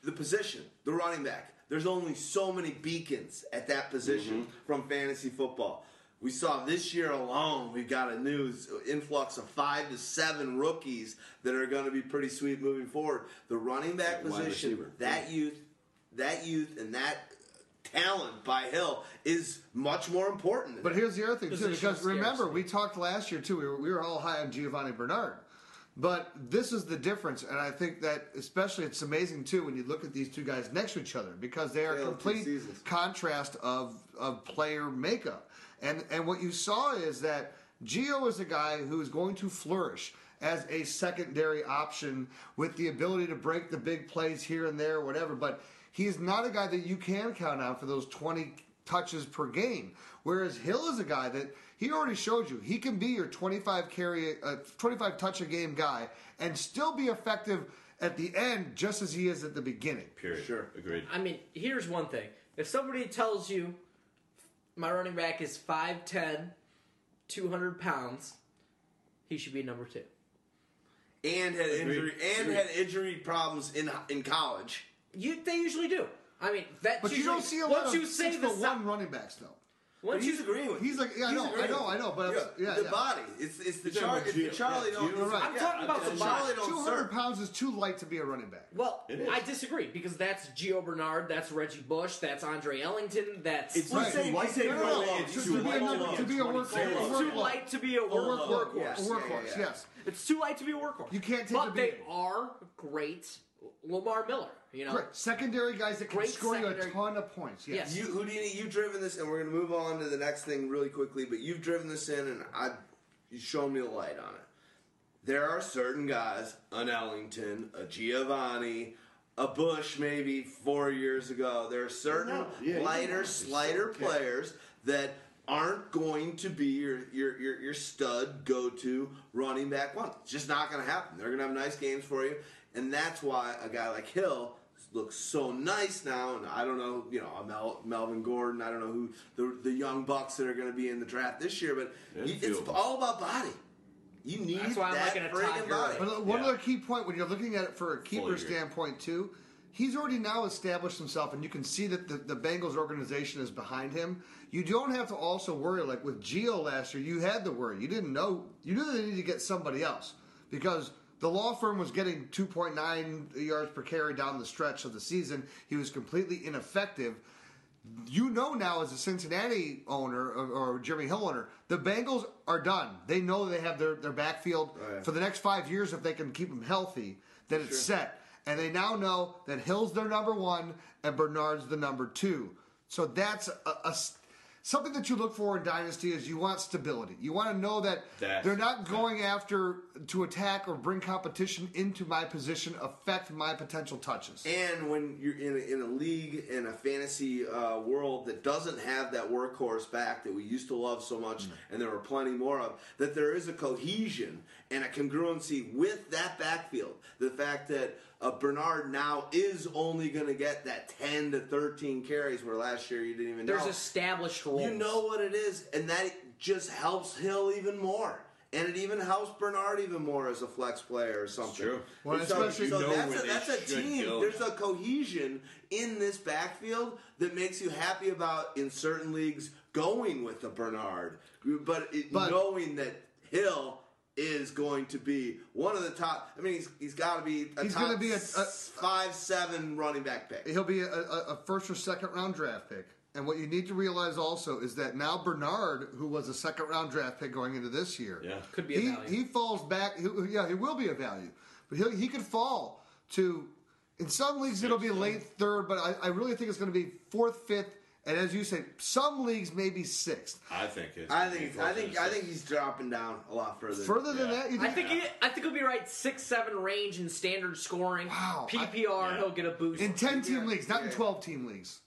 the position, the running back. There's only so many beacons at that position from fantasy football. We saw this year alone, we've got a new s- influx of five to seven rookies that are going to be pretty sweet moving forward. The running back Wide position, receiver. that youth, that youth, and that talent by Hill is much more important. But here's the other thing too, Position because scares remember me. we talked last year too. We were, we were all high on Giovanni Bernard, but this is the difference, and I think that especially it's amazing too when you look at these two guys next to each other because they are Yeah, complete two seasons. contrast of of player makeup, and and what you saw is that Gio is a guy who is going to flourish. As a secondary option with the ability to break the big plays here and there, whatever, but he's not a guy that you can count on for those 20 touches per game. Whereas Hill is a guy that he already showed you he can be your 25 carry, uh, 25 touch a game guy, and still be effective at the end just as he is at the beginning. Period. Sure. Agreed. I mean, here's one thing. If somebody tells you my running back is 5'10, 200 pounds, he should be number two. and had Agreed. injury and Agreed. had injury problems in in college. You, they usually do. I mean, that's But you usually, don't see a once lot of you say six the foot si- one running backs though. Once he's you- agreeing with He's like, yeah, I He's know, I agreeing know, I know, but I'm- Yeah, yeah, the yeah. body. It's it's the, You're talking Char- about it's the Gio. Charlie. Yeah, no, Gio, right. I'm Yeah, talking about I'm the telling Charlie. you. Don't 200 pounds is too light to be a running back. Well, It is. I disagree because that's Gio Bernard, that's Reggie Bush, that's Andre Ellington, that's It's Well, he's right. saying- he's saying No, no, no, running it's is just too to be a light number- to to be a be a workhorse. workhorse. It's too Workhorse. light to be a A workhorse. workhorse. Yes, yeah, yeah, yeah. yes. It's too light to be a workhorse. You can't take a But they beating. are great. Lamar Miller, you know, Right. Secondary guys that can Great score you a secondary- ton of points. Yes. You, Houdini, you've driven this, and we're going to move on to the next thing really quickly. But you've driven this in, and I, you shown me the light on it. There are certain guys, an Ellington, a Giovanni, a Bush, maybe four years ago. There are certain No, yeah, you lighter, know, slighter players that aren't going to be your your your, your stud go to running back one. It's just not going to happen. They're going to have nice games for you, and that's why a guy like Hill looks so nice now. And I don't know, you know, Mel, Melvin Gordon. I don't know who the the young bucks that are going to be in the draft this year, but There's you- a few it's of 'em. all about body. You need That's why I'm that looking at friggin' Todd body. But uh, one other key point when you're looking at it for a keeper standpoint too, he's already now established himself, and you can see that the, the Bengals organization is behind him. You don't have to also worry like with Geo last year. You had the worry. You didn't know. You knew that they needed to get somebody else because The law firm was getting 2.9 yards per carry down the stretch of the season. He was completely ineffective. You know now, as a Cincinnati owner or, or Jeremy Hill owner, the Bengals are done. They know they have their, their backfield Oh, yeah. for the next five years if they can keep him healthy. Then it's set, and they now know that Hill's their number one and Bernard's the number two. So that's a, a s- something that you look for in dynasty is you want stability. You want to know that That's- they're not going after to attack or bring competition into my position, affect my potential touches. And when you're in a, in a league in a fantasy uh, world that doesn't have that workhorse back that we used to love so much, Mm. and there were plenty more of, that there is a cohesion and a congruency with that backfield. The fact that uh, Bernard now is only going to get that 10 to 13 carries, where last year you didn't even There's know. established roles. You know what it is, and that just helps Hill even more. And it even helps Bernard even more as a flex player or something. true. Well, And especially- You know that's where a, they that's a should team. go. There's a cohesion in this backfield that makes you happy about in certain leagues going with the Bernard, but, it, knowing that Hill is going to be one of the top. I mean, he's, he's got to be a He's top gonna be a- a- five seven running back pick. He'll be a, a, a first or second round draft pick. And what you need to realize also is that now Bernard, who was a second round draft pick going into this year, yeah. could be he, he falls back. He, yeah, he will be a value, but he he could fall to. In some leagues, it'll be late third, but I, I really think it's going to be fourth, fifth, and as you say, some leagues maybe sixth. I think it's. I think I think I think he's dropping down a lot further. Further than that, you I think he, I think he'll be right six seven range in standard scoring. Wow, PPR he'll get a boost in ten team leagues, not in twelve team leagues.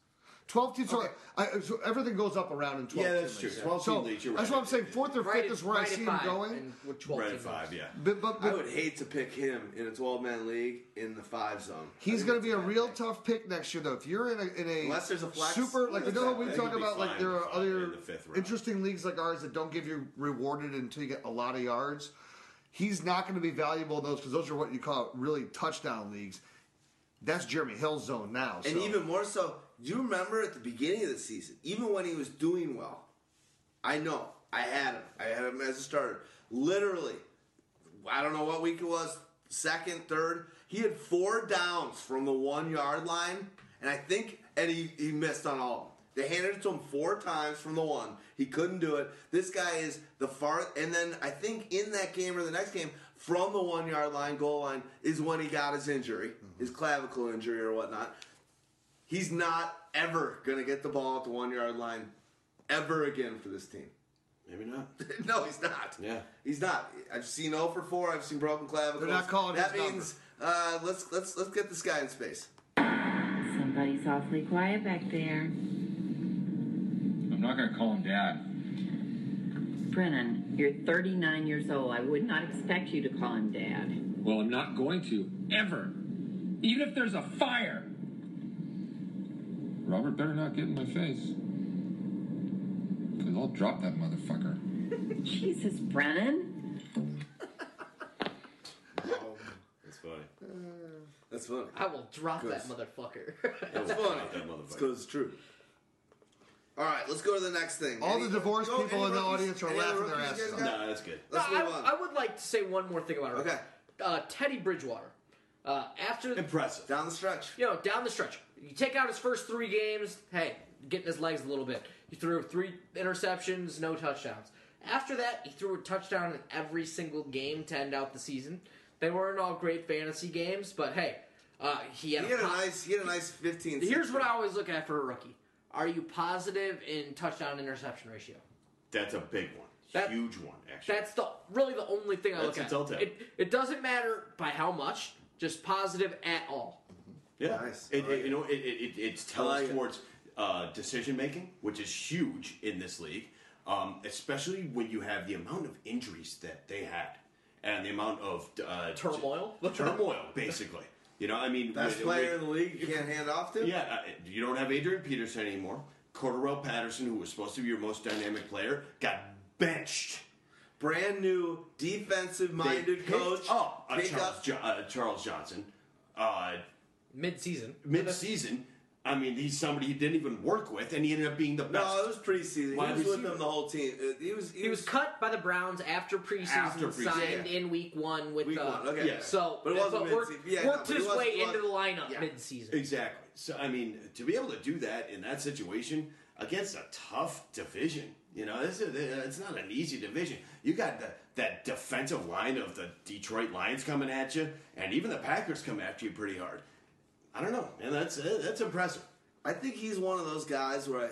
Twelve teams, so, I, so everything goes up around in twelve. Yeah, that's true. team leagues. 12 so team leagues, you're That's right. what I'm saying. Fourth or Right fifth at- is where I right at see him five going. and with twelve Red team five, yeah. But, but, I would hate to pick him in a 12 man league in the five zone. He's going to be a real tough pick next year, though. If you're in a, in a Unless there's a flex, super like you there's know that we pick. talk He'll be about like fine there in the are fi- other in the fifth round. interesting leagues like ours that don't give you rewarded until you get a lot of yards. He's not going to be valuable in those because those are what you call really touchdown leagues. That's Jeremy Hill's zone now. And so. even more so, do you remember at the beginning of the season, even when he was doing well? I know. I had him. I had him as a starter. Literally, I don't know what week it was, second, third. He had four downs from the one yard line, and I think, and he, he missed on all of them. They handed it to him four times from the one. He couldn't do it. This guy is the far, and then I think in that game or the next game, from the one yard line, goal line, is when he got his injury, his clavicle injury or whatnot. He's not ever going to get the ball at the one yard line ever again for this team. Maybe not. no, he's not. Yeah. He's not. I've seen 0 for 4. I've seen broken clavicles. They're not calling That his number. means uh, let's let's let's get this guy in space. Somebody's awfully quiet back there. I'm not gonna call him dad. Brennan, you're 39 years old. I would not expect you to call him dad. Well, I'm not going to, ever. Even if there's a fire. Robert better not get in my face. Because I'll drop that motherfucker. Jesus, Brennan. That's funny. That's funny. I will drop that Because- motherfucker. That's funny. It's because it's true. All right, let's go to the next thing. All the divorced go- people in the rookies- audience are any other laughing their rookies you asses guys got? No, that's good. No, Let's move I, I would like to say one more thing about it. Okay. Uh, Teddy Bridgewater. Uh, after impressive down the stretch, you know, down the stretch, you take out his first three games. Hey, getting his legs a little bit. He threw three interceptions, no touchdowns. After that, he threw a touchdown in every single game to end out the season. They weren't all great fantasy games, but hey, uh, he had, He had a pop- nice, he had a nice fifteen. Here's what I always look at for a rookie: Are you positive in touchdown interception ratio? That's a big one. Huge one, actually. That's the really the only thing I That's look a at. telltale. It, it doesn't matter by how much, just positive at all. Yeah, It, it- you know, it, it, it, it tells towards uh, decision making, which is huge in this league, um, especially when you have the amount of injuries that they had and the amount of uh, Turmoil? turmoil, basically. You know, I mean, Best with- player with- in the league you can't hand off to. yeah, uh, you don't have Adrian Peterson anymore. Cordarrelle Patterson, who was supposed to be your most dynamic player, got benched. Brand new defensive-minded coach. Up a Pick Charles, up- Jo- uh, Charles Johnson. Uh, Mid season. Mid season. I mean, he's somebody he didn't even work with, and he ended up being the best. No, it was preseason. Wide he was with receiver. them the whole team. Uh, He was. He was cut by the Browns after preseason, After preseason, signed yeah. in week one with Week the one, okay. Yeah. so But it wasn't worked, midseason. Yeah, no, worked but it his wasn't- way it into the lineup Yeah. midseason. Exactly. So I mean, to be able to do that in that situation against a tough division, you know, this is it's not an easy division. You got the, that defensive line of the Detroit Lions coming at you, and even the Packers come after you pretty hard. I don't know, and that's that's impressive. I think he's one of those guys where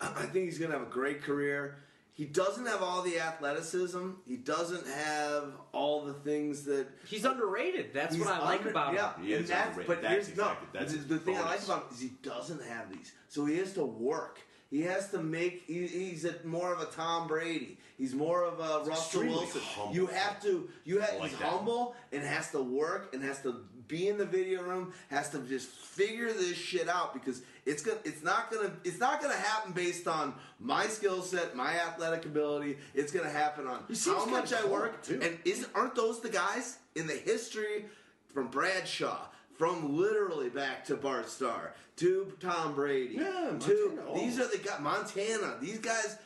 I, I, I think he's going to have a great career. He doesn't have all the athleticism. He doesn't have all the things that He's underrated. That's He's what I like under- about yeah, him. He and is that's, underrated. But That's here's exactly- no. that's the, his the thing I like bonus. about him is he doesn't have these, so he has to work. He has to make. He, he's a, more of a Tom Brady. He's more of a Russell extremely Wilson. humble. You have to. You have. I like he's that. humble and has to work and has to be in the video room. Has to just figure this shit out because it's gonna. It's not gonna. It's not gonna happen based on my skill set, my athletic ability. It's gonna happen on He seems how much kinda I work cold, too. and isn't aren't those the guys in the history from Bradshaw, from literally back to Bart Starr, to Tom Brady, Yeah, to Montana, these all. are the guys Montana. These guys,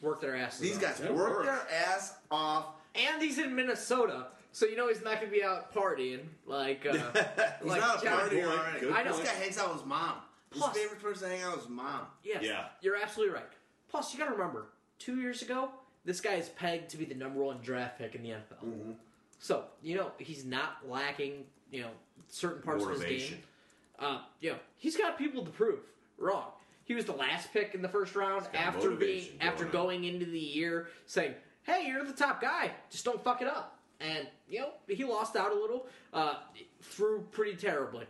Worked their asses. these off. guys work, their ass off. and he's in Minnesota, so you know he's not going to be out partying like uh, He's like not a John party or Boyd. anything. I know. This guy hangs out with his mom. Plus- his favorite person to hang out with his mom. Yes, Yeah. you're absolutely right. Plus, you got to remember, two years ago, this guy is pegged to be the number one draft pick in the NFL. Mm-hmm. So you know he's not lacking, you know, certain parts of his game. Motivation. Uh, you know, he's got people to prove wrong. He was the last pick in the first round got after being motivation after going on. going into the year saying, "Hey, you're the top guy. Just don't fuck it up." And you know he lost out a little, uh, threw pretty terribly.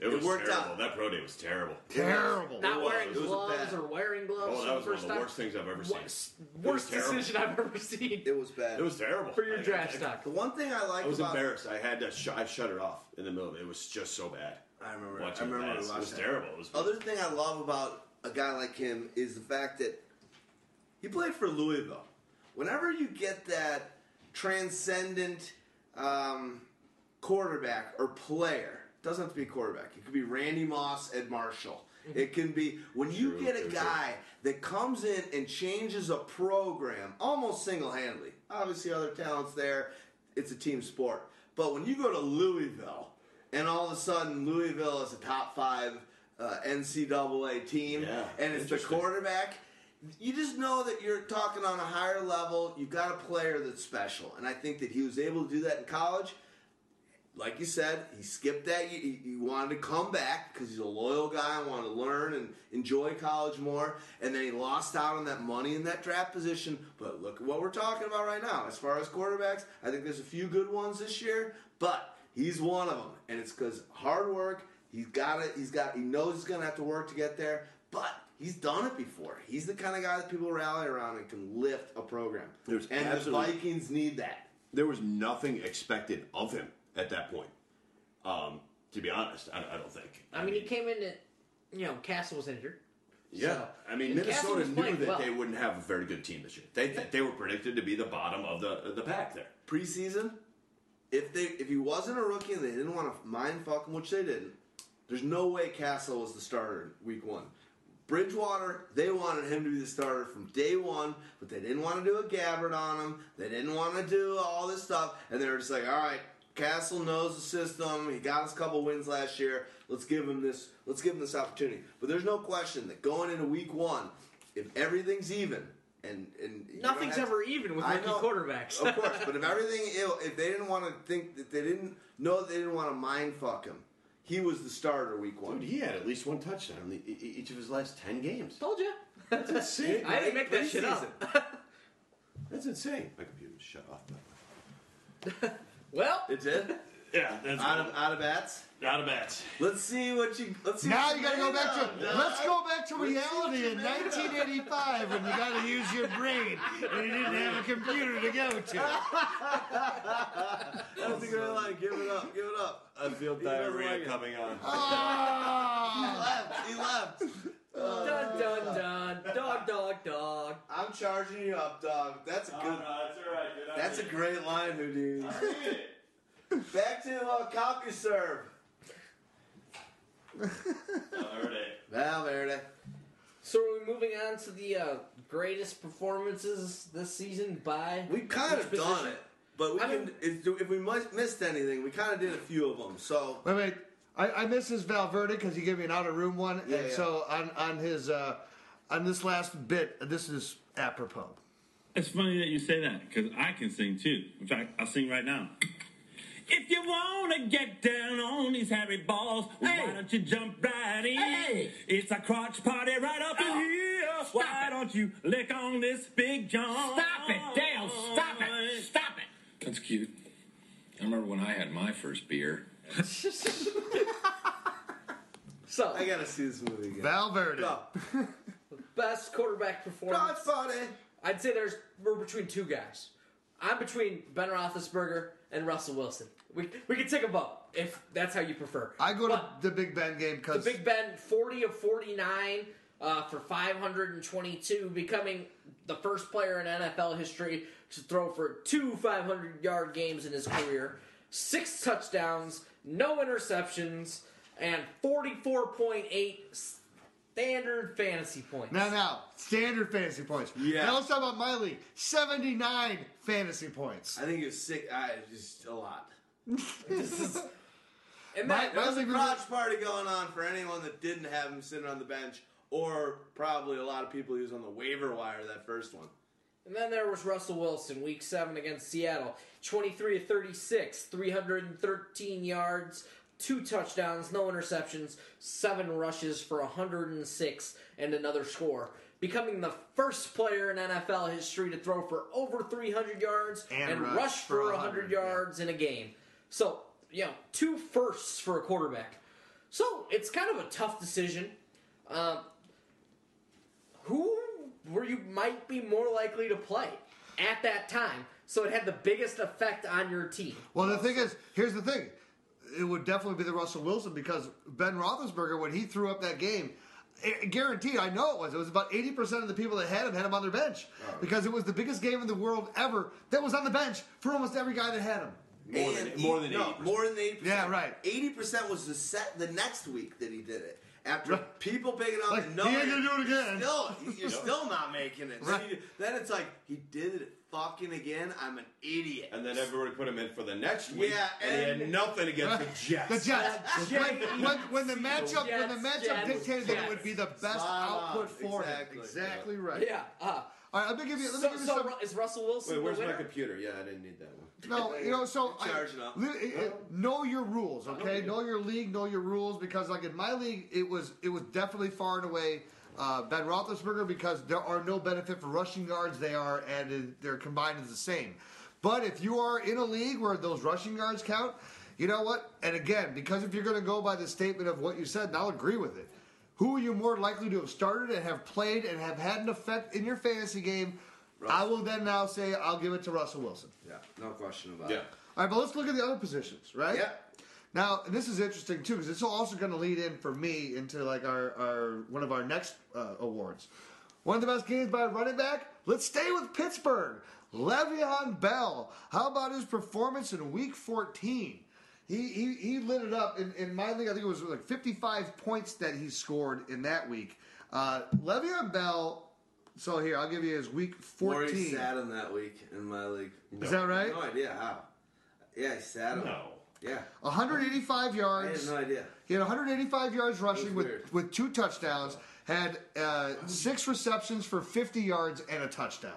It was terrible. That pro day was terrible. Terrible. Not It was. wearing It was a gloves bad- or wearing gloves. Oh, for that was one of first the time. worst things I've ever seen. Worst, It was worst terrible. decision I've ever seen. It was bad. It was terrible For your I- draft I- stock. The one thing I like I was about embarrassed. I had to sh- I shut it off in the middle. of It It was just so bad. I remember. Watching I remember. that. we It was watched that. terrible. It was Other thing I love about a guy like him is the fact that he played for Louisville. Whenever you get that transcendent um, quarterback or player, doesn't have to be quarterback. It could be Randy Moss at Marshall. It can be when you True, get a true, true. guy that comes in and changes a program almost single handedly. Obviously, other talents there. It's a team sport. But when you go to Louisville and all of a sudden Louisville is a top five uh, NCAA team Yeah, and it's the interesting. quarterback, you just know that you're talking on a higher level. You've got a player that's special. And I think that he was able to do that in college like you said, he skipped that. He, he- he wanted to come back because he's a loyal guy, wanted to learn and enjoy college more. And then he lost out on that money in that draft position. But look at what we're talking about right now. As far as quarterbacks, I think there's a few good ones this year, but he's one of them. And it's because hard work. He's got it. He's got. He knows he's going to have to work to get there. But he's done it before. He's the kind of guy that people rally around and can lift a program. There's and the absolutely- Vikings need that. there was nothing expected of him at that point. Um, to be honest, I, I don't think. I mean, he came in at, you know, Castle was injured. Yeah, So- I mean, and Castle Minnesota was knew playing that well. they wouldn't have a very good team this year. They they were predicted to be the bottom of the the pack there. preseason, if they if he wasn't a rookie and they didn't want to mind fuck him, which they didn't, there's no way Castle was the starter week one. Bridgewater, they wanted him to be the starter from day one, but they didn't want to do a Gabbard on him. They didn't want to do all this stuff, and they were just like, all right, Castle knows the system. He got us a couple wins last year. Let's give him this. Let's give him this opportunity. But there's no question that going into week one, if everything's even and and you don't Nothing's have to- ever even with I rookie know. quarterbacks. Oh. of course, but if everything, if if they didn't want to think that they didn't know that they didn't want to mind fuck him, he was the starter week one. Dude, he had at least one touchdown in the, e- e- each of his last ten games. Told you. That's insane. I didn't right? make that shit up. Preseason. That's insane. My computer just shut off. Well, it did. Yeah, that's out of out of bats. Out of bats. Let's see what you. Let's see. Now what you gotta go made back of. to No, let's I- go back to let's see what reality you in made of. 1985 when you gotta use your brain and you didn't have a computer to go to. I don't think they're like give it up, give it up. I feel diarrhea coming on. Ah. He left. He left. dun dun dun, dog dog dog. I'm charging you up, dog. That's a good. That's a great line, Houdini. Back to uh, cock and serve. Valverde. Valverde. So are we moving on to the uh, greatest performances this season by? We kind of which done position? it, but we I can. if, if we must, missed anything, we kind of did a few of them. So Wait, wait. I, I miss his Valverde because he gave me an out of room one, Yeah, and yeah. so on on his uh, on this last bit, this is apropos. It's funny that you say that because I can sing too. In fact, I'll sing right now. If you wanna get down on these hairy balls, why don't you jump right in? It's a crotch party right up in here. why don't you lick on this big john? Stop it, Dale! Stop it! Stop it! That's cute. I remember when I had my first beer. So I gotta see this movie again. Valverde. Best quarterback performance. I'd say there's we're between two guys. I'm between Ben Roethlisberger and Russell Wilson. We we can take a vote if that's how you prefer. I go to the Big Ben game The because Big Ben, 40 of 49 uh, for 522, becoming the first player in NFL history to throw for two 500 yard games in his career. Six touchdowns, no interceptions, and 44.8 standard fantasy points. now now standard fantasy points. Yeah. Now let's talk about my league. Seventy nine fantasy points. I think it's sick. I just a lot. And That, that- there was a that- crotch party going on for anyone that didn't have him sitting on the bench, or probably a lot of people who was on the waiver wire that first one. And then there was Russell Wilson, week seven against Seattle. 23 of 36, 313 yards, two touchdowns, no interceptions, seven rushes for 106, and another score. Becoming the first player in NFL history to throw for over 300 yards And and, rush rush, for for 100, 100 yards in a game. So, you know, two firsts for a quarterback. So, it's kind of a tough decision. Um, who were you might be more likely to play at that time. So it had the biggest effect on your team. Well, the thing is, here's the thing. It would definitely be the Russell Wilson because Ben Roethlisberger, when he threw up that game, i guaranteed, I know it was. It was about 80% of the people that had him had him on their bench because it was the biggest game in the world ever that was on the bench for almost every guy that had him. More than more than no, more than eighty. Yeah, right. Eighty percent was the set the next week that he did it. After people picking up, Like, and no, he ain't gonna do it again. Still, you're Nope. still not making it. Right. So you- then it's like he did it fucking again. I'm an idiot. And then everybody put him in for the next week. Yeah, and, and- he had nothing against the Jets. The Jets. Jets. When, when, when the matchup, when the Jets, matchup Jets, dictated that it would be the best Spot on. output for Exactly. him. Exactly right. Yeah. Uh, All right, let me give you. Let me so, give you so some. Ru- is Russell Wilson Wait, where's the my winner? computer? Yeah, I didn't need that one. No, you know, so I- Charging up. li- i- i- know your rules, okay? Know your league, know your rules, because like in my league, it was it was definitely far and away uh, Ben Roethlisberger because there are no benefit for rushing yards. They are and uh, they're combined as the same. But if you are in a league where those rushing yards count, you know what? And again, because if you're going to go by the statement of what you said, and I'll agree with it. Who are you more likely to have started and have played and have had an effect in your fantasy game? I will then now say I'll give it to Russell Wilson. Yeah, no question about Yeah. it. All right, but let's look at the other positions, right? Yeah. Now, and this is interesting too, because it's also going to lead in for me into like our, our one of our next uh, awards. One of the best games by a running back. Let's stay with Pittsburgh. Le'Veon Bell. How about his performance in Week 14? He he, he lit it up in, in my league. I think it was like 55 points that he scored in that week. Uh, Le'Veon Bell. So here, I'll give you his Week Where 14. he sat him that week in my league. Is that right? No idea how. Yeah, he sat him. No. Yeah. 185 I yards. had no idea. He had 185 yards rushing with, weird. with two touchdowns, had uh, six receptions for 50 yards and a touchdown.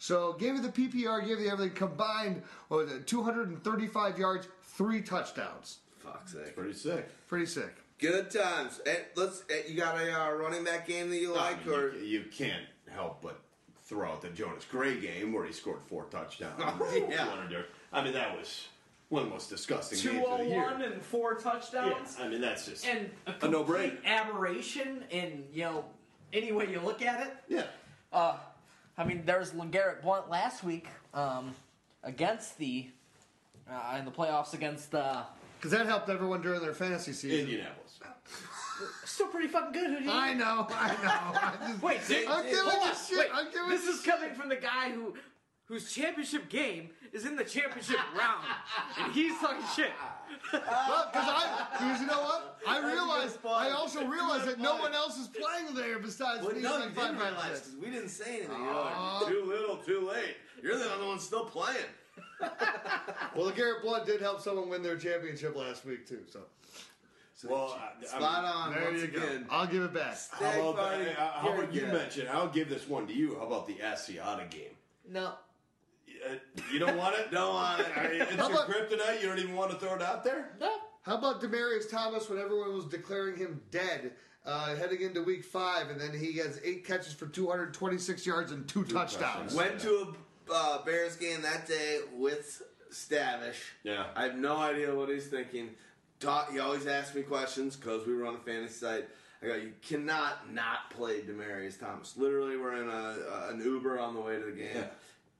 So gave you the PPR, gave you everything combined, oh, what was it, 235 yards, three touchdowns. Fuck's sake. Pretty sick. Pretty sick. Good times. Eh, let's. eh, you got a uh, running back game that you I like, mean, or you, you can't help but throw out the Jonas Gray game where he scored four touchdowns. Oh, Yeah. I mean, that was one of the most disgusting games of the year. 201 and four touchdowns. Yeah, I mean, that's just and a, a no-brainer. complete Aberration in you know any way you look at it. Yeah. Uh, I mean, there was Garrett Blunt last week um, against the uh, in the playoffs against the. Because that helped everyone during their fantasy season. Indianapolis. Still pretty fucking good. Who do you I know, I know. I just, Wait, dude, I'm dude, giving hold you on. shit. Wait, I'm giving this you is coming from the guy who whose championship game is in the championship round, and he's talking shit. Well, because I, because you know what, I realized, I also realized that no one else is playing there besides Well, me. no, and my you didn't five-year-old realize kid. because we didn't say anything. You're Aw. Oh. like, too little, too late. You're the only one still playing. Well, the Garrett Blood did help someone win their championship last week too. So, Well, I- I Spot mean- on, once again. I'll give it back. How about, party, uh, how about you yeah. mention? I'll give this one to you. How about the Asiata game? No. Uh, you don't want it? Don't want it. I mean, it's How your about- kryptonite. You don't even want to throw it out there. How about Demarius Thomas when everyone was declaring him dead uh, heading into week five, and then he has eight catches for 226 yards and two, touchdowns. Went to a uh, Bears game that day with Stavish. Yeah. I have no idea what he's thinking. Talk, he always asks me questions because we were on a fantasy site. I go, you cannot not play Demarius Thomas. Literally, we're in a, a, an Uber on the way to the game.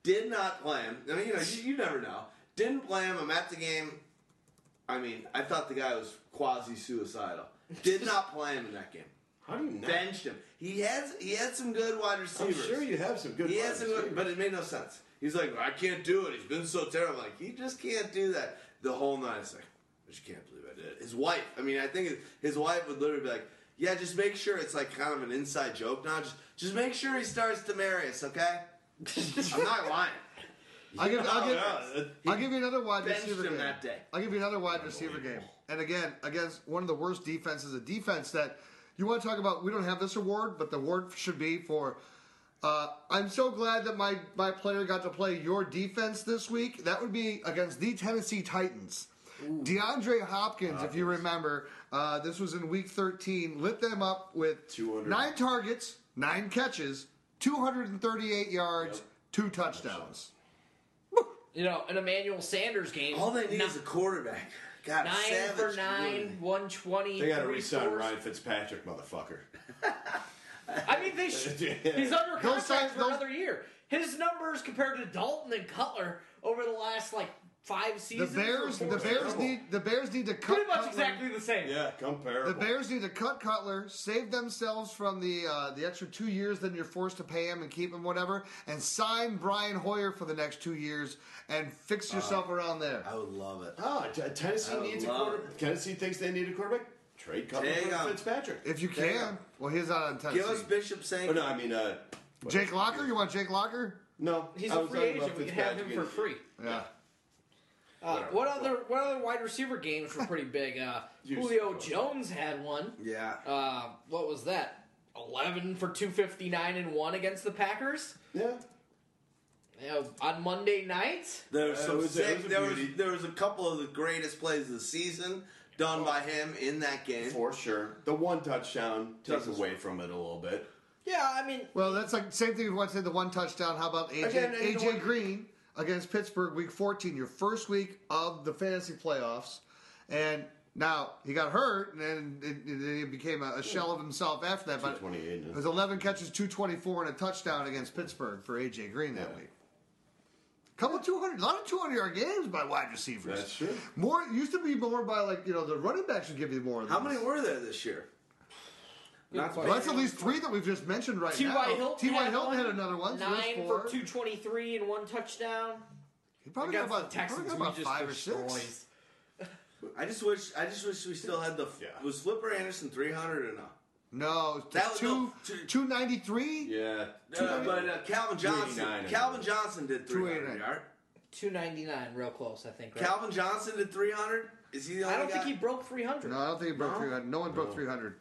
Did not play him. I mean, you know, you, you never know. Didn't play him. I'm at the game. I mean, I thought the guy was quasi suicidal. Did not play him in that game. How do you not? benched him? He has he had some good wide receivers. sure you have some good He wide had some good, receivers. but it made no sense. He's like, I can't do it. He's been so terrible. Like he just can't do that the whole night. It's like I just can't believe I did it. His wife. I mean, I think his wife would literally be like, Yeah, just make sure it's like kind of an inside joke now. Just just make sure he starts Demarius, okay? I'm not lying. I'll give, I'll, give, No, no. I'll give you another wide benched receiver him game. that day. I'll give you another wide receiver game. And again, against one of the worst defenses, a defense that you want to talk about. We don't have this award, but the award should be for. Uh, I'm so glad that my, my player got to play your defense this week. That would be against the Tennessee Titans. DeAndre Hopkins, if you remember, uh, this was in week 13, lit them up with 200. nine targets, nine catches, 238 yards, two touchdowns. You know, an Emmanuel Sanders game. All they need is a quarterback. God, nine Savage for really- nine, one twenty. They got to resign Ryan Fitzpatrick, motherfucker. I mean, they should. He's under contract Those signs- for those- another year. His numbers compared to Dalton and Cutler over the last like five The seasons. Bears, or the four Bears seasons. need the Bears need to cut. pretty much Cutler. exactly the same. Yeah, comparable. The Bears need to cut Cutler, save themselves from the uh, the extra two years then you're forced to pay him and keep him whatever, and sign Brian Hoyer for the next two years and fix yourself around there. Uh, I would love it. Oh, T- Tennessee I needs a love quarterback. Tennessee thinks they need a quarterback. Trade Cutler Take for him. Fitzpatrick. If you There you can, well, he's out on Tennessee. Give us Bishop saying Oh, no, I mean, uh, Jake Locker. You want Jake Locker? no. He's I a was free talking about agent. We can have him Fitzpatrick for and- free. Yeah. Uh, what other what other wide receiver games were pretty big? Uh, Julio Jones had one. Yeah. Uh, what was that? Eleven for two fifty nine and one against the Packers. Yeah. on Monday night. There was Uh, some it was a- it sick. was a there was beauty. there was a couple of the greatest plays of the season done by him in that game. For sure. The one touchdown takes Doesn't- away from it a little bit. Yeah, I mean, Well, that's like same thing. If you want to say the one touchdown, how about AJ Again, and you know AJ what? Green against Pittsburgh, Week 14, your first week of the fantasy playoffs, and now he got hurt, and then it- it- then he became a, a shell of himself after that. But 28. it was 11 catches, 224, and a touchdown against Pittsburgh for AJ Green that week. Couple 200, a lot of 200 yard games by wide receivers. That's true. More it used to be more by like you know the running back should give you more. Of How these. many were there this year? Not Well, that's at least three that we've just mentioned right now. T.Y. Hilton, T.Y. had, Hilton one, had another one. so there's Nine four. for two twenty three and one touchdown. He probably got Against about, the Texans, probably got we about just five or destroyed. six. I just wish I just wish we still had the was Flipper Anderson three hundred or not? No, That was two, no- two ninety three. Yeah. Uh, but uh, Calvin Johnson, 289, I Calvin Johnson did three 289. hundred. Yard. Two ninety nine, real close, I think. Right? Calvin Johnson did three hundred. Is he the only I don't guy? think he broke three hundred. No, I don't think he broke No? three hundred. No one broke three hundred.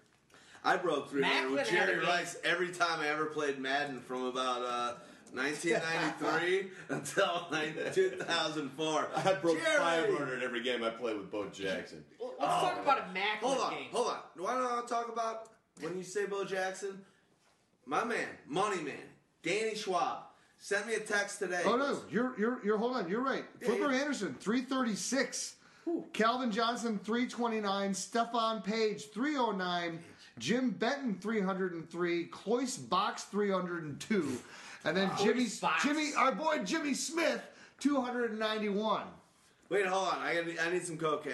I broke three hundred with Macklin had a Jerry game. Rice every time I ever played Madden from about. Uh, 1993 until 2004. I broke Jerry! 500 every game I played with Bo Jackson. Well, Let's Oh. talk about a Macklin Hold on, game. hold on. Why don't I wanna talk about when you say Bo Jackson? My man, Money Man, Danny Schwab, sent me a text today. Oh no, you're you're you're hold on, you're right. Flipper Anderson three thirty six. Calvin Johnson 329, Stefan Page 309, Jim Benton 303, Cloyce Box 302, and then Jimmy Jimmy our boy Jimmy Smith 291. Wait, hold on. I, gotta, I need some cocaine.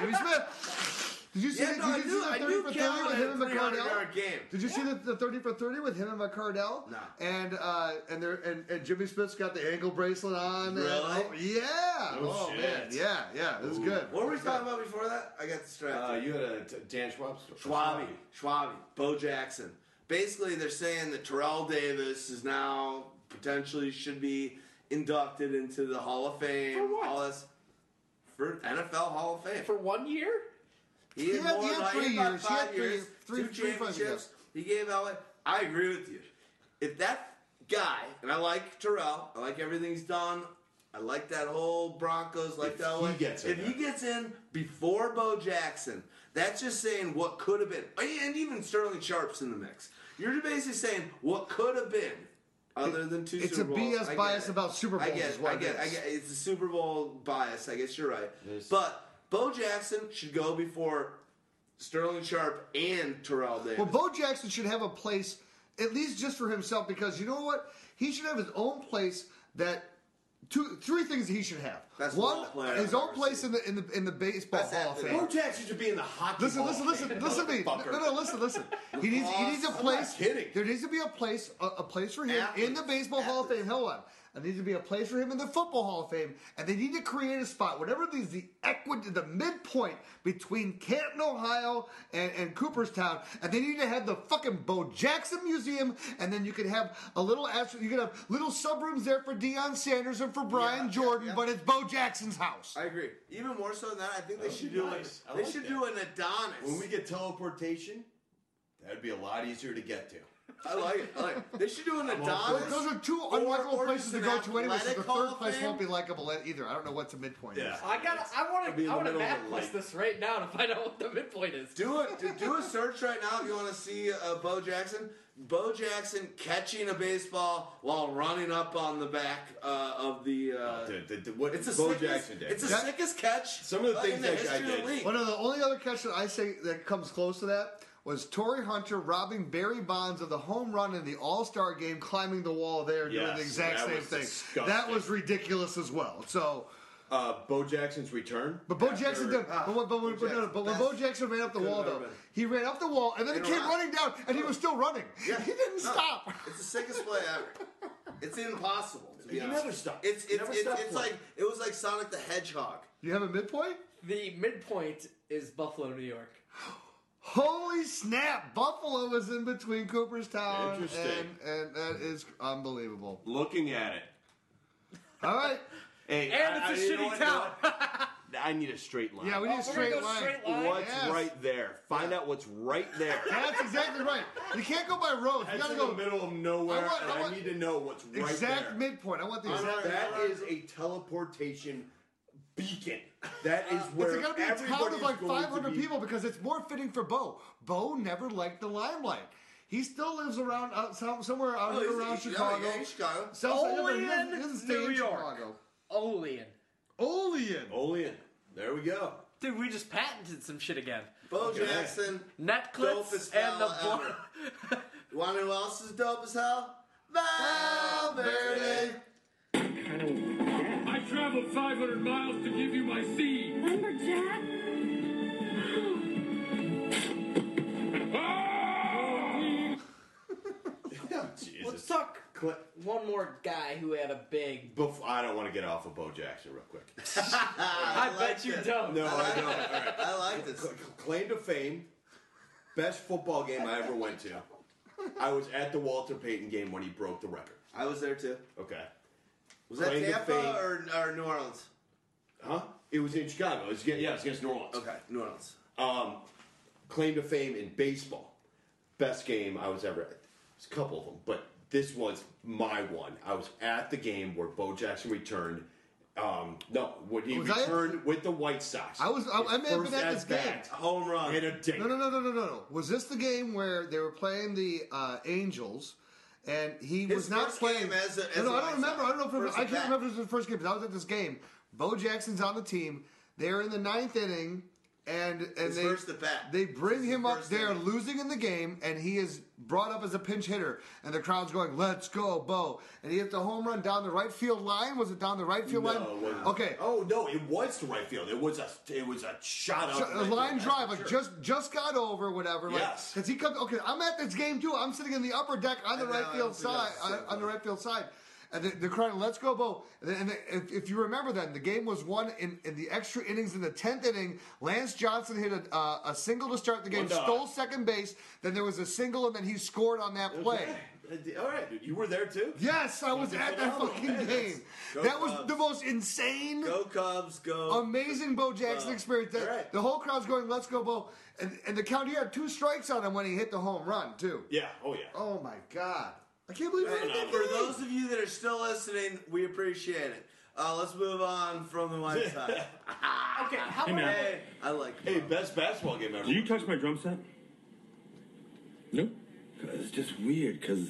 Jimmy Smith. Did you see Yeah, that? no, I did you knew- see I that knew 30 for 30 Calvin with had him a and 300 McCardell? yard game. Did you see the, the 30 for 30 with him and McCardell? No. And uh, and there and, and Jimmy Smith's got the ankle bracelet on. and- Really? oh, yeah. Oh, man. Yeah, yeah. It was good. What were we talking about before that? I got distracted. Uh, you had a t- Dan Schwab. Schwabi, Schwabi, Bo Jackson. Basically, they're saying that Terrell Davis is now potentially should be inducted into the Hall of Fame. For what? All this for NFL Hall of Fame for one year. He had, He had- more he had than- three about years. He had Five three- years. three- two three fucking championships. He gave out. I agree with you. If that guy and I like Terrell, I like everything he's done. I like that whole Broncos, like that one. gets in if he gets in before Bo Jackson, that's just saying what could have been, and even Sterling Sharp's in the mix. You're basically saying what could have been, other than two. It's Super a Bowls. I BS get bias it. about Super I Bowls. get, is it, what I get, it, it I is. get. it. It's a Super Bowl bias. I guess you're right. But Bo Jackson should go before Sterling Sharp and Terrell Davis. Well, Bo Jackson should have a place, at least just for himself, because you know what? He should have his own place that. Two, three things he should have. Best One, ball player his I've own ever place in the in the in the baseball hall of fame. Bo Jackson should be in the hockey. Listen, Hall listen, of Fame, listen, listen to me. No, motherfucker. Oh, no, listen, listen. He needs, he needs a I'm not place. kidding. There needs to be a place, a, a place for him in the baseball Hall of Fame. Hold on. There needs to be a place for him in the football Hall of Fame, and they need to create a spot. Whatever these the equi- the midpoint between Canton, Ohio, and, and Cooperstown, and they need to have the fucking Bo Jackson Museum, and then you could have a little astro- you could have little subrooms there for Deion Sanders and for Brian Jordan, but it's Bo Jackson's house. I agree. Even more so than that, I think they That should would be do nice. it. I They like should that. do an Adonis. When we get teleportation, that'd be a lot easier to get to. I like it. I like it. They should do an I'm all Adonis. for it. Those are two Or- unlikable or places just to an go to anyway, so athletic the Hall third of place Fame. won't be likable at either. I don't know what the midpoint is. I got. to I want It'll be to. in the I want to middle of map the list lake. this right now to find out what the midpoint is. Do it. do- Do a search right now if you want to see uh, Bo Jackson. Bo Jackson catching a baseball while running up on the back uh, of the. Uh, Oh, Dude, the- the- what it's a Bo sickest- Jackson did. It's the That- sickest catch. Some of the uh, things in the that history guy of the did. league. One of the only other catch that I say that comes close to that was Torrey Hunter robbing Barry Bonds of the home run in the All Star game, climbing the wall there, doing Yes, the exact that same was thing. disgusting. That was ridiculous as well. So. Uh, Bo Jackson's return. But Bo after- uh, Jackson did. But, when- but, when- but, no, no, but when Bo Jackson ran up the Could've wall, never though, been. he ran up the wall, and then They it don't came run. running down, and he was still running. Yeah. He didn't No. stop. It's the sickest play ever. It's impossible. To be You honest. never stop. It's You it's never it's, stop it's playing. like it was like Sonic the Hedgehog. You have a midpoint? The midpoint is Buffalo, New York. Holy snap! Buffalo is in between Cooperstown, Interesting. and and that is unbelievable. Looking at it. All right, Hey, And I- it's a I- you know shitty what, you know what? I need a straight line. Yeah, we need a Oh, we're straight gonna go line. straight line? What's Yes. right there? Find out what's right there. that's exactly right. You can't go by roads. You That's gotta in go the middle of nowhere, I want- and I I, want- need to know what's right exact there. midpoint. I want the That is exact. a teleportation beacon. That is where It's gonna be a town everybody's of like going to 500 be. people because it's more fitting for Bo. Bo never liked the limelight. He still lives around out, some- somewhere out Oh, he's- around he's- yeah, Chicago. yeah, he's Chicago. South side- yeah, but he Olean, doesn't- he doesn't stay New in York. Chicago. Olean. Olean. Olean. There we go. Dude, we just patented some shit again. Bo Jackson, dope as Netflix, and the hell boy. ever. You want to know who else is dope as hell? Valverde. I traveled 500 miles to give you my seed. Lumberjack? Let's talk one more guy who had a big. Bef- I don't want to get off of Bo Jackson real quick. I, bet you don't. No, I don't. All right. I like this. Claim to fame, best football game I ever went to. I was at the Walter Payton game when he broke the record. I was there too. Okay. Was that Claim to Tampa fame- or, or New Orleans? Huh? It was in Chicago. It was, yeah, yeah, it was against New Orleans. Okay, New Orleans. Um, claim to fame in baseball. Best game I was ever at. There's a couple of them, but this was my one. I was at the game where Bo Jackson returned. Um, no, when he Was I- returned with the White Sox. I was- I- I His may have first been at this at-bat, game. Home run. Hit a dink. No, no, no, no, no, no, no. Was this the game where they were playing the uh, Angels, and he was not first playing? game as a- as no, no, a I don't White remember. I Sox. don't know. If it was, First I at can't bat. remember if it was the first game. But I was at this game. Bo Jackson's on the team. They're in the ninth inning. and and His they first at bat. they bring him up there losing in the game, and he is brought up as a pinch hitter, and the crowd's going, "Let's go, Bo!" And he hit the home run down the right field line. Was it down the right field No, line? it wasn't. Okay, Oh no, it was to right field. It was a it was a shot Sh- out. a line drive, like just just got over, whatever. Like, Yes. Cause he comes. Okay, I'm at this game too. I'm sitting in the upper deck on the I know, right I field don't think side. that's On, on the right field side. And they- they're crying, "Let's go, Bo!" And, then- and they- if, if you remember, then the game was won in, in the extra innings. In the tenth inning, Lance Johnson hit a, uh, a single to start the game, One dot. stole second base. Then there was a single, and then he scored on that play. Okay. All right, dude, you were there too. Yes, I was at that Phenomenal. fucking Yeah, that's- game. Go That was Cubs. the most insane. Go Cubs, go. Amazing Bo Jackson Bo. experience. The, You're Uh, right. the whole crowd's going, "Let's go, Bo!" And, and the count, he had two strikes on him when he hit the home run too. Yeah. Oh yeah. Oh my god, I can't believe Hey, it. for those of you that are still listening, we appreciate it. Uh, let's move on from the White Sox. okay, how hey, about I like. Hey, best basketball game ever. Did you touch my drum set? No. It's just weird because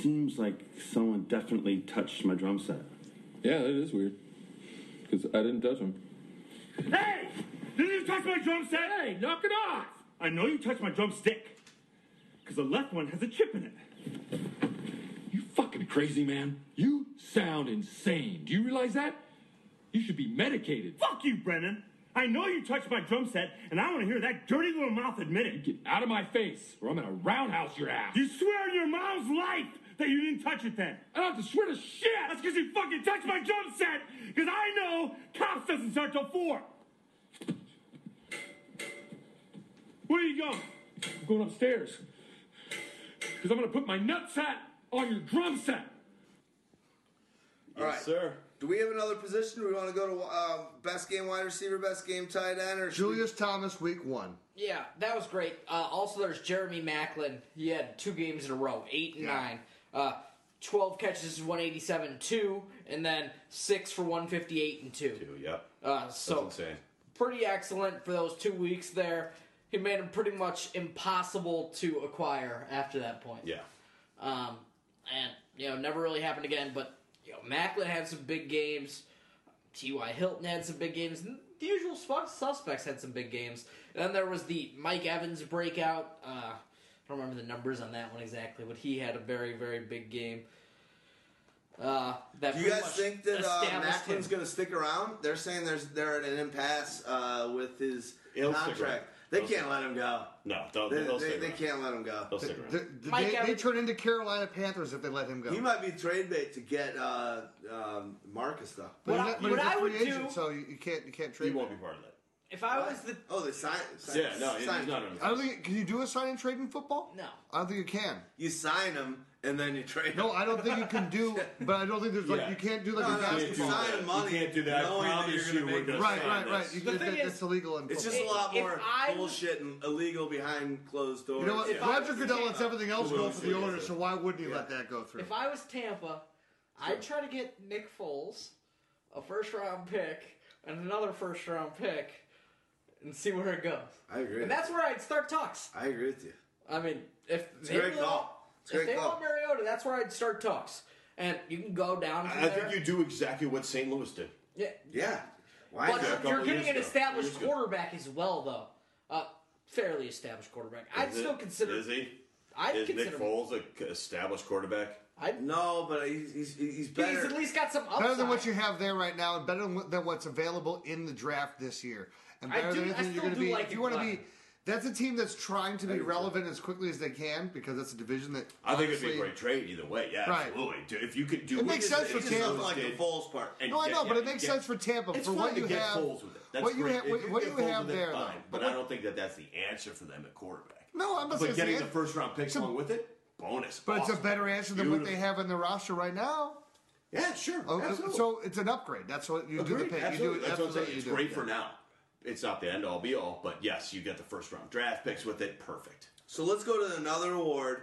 seems like someone definitely touched my drum set. Yeah, that is weird. Because I didn't touch him. Hey! Did you touch my drum set? Hey, knock it off! I know you touched my drumstick. Because the left one has a chip in it. Fucking crazy, man. You sound insane. Do you realize that? You should be medicated. Fuck you, Brennan. I know you touched my drum set, and I want to hear that dirty little mouth admit it. Get out of my face, or I'm gonna roundhouse your ass. You swear on your mom's life that you didn't touch it then. I don't have to swear to shit. That's because you fucking touched my drum set. Because I know cops doesn't start till four. Where you going? I'm going upstairs. Because I'm gonna put my nutsack on your drum set. All right, sir. Do we have another position? Do we want to go to uh, best game wide receiver, best game tight end, or Julius Thomas, week one. Yeah, that was great. Uh, also, there's Jeremy Macklin. He had two games in a row, eight and Yeah. nine. Uh, 12 catches, 187, two, and then six for 158 and two. Two, yep. Uh, so That's insane. pretty excellent for those two weeks there. He made him pretty much impossible to acquire after that point. Yeah. Um, and you know, never really happened again. But you know, Macklin had some big games. T.Y. Hilton had some big games. and The usual sus- suspects had some big games. And then there was the Mike Evans breakout. Uh, I don't remember the numbers on that one exactly, but he had a very, very big game. Uh, that Do you pretty guys much think that uh, established Macklin's him. going to stick around? They're saying there's they're at an impasse uh, with his He'll stick around. contract. They He'll can't stick- let him go. No, they'll- they, they'll they- stick they around. can't let him go. They'll stick They, Mike they- they Evans- turn into Carolina Panthers if they let him go. He might be trade bait to get uh, um, Marcus though. but he's not, but he's a free agent, so you, you can't you can't trade. He won't be part of that. If I was the oh, they signed. Yeah, no, he's not on the- I don't think can you do a sign and trade in football? No. I don't think you can. You sign him and then you trade. No, I don't think you can do. But I don't think there's like Yeah. you can't do like No, a no, you can't do basketball. that. You Money. can't do that. I Knowing that promise you're gonna you make we're this. Right, sign right, right. this. You The can, thing that, that's illegal in It's just a football. lot more I was- bullshit and illegal behind closed doors. You know what? Yeah. Uh, Roger Goodell lets everything else go Lose for the lose owner, it. so why wouldn't he let that go through? If I was Tampa, I'd try to get Nick Foles, a first round pick, and another first round pick, and see where it goes. I agree. And that's where I'd start talks. I agree with you. I mean, if It's a they great want- call. It's a if great they call. want Mariota, that's where I'd start talks. And you can go down. From I there. think you do exactly what St. Louis did. Yeah. Yeah. Why but not? A you're- couple you're getting years an ago. established Years ago. quarterback as well, though. Uh, fairly established quarterback. I'd Is it- still consider. Is he? I'd is consider Nick him. Foles an established quarterback? I no, but he's he's, he's better. He's at least got some upside. Better than what you have there right now, and better than what- than what's available in the draft this year. And I better do- than I anything you're still going to do be. like if you want to be, Cleveland. that's a team that's trying to be relevant as quickly as they can because that's a division that. I think it'd be a honestly- great trade either way. Yeah, Right. absolutely. Dude, If you could do It makes sense for Tampa. Like the Foles part. No, I know, but it makes sense for Tampa It's for fine what to you get have- Foles with it. That's what you great. have- If what- what get you Foles have with it, there, fine. though. But I don't think that that's the answer for them at quarterback. No, I'm not saying But it's the getting the answer. first round pick It's a- along with it, bonus. But it's a Awesome. better answer than what they Beautiful. have in the roster right now. Yeah, sure. Oh, absolutely. so it's an upgrade. That's what you do. The Agreed, pick. absolutely. You do That's what I'm saying. absolutely you It's do it, great for yeah. now. It's not the end all be all, but yes, you get the first round draft picks with it. Perfect. So let's go to another award.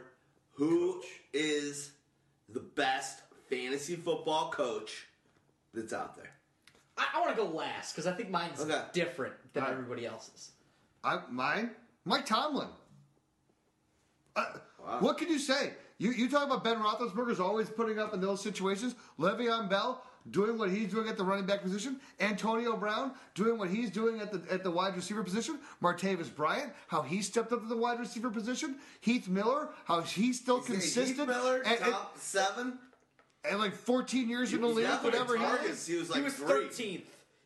Who is the best fantasy football coach that's out there? I, I want to go last because I think mine's different than everybody else's. I, mine, Mike Tomlin. Uh, What can you say? You you talk about Ben Roethlisberger's always putting up in those situations. Le'Veon Bell, doing what he's doing at the running back position, Antonio Brown doing what he's doing at the at the wide receiver position, Martavis Bryant how he stepped up to the wide receiver position, Heath Miller how he's still consistent. Heath Miller, and, and- top seven. and like 14 years in the was league, definitely whatever he targets. is. He was like he was three. 13th.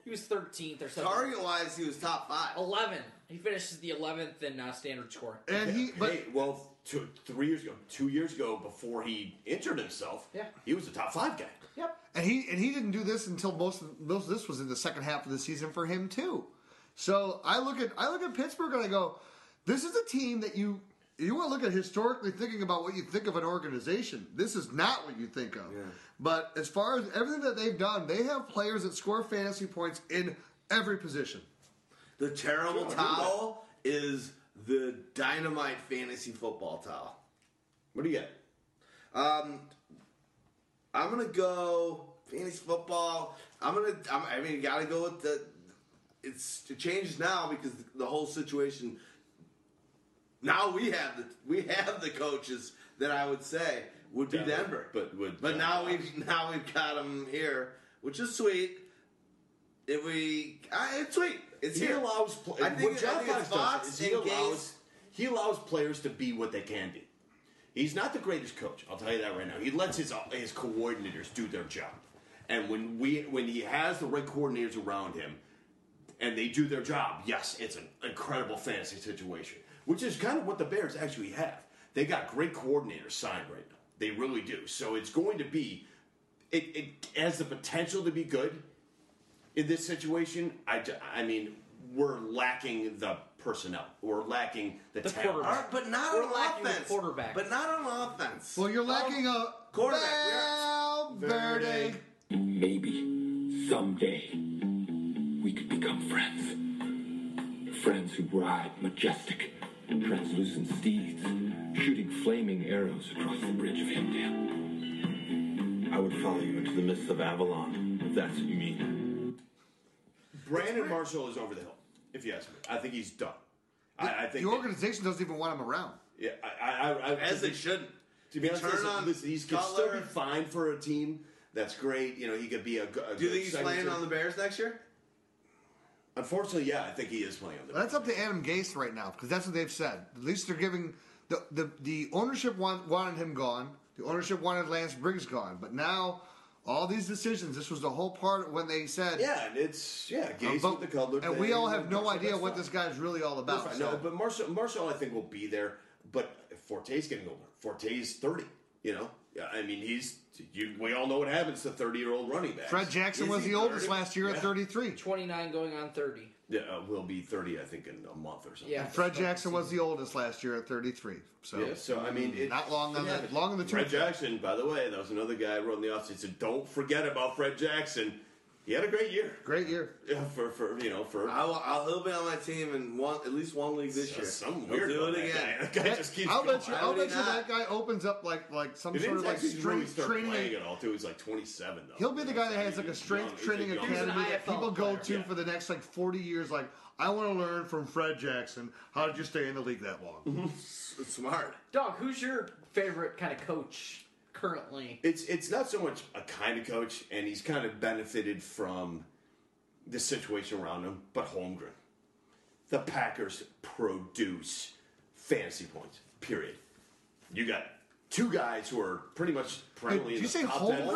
He was 13th or something. Target wise, he was top five. 11. He finishes the 11th in uh, standard score. And he, but well, two, three years ago, two years ago, before he injured himself, Yeah. he was a top five guy. And he and he didn't do this until most of, most of this was in the second half of the season for him too. So I look at I look at Pittsburgh and I go, this is a team that you you want to look at historically thinking about what you think of an organization. This is not what you think of. But as far as everything that they've done, they have players that score fantasy points in every position. The terrible towel is the dynamite fantasy football towel. What do you get? Um, I'm gonna go fantasy football. I'm gonna. I'm, I mean, gotta go with the. It's it changes now because the whole situation. Now we have the we have the coaches that I would say would be Denver, but would but now we've now we've got them here, which is sweet. If we, I, it's sweet. It's he here. allows. Pl- I think, what John I think it's Fox Fox does is and he allows Gase. he allows players to be what they can be. He's not the greatest coach. I'll tell you that right now. He lets his his coordinators do their job, and when we when he has the right coordinators around him, and they do their job, yes, it's an incredible fantasy situation, which is kind of what the Bears actually have. They got great coordinators signed right now. They really do. So it's going to be, it, it has the potential to be good. In this situation, I, ju- I mean, we're lacking the personnel. We're lacking the, The talent. quarterback. Alright, but not We're on lacking the offense. quarterback. But not on offense. Well, you're lacking a quarterback. We are- Valverde. Maybe someday we could become friends. Friends who ride majestic, translucent steeds, shooting flaming arrows across the bridge of Hindale. I would follow you into the midst of Avalon, if that's what you mean. Brandon Marshall is over the hill, if you ask me. I think he's done. I, I think. The organization doesn't even want him around. Yeah, I, I, I, I As they shouldn't. To be You honest, turn listen, on listen, he's could still be Cutler. fine for a team. That's great. You know, he could be a. go- a Do you good think he's second playing team. on the Bears next year? Unfortunately, yeah, I think he is playing on the. Well, that's up to Adam Gase right now because that's what they've said. At least they're giving the the, the ownership want, wanted him gone. The ownership wanted Lance Briggs gone. But now all these decisions. This was the whole part when they said, Yeah, and it's yeah, Gase Uh, but- with the Cutler, and we all thing, have no Marshall, idea that's what fine. this guy's really all That's about. fine. so- No, but Marshall, Marshall, I think will be there. But Forte's getting older. Forte's thirty. You know, Yeah, I mean, he's. You, we all know what happens to thirty-year-old running backs. Fred Jackson Is was he the oldest 30? last year Yeah. at 33. 29 going on 30. Yeah, uh, will be thirty, I think, in a month or something. Yeah. And Fred Jackson was the oldest last year at 33. So, mm, yeah, so I mean, it, not long on yeah, the long on the Fred tooth. Jackson, by the way, that was another guy I wrote in the office. He said, "Don't forget about Fred Jackson. He had a great year. Great year Yeah, for for you know for Ah, I will, I'll, he'll be on my team in one at least one league this year. some He'll weird do about it again. that guy. That guy just keeps I'll going. bet you, Why I'll would he bet you not? that guy opens up like like some He sort didn't of like actually really strength start training playing at all too. He's like 27 though. He'll be the guy that has like a young- strength he's a training young- academy He's an that IFL people go player. to for the next like 40 years. Like, I want to learn from Fred Jackson how did you stay in the league that long? Smart. Dog, who's your favorite kind of coach currently? It's it's not so much a kind of coach, and he's kind of benefited from the situation around him. But Holmgren, the Packers produce fantasy points. Period. You got two guys who are pretty much perennially. Wait, in did the you say top ten.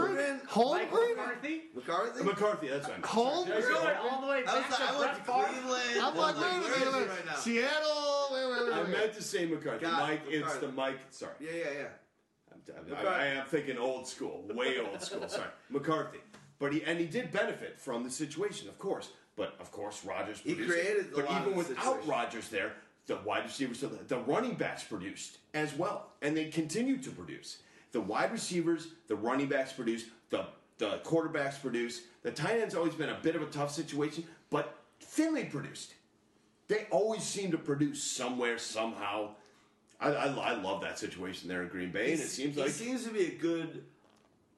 Holmgren? Holmgren? McCarthy. McCarthy. That's right. Holmgren? Did I say all the I way back was like, to I went to Brett Favre? Cleveland. I'm like, wait Where a is he minute, wait a right minute. now? Seattle. Wait, wait, wait, I wait. meant to say McCarthy. God, Mike, it's McCarthy. the Mike. Sorry. Yeah, yeah, yeah. I, I am thinking old school, way old school. Sorry, McCarthy. But he and he did benefit from the situation, of course. But of course, Rogers. He produced it. created a But lot even of the without situation. Rogers there, the wide receivers, the, the running backs produced as well, and they continue to produce. The wide receivers, the running backs produce, the the quarterbacks produce. The tight end's always been a bit of a tough situation, but Finley produced. They always seem to produce somewhere, somehow. I, I, I love that situation there in Green Bay, and it seems he like seems to be a good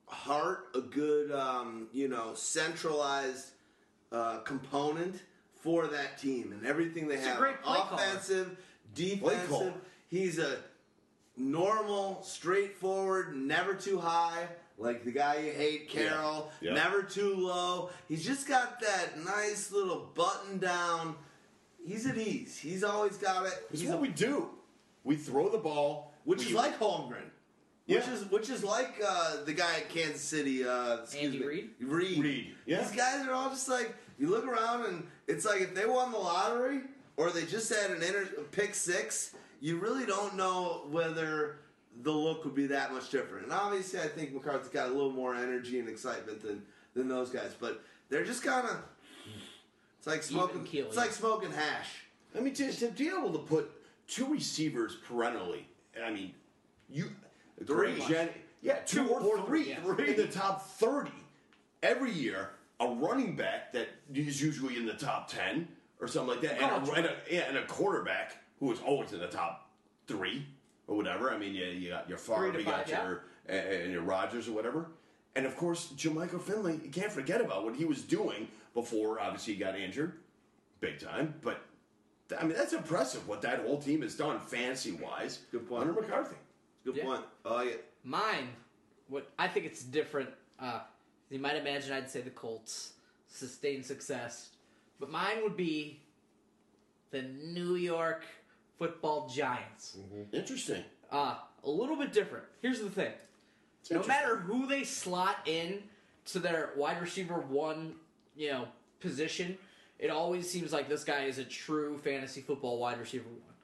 heart, a good um, you know centralized uh, component for that team and everything they He's a have. great play caller. Offensive, Play caller. defensive. He's a normal, straightforward, never too high, like the guy you hate, Carol, Yeah. Yeah. never too low. He's just got that nice little button down. He's at ease. He's always got it. It's He's what a- we do. We throw the ball, which we- is like Holmgren. Which Yeah. is which is like uh, the guy at Kansas City, uh, excuse Andy me, Reid? Reed. Reid, yeah. These guys are all just like you look around and it's like if they won the lottery or they just had an inter- pick six, you really don't know whether the look would be that much different. And obviously, I think McCarthy's got a little more energy and excitement than than those guys, but they're just kind of it's like smoking. keel, it's yeah. like smoking hash. I mean, just to be able to put two receivers perennially, I mean, you three, gen, yeah, two, or, three, in the top thirty every year. A running back that is usually in the top ten or something like that, and a, and a, yeah, and a quarterback who is always in the top three or whatever. I mean, you, you got your Three Favre, to you got five, yeah. your and, and your Rogers or whatever. And of course, Jermichael Finley, you can't forget about what he was doing before, obviously, he got injured big time. But, th- I mean, that's impressive what that whole team has done fantasy wise. Good point. Under McCarthy. Good point. Oh yeah. Mine, what I think it's different. Uh, you might imagine I'd say the Colts sustained success, but mine would be the New York Football Giants. Interesting. Uh, a little bit different. Here's the thing: no matter who they slot in to their wide receiver one, you know, position, it always seems like this guy is a true fantasy football wide receiver one.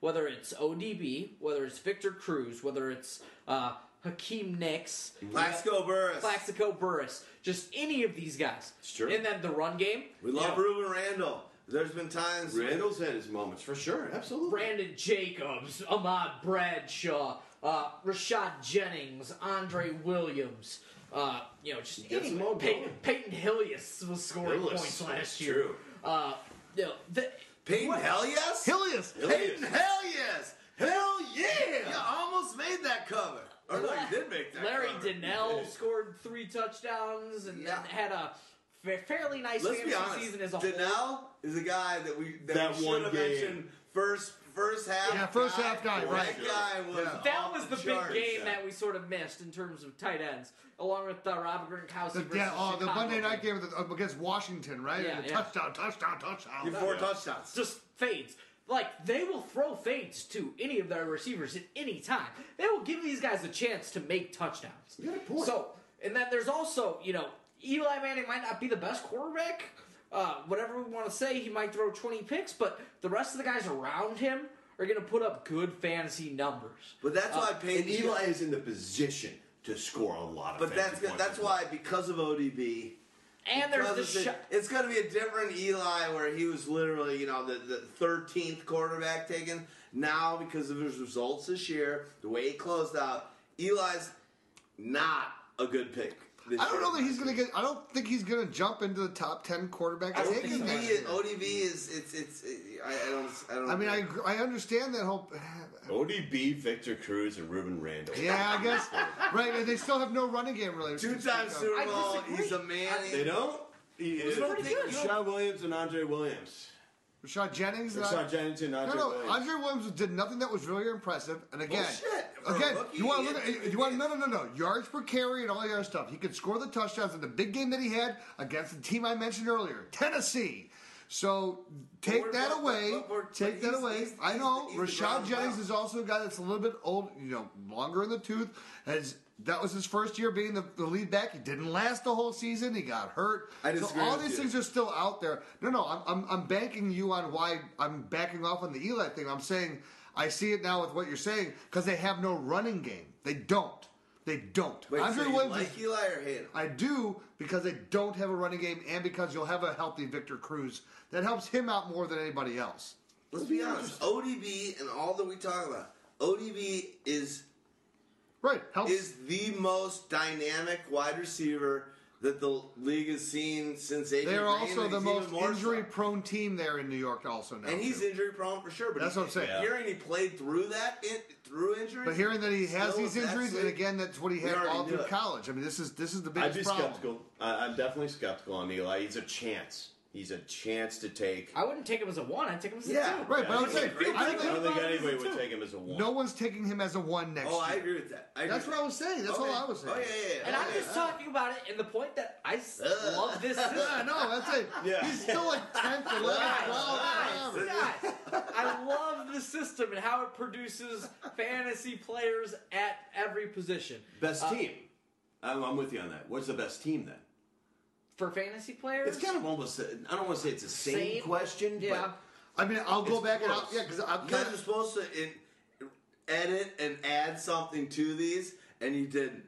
Whether it's ODB, whether it's Victor Cruz, whether it's uh, Hakeem Nicks, Plaxico Burress. Plaxico Burris, just any of these guys. It's true. And then the run game. We you love know, Reuben Randall. There's been times Randall's had his moments for sure. Absolutely. Brandon Jacobs, Ahmad Bradshaw, uh, Rashad Jennings, Andre Williams. Uh, you know, just Get any, some more Peyton, going. Peyton Hillius was scoring Hillius, points last that's year. true. Uh, you know, the, Peyton what- Hillius? Hillius. Peyton Hillius. Hell yeah! You almost made that cover. Or Oh, no, you did make that Larry cover. Donnell scored three touchdowns and then had a fa- fairly nice Let's be fantasy honest. season as a Donnell whole. is a guy that we that, That we should one have game. mentioned first first half. Yeah, first half guy, That right. guy was That off was the charts. big game that we sort of missed in terms of tight ends, along with uh, Rob Gronkowski The, versus yeah, oh, the Chicago. Monday night game with- uh, against Washington, right? Yeah, And yeah. Touchdown, touchdown, touchdown. touchdowns. Just fades. Like they will throw fades to any of their receivers at any time. They will give these guys a chance to make touchdowns. So, and then there's also you know Eli Manning might not be the best quarterback. Uh, whatever we want to say, he might throw 20 picks, but the rest of the guys around him are going to put up good fantasy numbers. But that's why Peyton And Eli is in the position to score a lot of But fantasy that's good. points. That's why because of ODB. And there's because the of shot. It's going to be a different Eli where he was literally, you know, the, the 13th quarterback taken. Now, because of his results this year, the way he closed out, Eli's not a good pick. This I don't year. know that he's gonna get. I don't think he's gonna jump into the top ten quarterbacks. taken ODB, next is, year. ODB is it's it's it, I, I don't I don't. I mean, I gr- I understand that whole. ODB, Victor Cruz, and Ruben Randall. Yeah, I guess right. And they still have no running game really. Two-time Super Bowl. He's a man. They don't. He It was is. pretty good. Rashad Williams and Andre Williams. Rashad Jennings. uh, and I- Rashad Jennings and No, Andre no, Williams. Andre Williams did nothing that was really impressive. Oh, And again, Bullshit. For a again, rookie, you want to he look didn't at you want no, no, no, no yards per carry and all the other stuff. He could score the touchdowns in the big game that he had against the team I mentioned earlier, Tennessee. So take we're- that but- away. but we're- take but that he's- away. he's- I he's know the- he's the Rashad ground Jennings pound. is also a guy that's a little bit old, you know, longer in the tooth. Has that was his first year being the, the lead back. He didn't last the whole season. He got hurt. I so disagree all with these you. things are still out there. No, no, I'm, I'm I'm banking you on why I'm backing off on the Eli thing. I'm saying I see it now with what you're saying because they have no running game. They don't. They don't. Wait, Andre so you Williams like is- Eli or hate him? I do because they don't have a running game and because you'll have a healthy Victor Cruz that helps him out more than anybody else. Let's be honest. ODB and all that we talk about, ODB is right is the most dynamic wide receiver that the league has seen since. Adrian They're Green, also and the he's even most more so. injury-prone team there in New York, also now. and he's too. injury prone for sure. But That's he- what I'm saying. Hearing he played through that, in, through injuries. But hearing that he has still these injuries, and actually- again, that's what he We had already all knew through it. college. I mean, this is this is the I'd biggest be problem. skeptical. I, I'm definitely skeptical on Eli. He's a chance. He's a chance to take. I wouldn't take him as a one. I'd take him as a Yeah, two. right, but I'm saying- I, I don't think- think anybody would take him as a one. No one's taking him as a one next Oh, I year. agree with that. I agree That's with what I was saying. That's all I was Oh, saying. And I'm just talking about it in the point that I s- Ugh. love this. System. Yeah, no, that's it. Yeah. He's still like 10th, 11th, Guys, 12th, guys, whatever. guys, I love the system and how it produces fantasy players at every position. Best Uh, team. I'm, I'm with you on that. What's the best team then? for fantasy players. It's kind of almost. A, I don't want to say it's the same, Same, question. yeah. I mean, I'll go It's back and close. I'll, yeah, because I'm Yeah. kind You're supposed to in, edit and add something to these, and you didn't.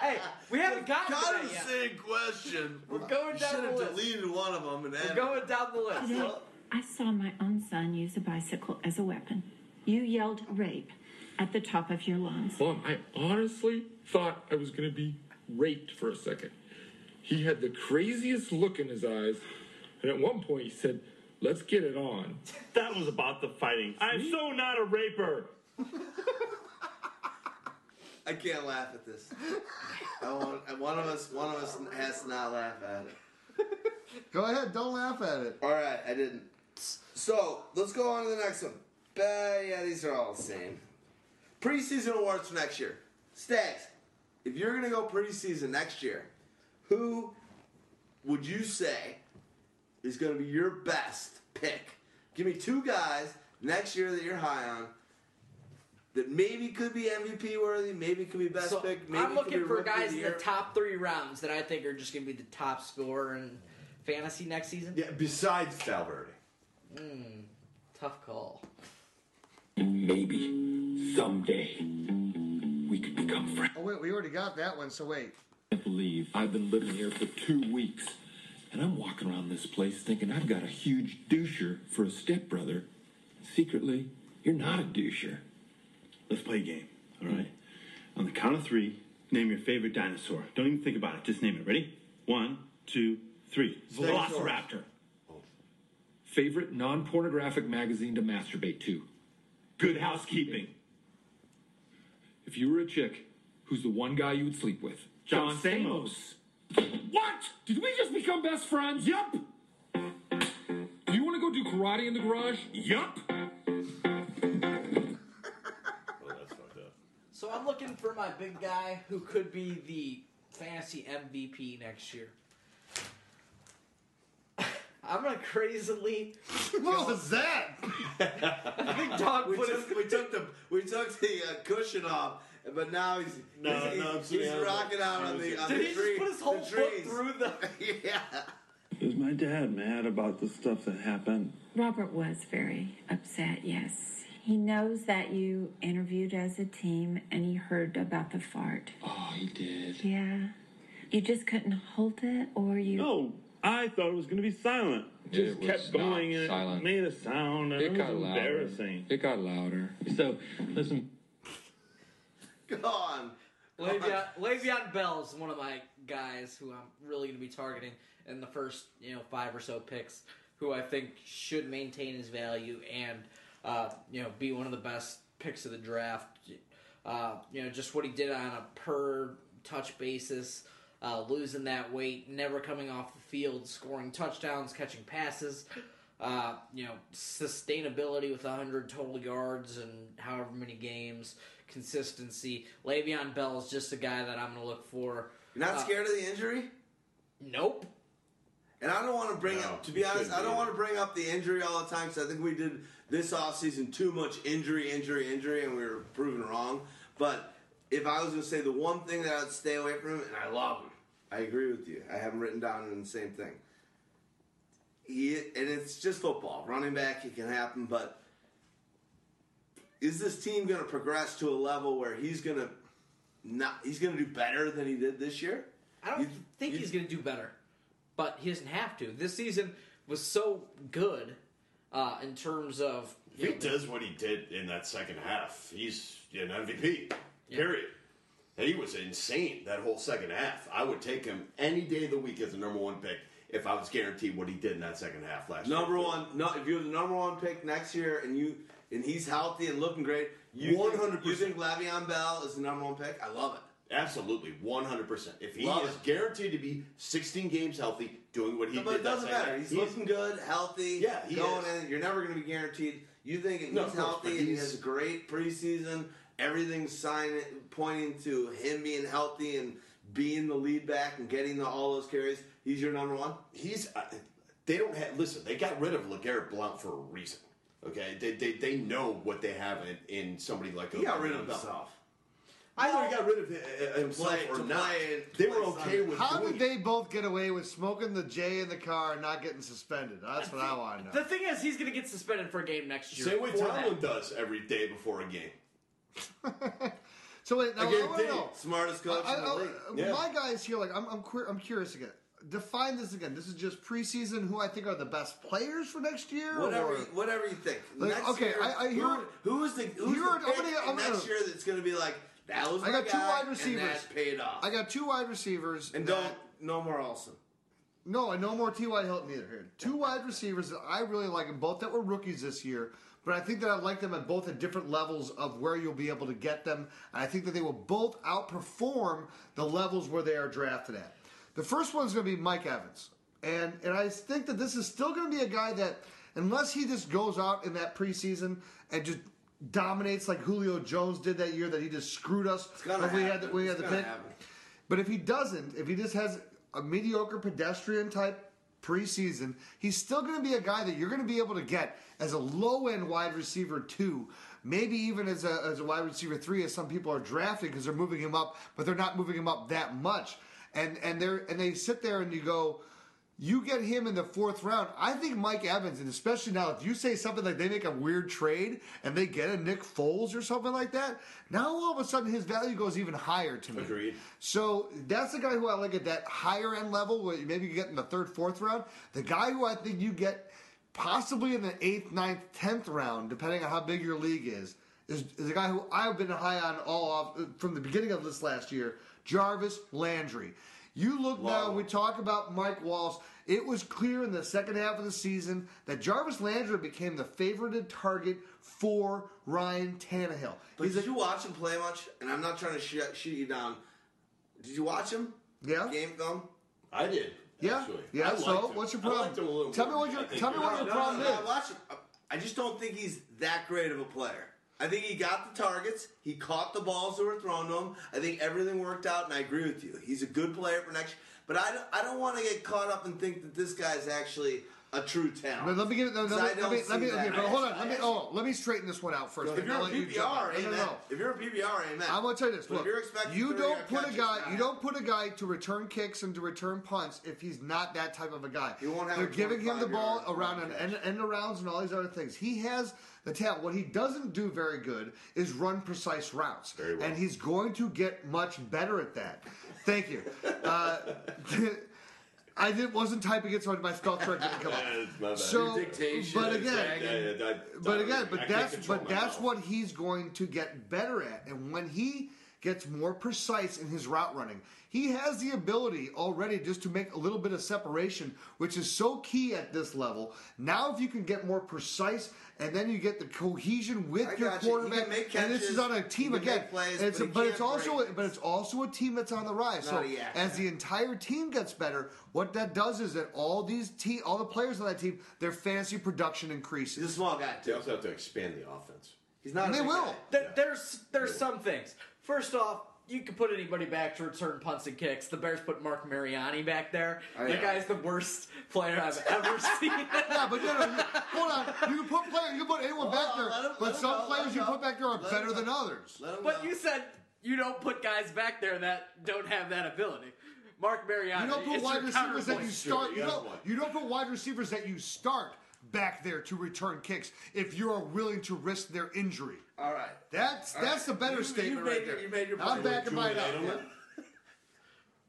hey, we haven't gotten to kind that of yet. the same question. We're going you down should the have list. deleted one of them and We're added. going down the list. Today, I saw my own son use a bicycle as a weapon. You yelled rape at the top of your lungs. Mom, I honestly thought I was going to be raped for a second. He had the craziest look in his eyes, and at one point he said, Let's get it on. That was about the fighting. I'm so not a raper. I can't laugh at this. I want, and one of us, one of us has to not laugh at it. Go ahead, don't laugh at it. All right, I didn't. So let's go on to the next one. Uh, yeah, these are all the same. Preseason awards for next year. Stags, if you're gonna go preseason next year, who would you say is gonna be your best pick? Give me two guys next year that you're high on. That maybe could be MVP worthy, maybe could be best So, pick. Maybe I'm could be looking for rookie of guys the in the year. top three rounds that I think are just going to be the top scorer in fantasy next season. Yeah, besides Valverde. Mm, tough call. Maybe someday we could become friends. Oh, wait, we already got that one, so wait. can't believe I've been living here for two weeks, and I'm walking around this place thinking I've got a huge doucher for a stepbrother. Secretly, you're not a doucher. Let's play a game, all right? On the count of three, name your favorite dinosaur. Don't even think about it. Just name it. Ready? One, two, three. Velociraptor. Favorite non pornographic magazine to masturbate to? Good housekeeping. If you were a chick, who's the one guy you would sleep with? John Samos. What? Did we just become best friends? Yup. Do you want to go do karate in the garage? Yup. So I'm looking for my big guy who could be the fantasy MVP next year. I'm gonna crazily. what was that? I think Dog we put took, we took the we took the uh, cushion off, but now he's No, he's, no, I'm he's, sorry, he's I'm- rocking out on the on Did the he just tree, put his whole the foot trees. through the? yeah. Is my dad mad about the stuff that happened? Robert was very upset, yes. He knows that you interviewed as a team and he heard about the fart. Oh, he did. Yeah. You just couldn't hold it or you. No, I thought it was going to be silent. Just kept going and it made a sound and it, was embarrassing. It got louder. So, listen. Gone. Le'Veon, Le'Veon Bell's one of my guys who I'm really going to be targeting in the first you know five or so picks, who I think should maintain his value and uh, you know be one of the best picks of the draft. Uh, you know just what he did on a per touch basis, uh, losing that weight, never coming off the field, scoring touchdowns, catching passes. Uh, you know, sustainability with 100 total yards and however many games, consistency. Le'Veon Bell is just a guy that I'm going to look for. You're not Uh, scared of the injury? Nope. And I don't want to bring up, to be you honest, I shouldn't be don't either. want to bring up the injury all the time because I think we did this offseason too much injury, injury, injury, and we were proven wrong. But if I was going to say the one thing that I would stay away from him, and I love him, I agree with you. I have him written down in the same thing. He, and it's just football. Running back, it can happen, but is this team going to progress to a level where he's going to not he's going to do better than he did this year? I don't think he's going to do better, but he doesn't have to. This season was so good uh, in terms of. If he does what he did in that second half, he's an MVP. Period. He was insane that whole second half. I would take him any day of the week as a number one pick if I was guaranteed what he did in that second half last year. Number one, no, if you're the number one pick next year and you and he's healthy and looking great, you 100%. Think, you think Le'Veon Bell is the number one pick? I love it. Absolutely, one hundred percent. If he Love is guaranteed to be sixteen games healthy, doing what he No, did, but it that doesn't second matter. half, He's he is- looking good, healthy. Yeah, he going is. in. You're never going to be guaranteed. You think if No, he's of course, healthy but and he he's- has a great preseason, everything's signing pointing to him being healthy and being the lead back and getting the, all those carries. He's your number one. He's. Uh, they don't have. Listen, they got rid of Legarrette Blount for a reason. Okay, they they, they know what they have in, in somebody like He got rid of Odell. himself. Either he got rid of hi- himself Play- or to not. play- they to were play okay Sunday. with How doing did they both get away with smoking the J in the car and not getting suspended? That's what I want to know. The thing is, he's going to get suspended for a game next year. Same way for that. Tomlin does every day before a game. So wait, now I Again, want to Dave, know. smartest coach I- in the I- league. uh, Yeah. My guys here, like I'm, I'm, queer, I'm curious again. Define this again. This is just preseason. Who I think are the best players for next year. Whatever, or- you, whatever you think. Like, next okay, year, I- I hear- who, who is the who's Here are- the I'm pick gonna- I'm in next gonna- year that's going to be like that was I my got two guy, wide and receivers. that's paid off. I got two wide receivers and that- don't no more Olsen. No, and no more T.Y. Hilton either. Here, two wide receivers that I really like, and both that were rookies this year. But I think that I like them at both at different levels of where you'll be able to get them. And I think that they will both outperform the levels where they are drafted at. The first one's going to be Mike Evans, and and I think that this is still going to be a guy that, unless he just goes out in that preseason and just dominates like Julio Jones did that year, that he just screwed us gonna when we had happen. the, when we It's had the gonna pick. happen. But if he doesn't, if he just has a mediocre pedestrian type preseason, he's still going to be a guy that you're going to be able to get as a low end wide receiver two, maybe even as a, as a wide receiver three, as some people are drafting because they're moving him up, but they're not moving him up that much. And and they and they sit there and you go, you get him in the fourth round. I think Mike Evans, and especially now, if you say something like they make a weird trade and they get a Nick Foles or something like that, now all of a sudden his value goes even higher to me. Agreed. So that's the guy who I like at that higher end level, where you maybe you get in the third, fourth round. The guy who I think you get possibly in the eighth, ninth, tenth round, depending on how big your league is, is, is a guy who I've been high on all off uh, from the beginning of this last year, Jarvis Landry. You look now, we talk about Mike Walsh. It was clear in the second half of the season that Jarvis Landry became the favorited target for Ryan Tannehill. But did you watch him play much? And I'm not trying to shoot, shoot you down. Did you watch him? Yeah. Game film. I did. Yeah. Actually. Yeah, I liked so him. what's your I liked him problem? a little Tell more me what than your- I think tell me he what was. your No, problem no, no, is. I watch him. I just don't think he's that great of a player. I think he got the targets. He caught the balls that were thrown to him. I think everything worked out, and I agree with you. He's a good player for next. But I don't, I don't want to get caught up and think that this guy's actually a true talent. But let me get no, no, 'Cause I let, don't me, let me see okay, that. but hold I- on. Let I- me oh, let me straighten this one out first. If and you're I'll a let you jump PPR, in. amen. No, no, no. If you're a PPR, amen. I'm gonna tell you this. But Look, if you're expecting you 30 don't yard put a catches, guy, not you don't put a guy to return kicks and to return punts if he's not that type of a guy. You won't have They're a giving him the 25 ball yard around an end, end arounds and all these other things. He has the talent. What he doesn't do very good is run precise routes, very well. and he's going to get much better at that. Thank you. Uh, I did, wasn't typing it, so my spell check didn't come It's my up. bad. So, Your dictation but is again, that- that- that- but I- again, I but can't that's control but my that's mouth. what he's going to get better at. And when he gets more precise in his route running, he has the ability already just to make a little bit of separation, which is so key at this level. Now, if you can get more precise, and then you get the cohesion with I your got you. He can quarterback, make and this catches, is on a he team can again. make plays, it's, but he but it's can't also break. but it's also a team that's on the rise. Not So a yak as the entire team gets better, what that does is that all these te- all the players on that team, their fantasy production increases. He's a small guy. They also have to expand the offense. He's not. And a they big will. guy. Th- There's there's some things. First off, you could put anybody back to return punts and kicks. The Bears put Mark Mariani back there. I That know. guy's the worst player I've ever seen. yeah, but no, no, you, hold on. You can put player, you can put anyone back there, but some players you put back there are better than others. But you said you don't put guys back there that don't have that ability. Mark Mariani. You don't put is wide your receivers that you counterpoint. start. You don't, you don't put wide receivers that you start back there to return kicks if you are willing to risk their injury. All right. That's All right. that's the better You- you statement made right your- there. you made your I'm point. backing mine Julian up. Edelman?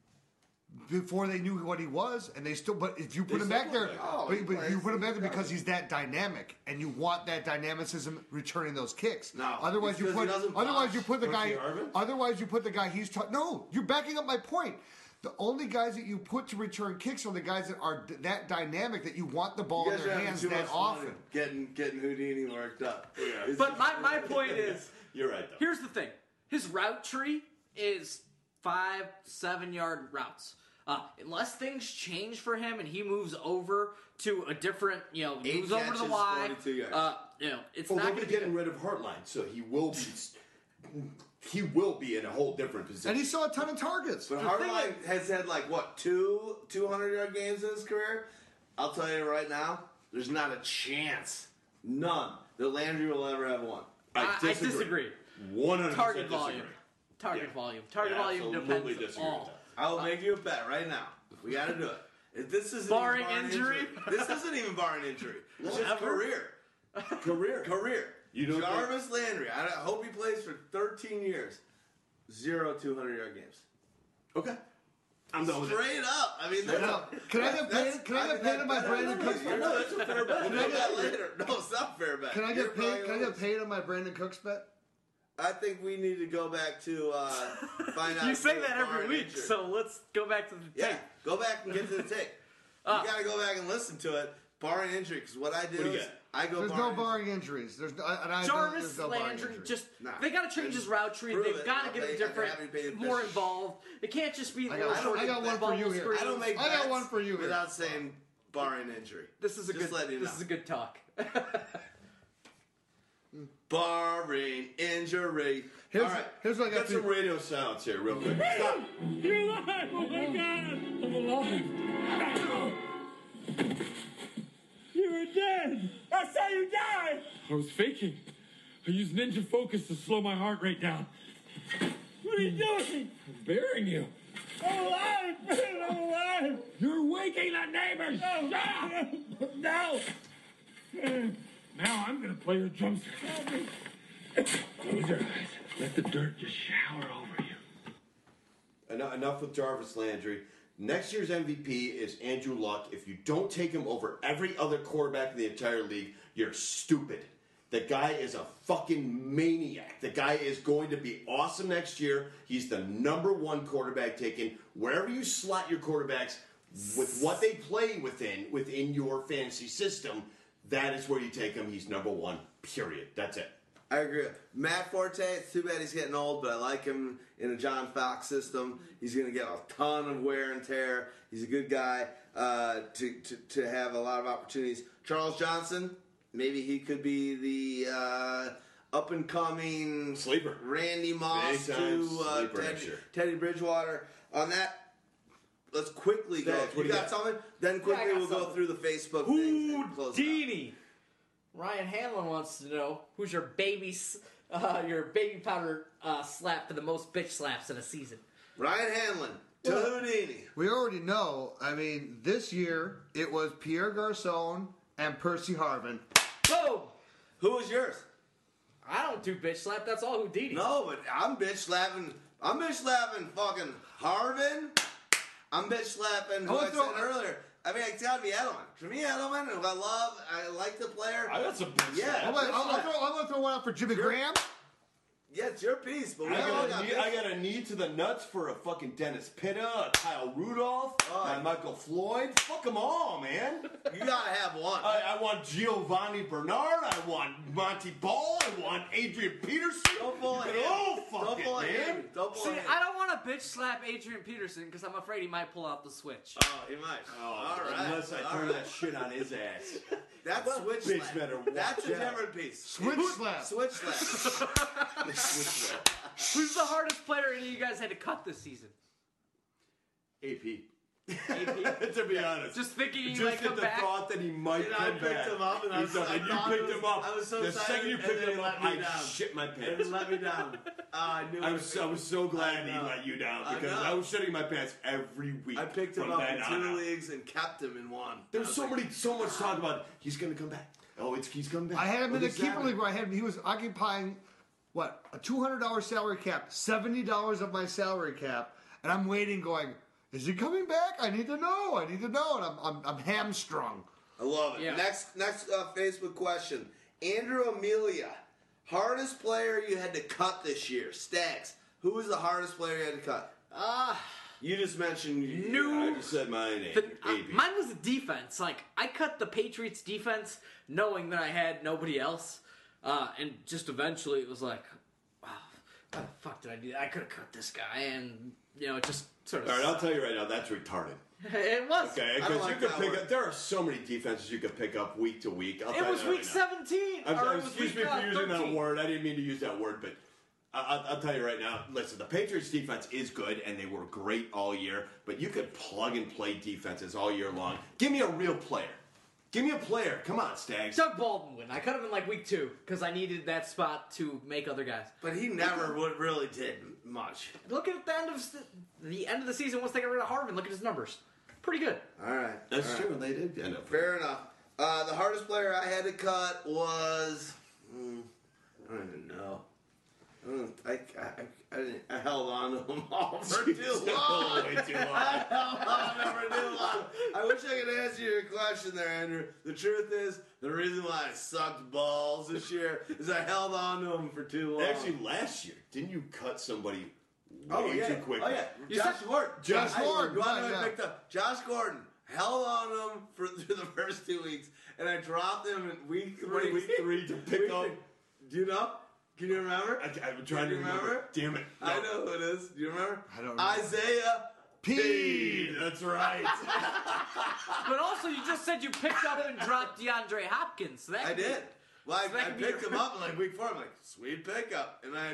Before they knew what he was, and they still, but if you They put him still back put there, him back there. Oh, he but, but you plays- put him back there because he's that dynamic, and you want that dynamicism returning those kicks. No, otherwise it's you 'cause he put, doesn't otherwise you box put the Percy guy, Harvin. otherwise you put the guy he's ta- no, you're backing up my point. The only guys that you put to return kicks are the guys that are d- that dynamic that you want the ball You in guys are their having hands too that much fun often. Getting getting Houdini worked up. But my, my point is You're right, though. here's the thing his route tree is five, seven yard routes. Uh, unless things change for him and he moves over to a different, you know, Eight moves over to the catches, wide. 42 yards. Uh, you know, Oh, it's Well, not they'll going be to be getting rid of Heartline, so he will be. He will be in a whole different position. And he saw a ton of targets. But Hardline has had like what two 200 yard games in his career. I'll tell you right now, there's not a chance, none, that Landry will ever have one. I- I disagree. One hundred target percent volume. disagree. Target Yeah. volume. Target Yeah, volume absolutely depends disagree with all. that. I will make you a bet right now. We got to do it. If this isn't Barring even injury? this isn't even barring injury. It's just Ever? career, career, career. You don't Jarvis Landry. I hope he plays for 13 years. Zero 200 yard games. Okay. I'm done with it. Straight up. I mean, Straight that's- up. Can I get that's- paid- can I get mean, paid on my that- Brandon that's- Cooks? No, that's a fair bet. Can We'll I do get- that later. No, it's not fair bet. Can I You're get paid? probably Can I losing. get paid on my Brandon Cooks bet? I think we need to go back to uh, find out. You if say we're that every barring week, injury. so let's go back to the yeah, tape. go back and get to the tape. Ah. you gotta go back and listen to it, barring injury. Because what I do, What do you is got? I go. There's barring no barring injuries. There's no, and I don't- Jarvis there's no barring Landry injuries. just Nah. they got to change his route tree. Prove They've it. got I'll to get pay- him I'll pay- different, I'll pay the more fish. involved. It can't just be. I got, I don't- I got one for you here. I don't make. I got bets one for you here. Without saying barring injury. This is a Just good. letting you this know. is a good talk. barring injury. Here's- All right, here's what I got Get for some you. radio sounds here, real quick. Stop. You're alive! Oh my god! I'm alive! You were dead! I saw you die! I was faking. I used ninja focus to slow my heart rate down. What are you doing? I'm burying you. I'm alive! man, I'm alive! You're waking the neighbors. No! Shut up! No! Now I'm gonna play the drum set. Close your eyes. Let the dirt just shower over you. Enough, enough with Jarvis Landry. Next year's MVP is Andrew Luck. If you don't take him over every other quarterback in the entire league, you're stupid. The guy is a fucking maniac. The guy is going to be awesome next year. He's the number one quarterback taken. Wherever you slot your quarterbacks, with what they play within within your fantasy system, that is where you take him. He's number one. Period. That's it. I agree. Matt Forte, it's too bad he's getting old, but I like him in a John Fox system. He's going to get a ton of wear and tear. He's a good guy uh, to, to, to have a lot of opportunities. Charles Johnson, maybe he could be the uh, up and coming sleeper. Randy Moss Big time to uh, sleeper next Teddy, year. Teddy Bridgewater. On that, let's quickly go. Stats, what You do you got? got, something? Then quickly got we'll go something. through the Facebook. Houdini. Ryan Hanlon wants to know who's your baby, s- uh, your baby powder uh, slap for the most bitch slaps in a season. Ryan Hanlon to Houdini. We already know. I mean, this year it was Pierre Garcon and Percy Harvin. Boom! Who was yours? I don't do bitch slap. That's all Houdini. No, but I'm bitch slapping. I'm bitch slapping fucking Harvin. I'm bitch slapping who I, I wanna said throw- earlier. I mean, it's gotta be Edelman. For me, Edelman, who I love, I like the player. I got some bitch Yeah, slaps. I'm gonna, bitch I'll, I'll slap. throw, I'm gonna throw one out for Jimmy Graham. yeah, it's your piece, but we I all got, got a knee, bitch- I got a knee to the nuts for a fucking Dennis Pitta, a Kyle Rudolph, Oh. a Michael Floyd. Fuck them all, man. You gotta have one. I, I want Giovanni Bernard. I want Monty Ball. I want Adrian Peterson. Don't pull you it. can all fuck Don't it, pull it. man. Oh, Don't pull See, it. I don't want to bitch slap Adrian Peterson because I'm afraid he might pull out the switch. Oh, he might. all right. Unless I all turn right. that shit on his ass. That's switch bitch slap. better watch That's a out. different piece. Switch slap. Switch slap. Who's the hardest player any of you guys had to cut this season? AP. to be honest. Just thinking he Just might at come the back. thought that he might And come I back. picked him up, and I He's was- like, I you thought it picked was- him up. I was so the excited, second you and picked then he him up, let me I down. shit my And pants. it let me down. Uh, I knew. I it. was, I was so glad I he know. let you down I because know. I, was shitting my pants every week. I picked him from up then in on out. two leagues and kept him in one. I There's was so like, many, so much talk about he's going to come back. Oh, it's he's coming back. I had him Oh, in a this keeper happened. league where I had him. He was occupying what a two hundred dollar salary cap, seventy dollars of my salary cap, and I'm waiting, going, is he coming back? I need to know. I need to know, and I'm I'm, I'm hamstrung. I love it. Yeah. Next, next uh, Facebook question: Andrew Amelia, hardest player you had to cut this year? Stags. Who was the hardest player you had to cut? Ah. You just mentioned No. I just said my name. The- uh, AP. mine was the defense. Like I cut the Patriots defense, knowing that I had nobody else, uh, and just eventually it was like, wow, why the fuck did I do? That? I could have cut this guy, and you know, it just sort of. All right, I'll tell you right now, that's retarded. it was. Okay, I don't because you like could that pick word. up. There are so many defenses you could pick up week to week. I'll tell It you was that right week now. seventeen. I'm, or sorry, it was excuse me week, for uh, using 13. that word. I didn't mean to use that word, but I, I, I'll tell you right now. Listen, the Patriots' defense is good, and they were great all year. But you could plug and play defenses all year long. Give me a real player. Give me a player. Come on, Stags. Doug Baldwin. I cut him in like week two because I needed that spot to make other guys. But he never would really did much. Look at the end of the, the end of the season once they got rid of Harvin. Look at his numbers. Pretty good. All right. That's all right. true. They did end up. Fair enough. Uh, the hardest player I had to cut was. mm, I don't even know. I, don't- I, I, I, didn't- I held on to them all for too All long. the way too long. I held on for too long. I wish I could answer your question there, Andrew. The truth is, the reason why I sucked balls this year is I held on to them for too long. Actually, last year, didn't you cut somebody way Oh yeah. too quickly? Oh yeah. Josh Gordon. Josh I- Gordon. you Come wanna know on who I now. picked up Josh Gordon. Held on him for through the first two weeks, and I dropped him in week three. Week three to pick Week up- three. Do you know? Can you remember? I, I'm trying to remember. Damn it. I know who it is. Do you remember? I don't. Isaiah Pede. Pede. That's right. but also, you just said you picked up and dropped DeAndre Hopkins. So that I could be- did. Well, so that I, I could be picked your- him up in like week four. I'm like, sweet pickup, and I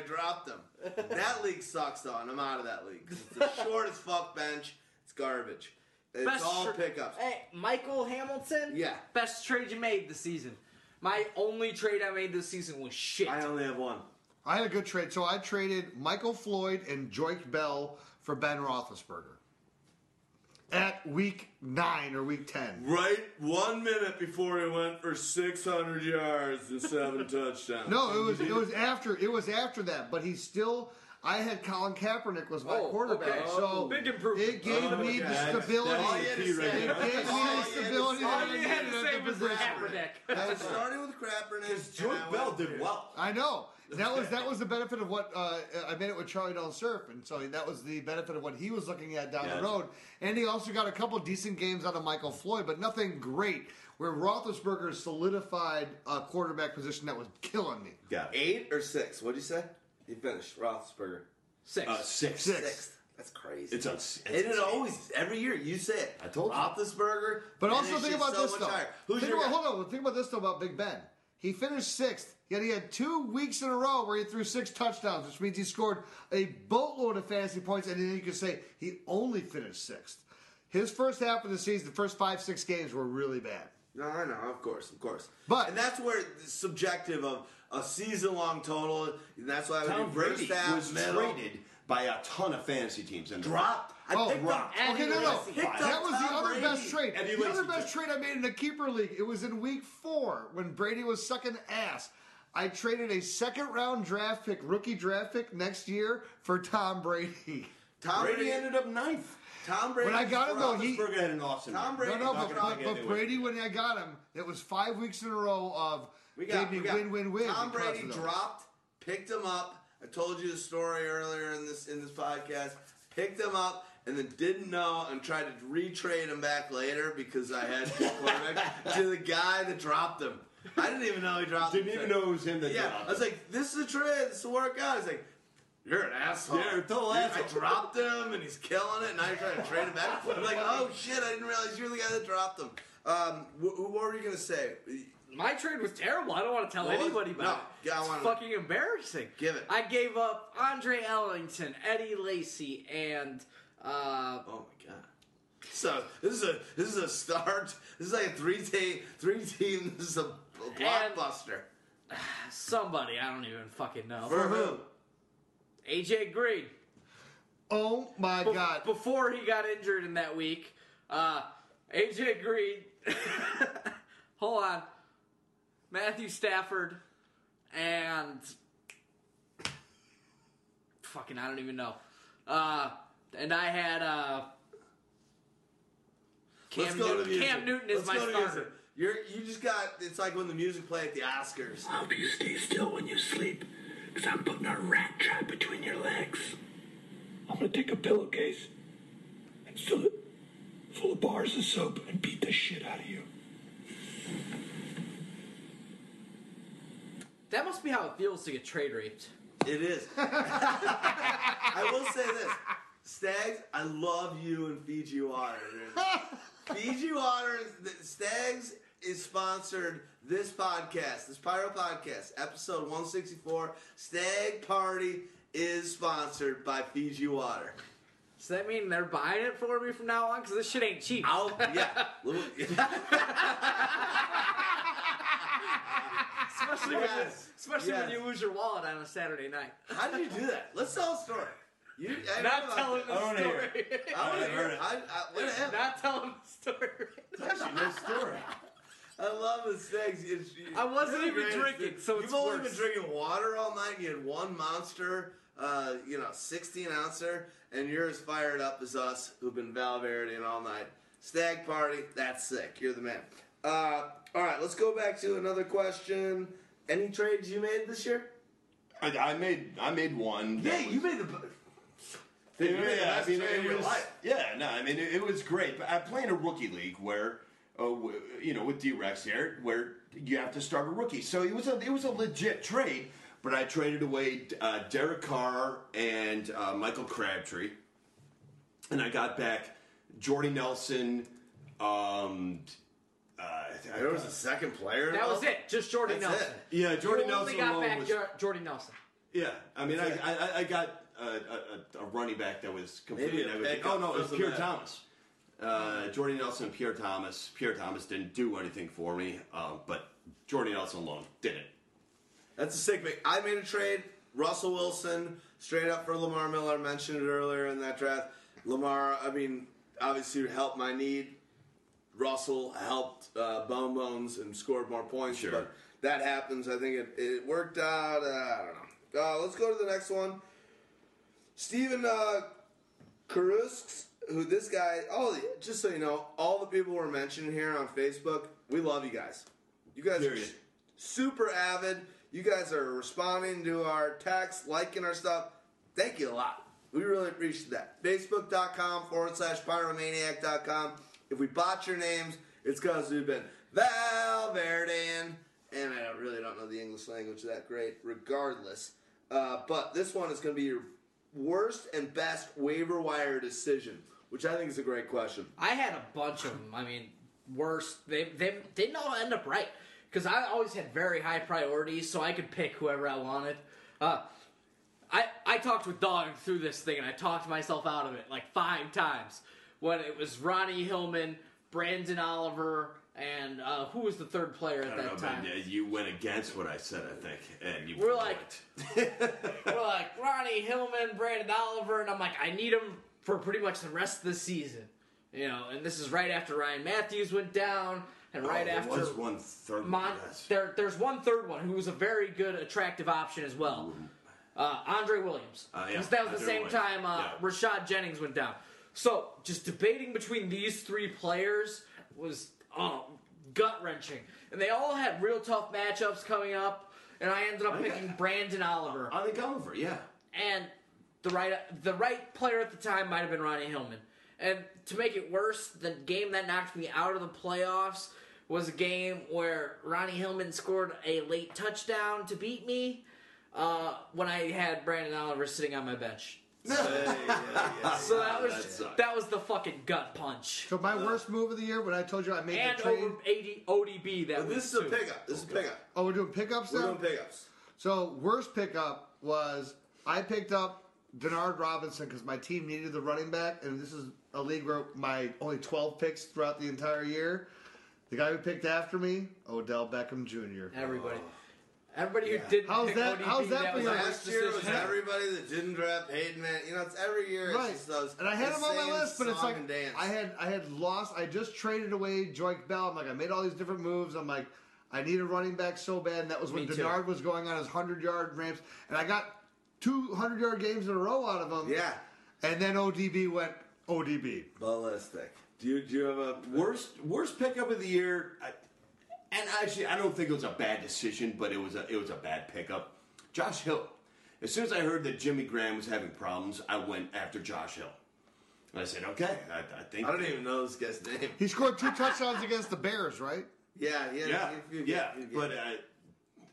dropped him. That league sucks though, and I'm out of that league. 'Cause It's the shortest fuck bench. It's garbage. It's Best all tr- pickups. Hey, Michael Hamilton. Yeah. Best trade you made this season. My only trade I made this season was shit. I only have one. I had a good trade. So I traded Michael Floyd and Joyke Bell for Ben Roethlisberger at week nine or week ten. Right one minute before he went for 600 yards and seven touchdowns. No, it was it was after it was after that, but he still. I had Colin Kaepernick was my quarterback, Oh, okay. so Big improvement. it gave Oh, me that's- the that's stability. all you had to it say. gave me That's all you the had to say. stability. that All I you had to needed at say the was position. Kaepernick. That's I it. started with Kaepernick. Because Joyke Bell did well. I know. That was that was the benefit of what uh, I made it with Charlie Don't Surf, and so that was the benefit of what he was looking at down Gotcha. the road. And he also got a couple decent games out of Michael Floyd, but nothing great. Where Roethlisberger solidified a quarterback position that was killing me. Yeah. Eight or six? What'd you say? You finished Roethlisberger. Six. Uh, six. Six. Six. That's crazy. It's uns- and it's it always every year you say it. I told you. Roethlisberger. But and also it's think just about so this much though. higher. Who's think your about, guy? hold on. Think about this though about Big Ben. He finished sixth, yet he had two weeks in a row where he threw six touchdowns, which means he scored a boatload of fantasy points, and then you could say he only finished sixth. His first half of the season, the first five, six games were really bad. No, I know, of course, of course. But- and that's where it's subjective of a season long total. And that's why I would Tom do first Brady half, was middle, traded by a ton of fantasy teams and Dropped. I oh, picked rock. up Andy Okay, no, no. Lacy. Picked That up was the Tom other Brady. best trade. Andy The other Lacy best trade I made in a keeper league. It was in week four when Brady was sucking ass. I traded a second round draft pick, rookie draft pick next year for Tom Brady. Tom Brady, Brady ended up ninth. Tom Brady. When I got him though, he Roethlisberger had an off season. Tom Brady. no, no, Not but, gonna but, get but anywhere. Brady when I got him, it was five weeks in a row of We got, gave we me got win, win, win. Tom because Brady of those. dropped, picked him up. I told you the story earlier in this in this podcast. Picked him up and then didn't know and tried to retrade him back later because I had the quarterback to the guy that dropped him. I didn't even know he dropped Didn't him. even know it was him that yeah, dropped I was like, this is a trade. This will work out. He's like, you're an asshole. You're a total Dude, asshole. I dropped him and he's killing it. and Now you're trying to trade him back. I'm like, oh shit, I didn't realize you're the guy that dropped him. Um, wh- what were you gonna say? My trade was terrible. I don't want to tell What was- anybody about no, it. I it's wanna- fucking embarrassing. Give it. I gave up Andre Ellington, Eddie Lacy, and uh, oh my god. So this is a this is a start. This is like a three team three team. This is a, a blockbuster. somebody I don't even fucking know. For who? AJ Green. Oh my god! Before he got injured in that week, uh, AJ Green. hold on, Matthew Stafford, and fucking I don't even know. Uh, and I had uh, Cam Let's go to Newton. music. Cam Newton is Let's my go to starter. music. You're you just got. It's like when the music play at the Oscars. I hope you stay still when you sleep, because I'm putting a rat trap between your legs. I'm gonna take a pillowcase and fill it full of bars of soap and beat the shit out of you. That must be how it feels to get trade raped. It is. will say this. Stags, I love you and Fiji Water. Fiji Water, is- Stags is sponsored this podcast, this Pyro Podcast, episode 164. Stag Party is sponsored by Fiji Water. Does that mean they're buying it for me from now on? Because this shit ain't cheap. I'll, yeah. especially when you, Yes. especially when Yes. you lose your wallet on a Saturday night. How did you do that? Let's tell a story. You, I not know telling about the that. I wanna story. hear it. I want to hear it. I, I, what happened? Not telling the story. It's actually a good story. I love the sex. It's, I wasn't you're the even greatest drinking, dude. so it's you've only worse. been drinking water all night. You had one monster, uh, you know, sixteen ouncer, and you're as fired up as us who've been Valverde all night. Stag party, that's sick. You're the man. Uh, all right, let's go back to another question. Any trades you made this year? I, I made I made one. that Yeah, you made the. Yeah, Dude, you made the yeah, best I mean, trade it of your was, life. yeah, no, I mean, it, it was great. But I play in a rookie league where, uh, w- you know, with D-Rex here, where you have to start a rookie. So it was a it was a legit trade. But I traded away uh, Derek Carr and uh, Michael Crabtree, and I got back Jordy Nelson. Um, uh, There was a second player. That was it. Just Jordy That's Nelson. it. Yeah, Jordy you only Nelson got alone back was- Jor- Jordy Nelson. Yeah, I mean, I, Yeah. I, I- I got a, a, a- a running back that was completely Maybe a everything. pickup, Oh no, it was doesn't Pierre matter. Thomas. Uh, Jordy Nelson, and Pierre Thomas. Pierre Thomas didn't do anything for me, um, but Jordy Nelson alone did it. That's a sick pick. I made a trade. Russell Wilson, straight up for Lamar Miller. Mentioned it earlier in that draft. Lamar, I mean, obviously helped my need. Russell helped uh, Bone Bones and scored more points. Sure. But that happens. I think it, it worked out. Uh, I don't know. Uh, let's go to the next one. Stephen uh, Karusks, who this guy, oh, just so you know, all the people we're mentioning here on Facebook, we love you guys. You guys are Period. super avid. You guys are responding to our texts, liking our stuff. Thank you a lot. We really appreciate that. Facebook.com forward slash pyromaniac.com. If we botch your names, it's because we've been Valverdean. And I don't- really don't know the English language that great, regardless. Uh, but this one is going to be your worst and best waiver wire decision, which I think is a great question. I had a bunch of them. I mean, worse. They they didn't all end up right because I always had very high priorities, so I could pick whoever I wanted. Uh, I I talked with Dog through this thing, and I talked myself out of it like five times when it was Ronnie Hillman, Brandon Oliver, and uh, who was the third player I don't at that know, time? man. You went against what I said, I think, and you We're like, we're like Ronnie Hillman, Brandon Oliver, and I'm like, I need him for pretty much the rest of the season, you know. And this is right after Ryan Matthews went down, and Oh, right there after was one third. Mon- yes. there, there's one third one who was a very good, attractive option as well. Uh, Andre Williams. Uh, yeah, Because that was Andre the same Williams. time uh, Rashad Jennings went down. So just debating between these three players was oh, gut wrenching, and they all had real tough matchups coming up. And I ended up I think- picking Brandon Oliver. I think Oliver, yeah. And the right the right player at the time might have been Ronnie Hillman. And to make it worse, the game that knocked me out of the playoffs was a game where Ronnie Hillman scored a late touchdown to beat me uh, when I had Brandon Oliver sitting on my bench. so that was that sucks. that was the fucking gut punch. So my worst move of the year when I told you I made And the trade. over 80 ODB that This is week, a too. pickup. This is a pickup. Oh, we're doing pickups We're now. doing pickups. So worst pickup was I picked up Denard Robinson because my team needed the running back, and this is a league where my only twelve picks throughout the entire year. The guy who picked after me, Odell Beckham Jr. Everybody, Oh. everybody who Yeah. didn't How's pick that- ODB, how's that for was your our Last year it was decision. everybody that didn't draft Hayden Man. You know, it's every year. It's Right. just those. And I had the him on my same list, but it's song like and dance. I had I had lost. I just traded away Joik Bell. I'm like I made all these different moves. I'm like I need a running back so bad. And that was when Me too. Denard was going on his hundred yard ramps, and I got two hundred yard games in a row out of him. Yeah. And then ODB went ODB. Ballistic. Do you, do you have a worst worst pickup of the year? I, and actually, I don't think it was a bad decision, but it was a it was a bad pickup. Josh Hill. As soon as I heard that Jimmy Graham was having problems, I went after Josh Hill. And I said, okay, I, I think I don't even know this guy's name. He scored two touchdowns against the Bears, right? Yeah, yeah, yeah, if you- yeah. if you- But uh,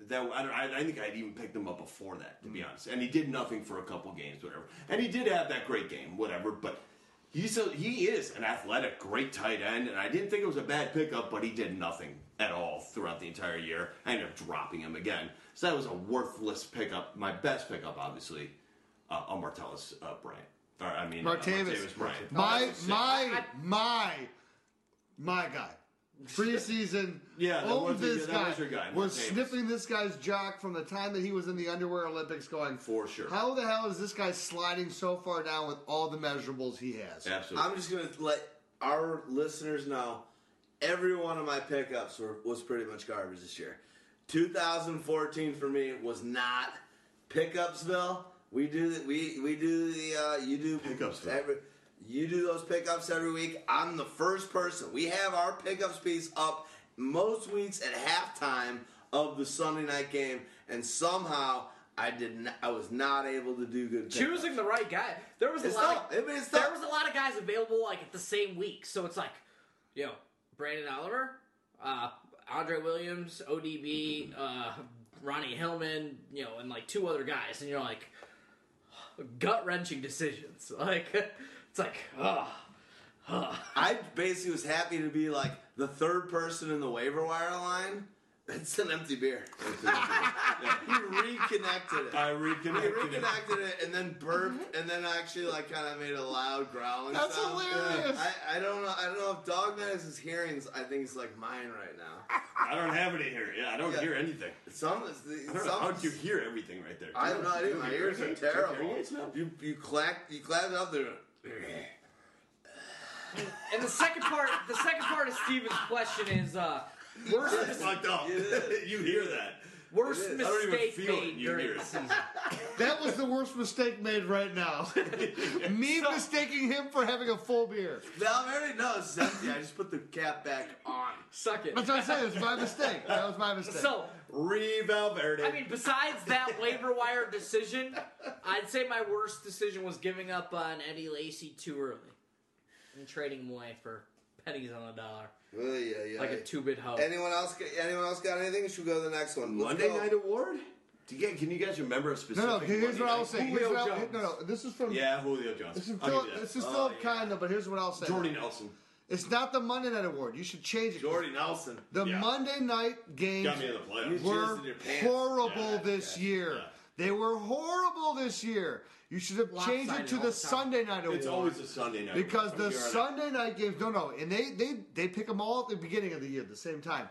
That I, don't- I, I think I'd even picked him up before that, to be honest. And he did nothing for a couple games, whatever. And he did have that great game, whatever. But he's a, he is an athletic, great tight end, and I didn't think it was a bad pickup, but he did nothing at all throughout the entire year. I ended up dropping him again, so that was a worthless pickup. My best pickup, obviously, uh, on Martellus uh, Bryant. Or, I mean, uh, Martavis. Bryant. My, Oh, my, my, my guy. Preseason. Yeah, that owned was your- this that guy. was your guy, was Martavis. sniffing this guy's jock from the time that he was in the underwear Olympics going, For sure. How the hell is this guy sliding so far down with all the measurables he has? I'm just going to let our listeners know every one of my pickups were, was pretty much garbage this year. 2014 for me was not pickupsville. We do the, we we do the uh, you do pickups every you do those pickups every week. I'm the first person. We have our pickups piece up most weeks at halftime of the Sunday night game, and somehow I did not, I was not able to do good. Pickups. choosing the right guy. There was a It's lot. tough. I mean, it's there tough. was a lot of guys available like at the same week, so it's like, yo, Brandon Oliver, uh, Andre Williams, ODB, uh, Ronnie Hillman, you know, and like two other guys, and you're like, gut wrenching decisions. Like, it's like, ugh. I basically was happy to be like the third person in the waiver wire line. It's an empty beer. he reconnected it. I He reconnected. it. reconnected it and then burped and then actually like kind of made a loud growling. Mm-hmm. That's sound. hilarious. Yeah. I, I don't know. I don't know if Dog Man is his hearing. I think it's like mine right now. I don't have any here. Yeah, I don't Yeah. hear anything. Some, I don't know. How do you hear everything right there? I have no idea. Do you My hear ears are anything? Check your terrible. ears now. You you clack you clapped up there. And the second part, the second part of Steven's question is, uh, worst It's fucked up. you hear that? Worst I don't even mistake feel it. made You during hear the it. season. That was the worst mistake made right now. Me mistaking him for having a full beer. Now I already know it's empty. I just put the cap back on. Suck it. That's what I said. It was my mistake. That was my mistake. So Revalverde. I mean, besides that waiver wire decision, I'd say my worst decision was giving up on Eddie Lacy too early and trading him away for pennies on a dollar, Oh, yeah, yeah. like a two bit hoe. Anyone else? got- Anyone else got anything? Should we go to the next one? Let's Monday go. Night Award? Do you, get- can you guys remember a specific? no, no. Here's Monday what I'll night? say. Here's Julio what I'll- Jones. no, no. This is from Yeah, Julio Jones. This is I'll give Philip, you that. this is Oh, Philip yeah. Kind, but here's what I'll say. Jordy Nelson. It's not the Monday Night Award. You should change it. Jordy Nelson. The Monday night games Got me in the playoffs. You were jizzed in your pants. horrible Yeah, this year. They were horrible this year. You should have changed Lopsided it to all the the time. Sunday night award. It's always a Sunday night because award. the I'm here on it. Sunday night games. No, no, and they they they pick them all at the beginning of the year at the same time.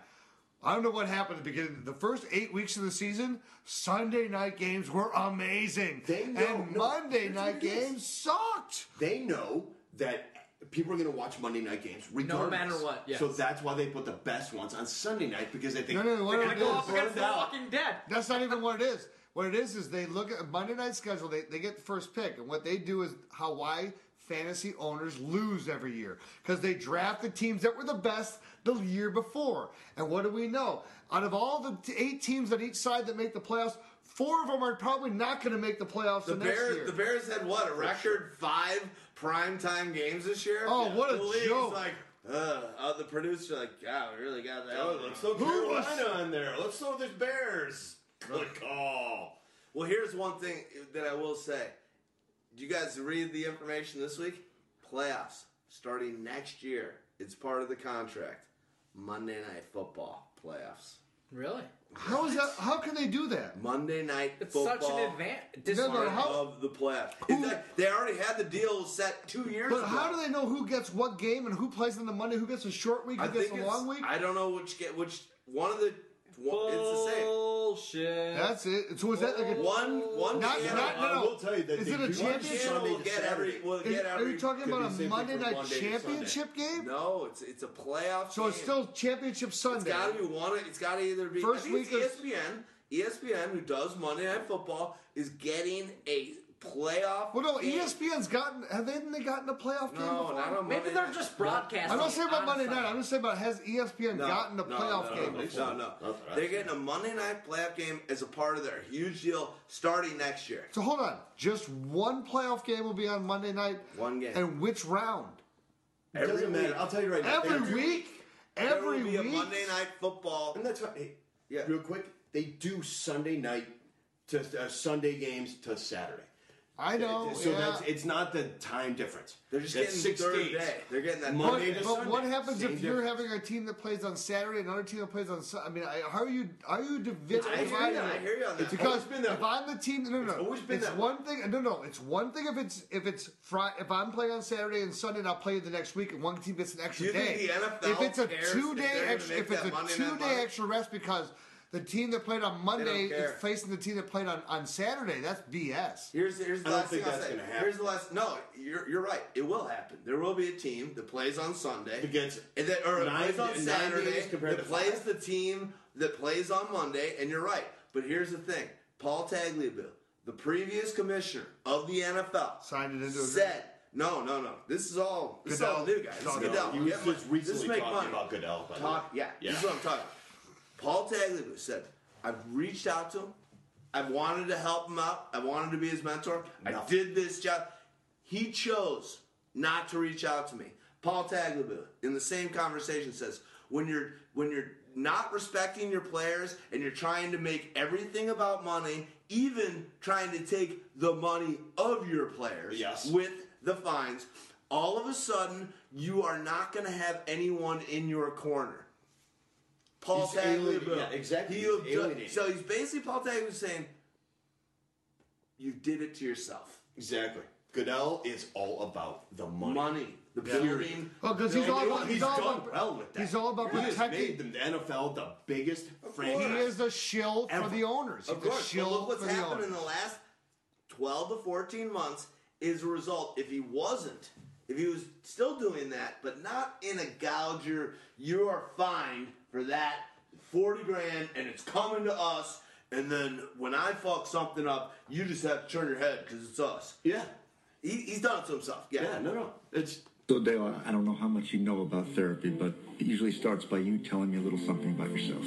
I don't know what happened at the beginning. The first eight weeks of the season, Sunday night games were amazing, and Monday night games sucked. They know that people are going to watch Monday night games regardless. matter what, yes. So that's why they put the best ones on Sunday night because they think No, no, no, what they're it going to go is- up against the out. Fucking dead. That's not even what it is. What it is is they look at Monday night schedule. They, they get the first pick, and what they do is how why fantasy owners lose every year because they draft the teams that were the best the year before. And what do we know? Out of all the t- eight teams on each side that make the playoffs, four of them are probably not going to make the playoffs The the next year. Bears, the Bears had what a record five primetime games this year. Oh, what a the league's joke. Like, uh, uh, the producer, like, God, we really got that. Oh, one let's wrong." throw Carolina on there. Let's throw the Bears. Good call. Well, here's one thing that I will say. Do you guys read the information this week? Playoffs starting next year. It's part of the contract. Monday Night Football playoffs. Really? how is that? How can they do that? Monday Night It's Football. such an advan- It's No, part but how- of the playoffs. In fact, they already had the deal set two years But ago. how do they know who gets what game and who plays on the Monday? Who gets a short week? Who I gets think a it's- long week? I don't know which get which one of the. One, it's the same. Bullshit. That's it. So is that like a One, one Not- channel. not- no, I will tell you that Is they it a do watch championship? Sunday We'll to get Saturday. every. We'll Is- get are every. you talking could be about same a thing Monday from night Monday to championship game? No, it's it's a playoff. So it's game. still championship Sunday. It's got to be one. It's got to either be First I think week it's E is- ESPN. ESPN, who does Monday Night Football, is getting a playoff. well, no, E game. ESPN's gotten. Have they, haven't they gotten a playoff game No, before? not on Maybe Monday they're night. just broadcasting. I'm not saying about on Monday night. Sunday. I'm just saying about has E ESPN No, gotten a no, playoff no, game no, before? No, no, they're getting a Monday Night playoff game as a part of their huge deal starting next year. So hold on. Just one playoff game will be on Monday night. One game. And which round? It Every doesn't matter. week. I'll tell you right now. Every They- week. There will Every be a week. Monday Night Football. And that's why. Hey, Yeah. Real quick, They do Sunday night to uh, Sunday games to Saturday. I know, So yeah. that's it's not the time difference. They're just That's getting six third days. day. They're getting that Monday third to day. But Sunday. what happens Same if you're difference. having a team that plays on Saturday, another team that plays on Sunday? I mean, I, how are you? Are you divided? I hear you, I hear you on that. It's Because always been that if way. I'm the team, no, no, no. It's always been It's that way. one thing. No, no. It's one thing if it's if it's Friday. If I'm playing on Saturday and Sunday, and I'll play the next week, and one team gets an extra You think day. the NFL if it's a cares two if they're day gonna extra, make if it's that a Monday night two day money? extra rest because the team that played on Monday care. is facing the team that played on on Saturday. That's BS. Here's here's the last thing I'll say. Here's the last. No, you're you're right. It will happen. There will be a team that plays on Sunday Against and that or nine- plays on nine Saturday games compared that to plays five. the team that plays on Monday. And you're right. But here's the thing: Paul Tagliabue, the previous commissioner of the NFL, signed it into a said. No, no, no. This is all. This Goodell. is all new, guys. This is Goodell. Goodell. He was Get just money. recently This make talking money. about Goodell, by the Talk- way. Yeah, Yeah. this is what I'm talking about. Paul Tagliabue said, "I've reached out to him. I've wanted to help him out. I wanted to be his mentor. I did this job. He chose not to reach out to me." Paul Tagliabue, in the same conversation, says, "When you're when you're not respecting your players and you're trying to make everything about money, even trying to take the money of your players Yes. with the fines." All of a sudden, you are not going to have anyone in your corner. Paul He's alien- Tagliabue. yeah, exactly. He He's obje- alienated. so he's basically Paul Tagliabue saying, "You did it to yourself." Exactly. Goodell is all about the money. Money. The Yeah. building. Well, 'cause he's And all you know about- what? he's all done about- well with that. he's all about He has protecting- made the NFL the biggest He franchise. is the shill for Ever. the owners. He's Of the course, but shill look what's for the happened owners. in the last twelve to fourteen months is a result. If he wasn't, if he was still doing that, but not in a gouger, you are fined for that forty grand, and it's coming to us. And then when I fuck something up, you just have to turn your head because it's us. Yeah, he, he's done it to himself. Yeah, Yeah, no, no, it's So, Dale, I- I don't know how much you know about therapy, but it usually starts by you telling me a little something about yourself.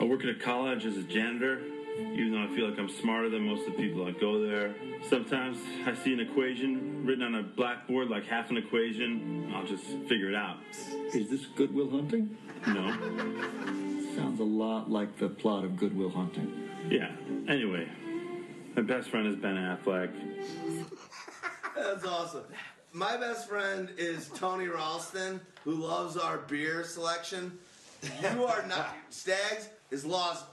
I work at a college as a janitor, even though I feel like I'm smarter than most of the people that go there. Sometimes I see an equation written on a blackboard, like half an equation, and I'll just figure it out. Is this Goodwill Hunting? No. Sounds a lot like the plot of Goodwill Hunting. Yeah. Anyway, my best friend is Ben Affleck. That's awesome. My best friend is Tony Ralston, who loves our beer selection. You are not Stags has lost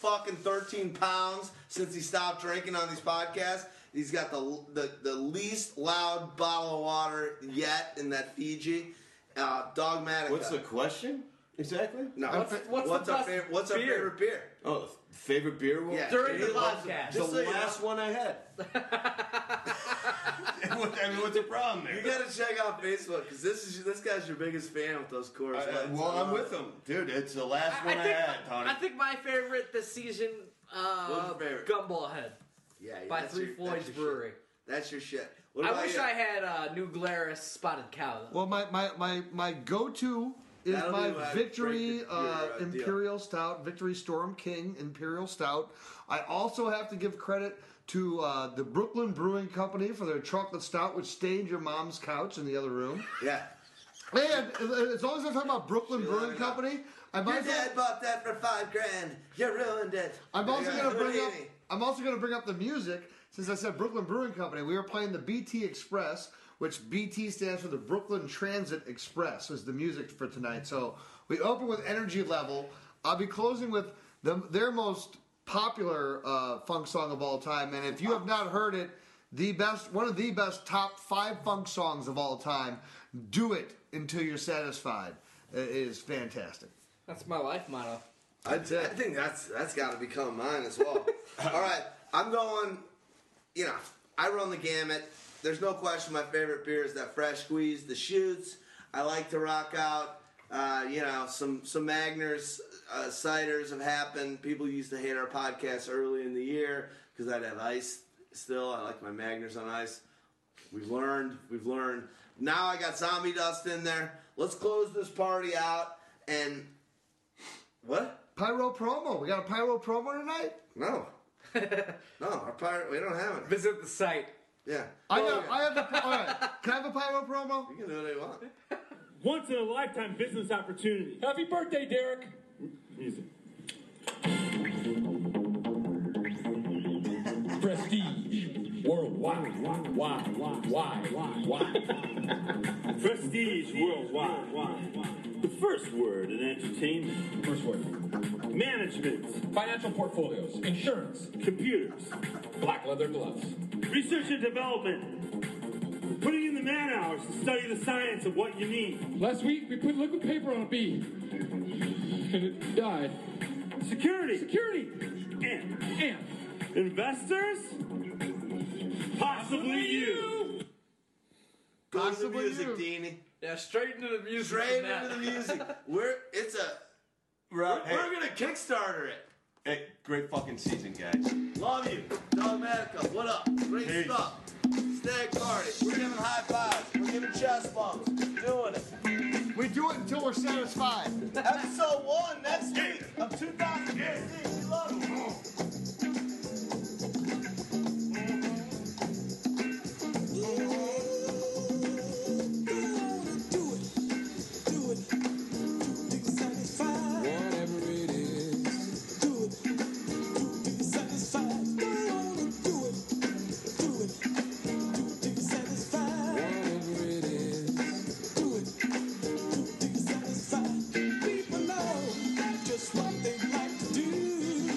fucking 13 pounds since he stopped drinking on these podcasts. He's got the the, the least loud bottle of water yet in that Fiji. Uh, Dogmatic. What's the question exactly? No. What's- what's the our best favorite? what's our beer? favorite beer? Oh, favorite beer one? Yeah. During the It was podcast. The Just uh, so you last one I had. What- I mean, what's the problem there? You gotta check out Facebook because this is this guy's your biggest fan with those cores. I- I- well, I'm with him, dude. It's the last I one I, think- had, Tony. I think my favorite this season, uh, What's your favorite? Gumball Head. Yeah, yeah, by that's Three your- that's Floyds your shit. Brewery. That's your shit. What I about wish you? I had uh, New Glarus Spotted Cow. Though. Well, my my my, my go to is That'll my be why I Victory break the- your, uh, uh, deal. Imperial Stout, Victory Storm King Imperial Stout. I also have to give credit to uh, the Brooklyn Brewing Company for their chocolate stout, which stained your mom's couch in the other room. Yeah. And uh, as long as I'm talking about Brooklyn Brewing Company, I Your might as well- dad bought that for five grand. You ruined it. I'm also Yeah. gonna bring up. Houdini. I'm also gonna bring up the music since I said Brooklyn Brewing Company. We were playing the BT Express, which BT stands for the Brooklyn Transit Express, is the music for tonight. So we open with Energy Level. I'll be closing with the, their most popular uh, funk song of all time, and if you have not heard it, the best, one of the best top five funk songs of all time. Do it until you're satisfied. It is fantastic. That's my life motto. I, I think that's that's got to become mine as well. All right, I'm going. You know, I run the gamut. There's no question. My favorite beer is that fresh squeeze, the shoots. I like to rock out. Uh, you know, some some Magners uh, ciders have happened. People used to hate our podcast early in the year because I'd have ice. Still, I like my Magners on ice. We've learned. We've learned. Now I got zombie dust in there. Let's close this party out and what? Pyro promo. We got a pyro promo tonight. No. no, our pirate, we don't have it. Visit the site. Oh, Yeah. I know. I have the. All right. Can I have a pyro promo? You can do what you want. Once in a lifetime business opportunity. Happy birthday, Derek. Music. Prestige. Worldwide. Why? Why? Why? Why? Prestige worldwide. The first word in entertainment. First word. Management. Financial portfolios. Insurance. Computers. Black leather gloves. Research and development. Putting in the man hours to study the science of what you need. Last week we put liquid paper on a bee, and it died. Security. Security. And and investors. Possibly you. Possibly music, Deanie. Yeah, straight into the music. Straight from that. into the music. We're it's a Rob, we're, we're gonna Kickstarter it. Hey, great fucking season, guys. Love you, Dogmatica. What up? Great Peace. stuff. Stag party. We're giving high fives. We're giving chest bumps. Doing it. We do it until we're satisfied. Episode one next week of 2015. We love you. Whatever it is. Just one thing like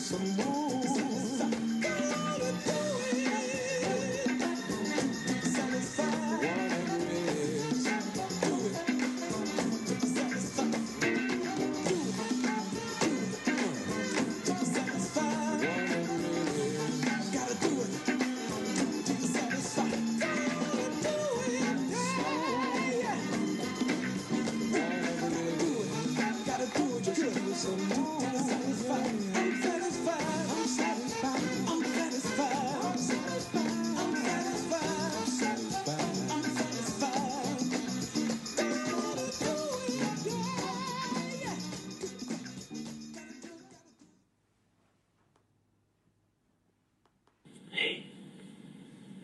some more. Hey,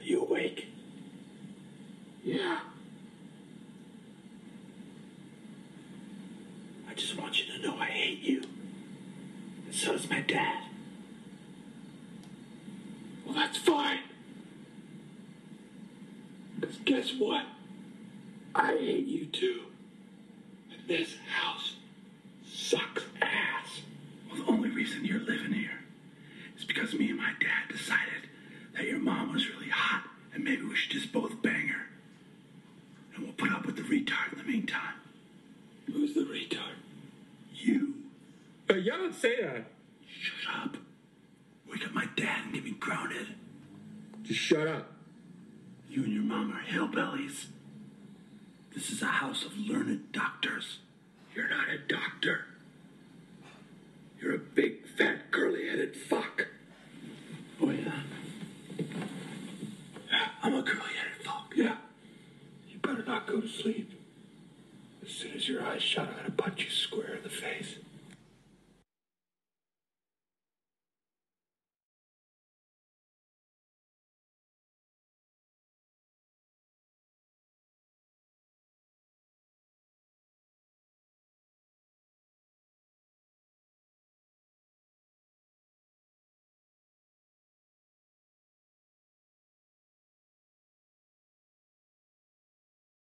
are you awake? Yeah. I just want you to know I hate you. And so does my dad. Well, that's fine. Because guess what? I hate you too. And this house sucks ass. Well, the only reason you're living here is because me and my dad decided that your mom was really hot, and maybe we should just both bang her. And we'll put up with the retard in the meantime. Who's the retard? You. Uh, y'all don't say that. Shut up. Wake up my dad and get me grounded. Just shut up. You and your mom are hillbillies. This is a house of learned doctors. You're not a doctor. You're a big, fat, curly-headed fuck. Oh yeah. Yeah, I'm a curly-headed fuck. Yeah. You better not go to sleep. As soon as your eyes shut, I'm gonna punch you square in the face.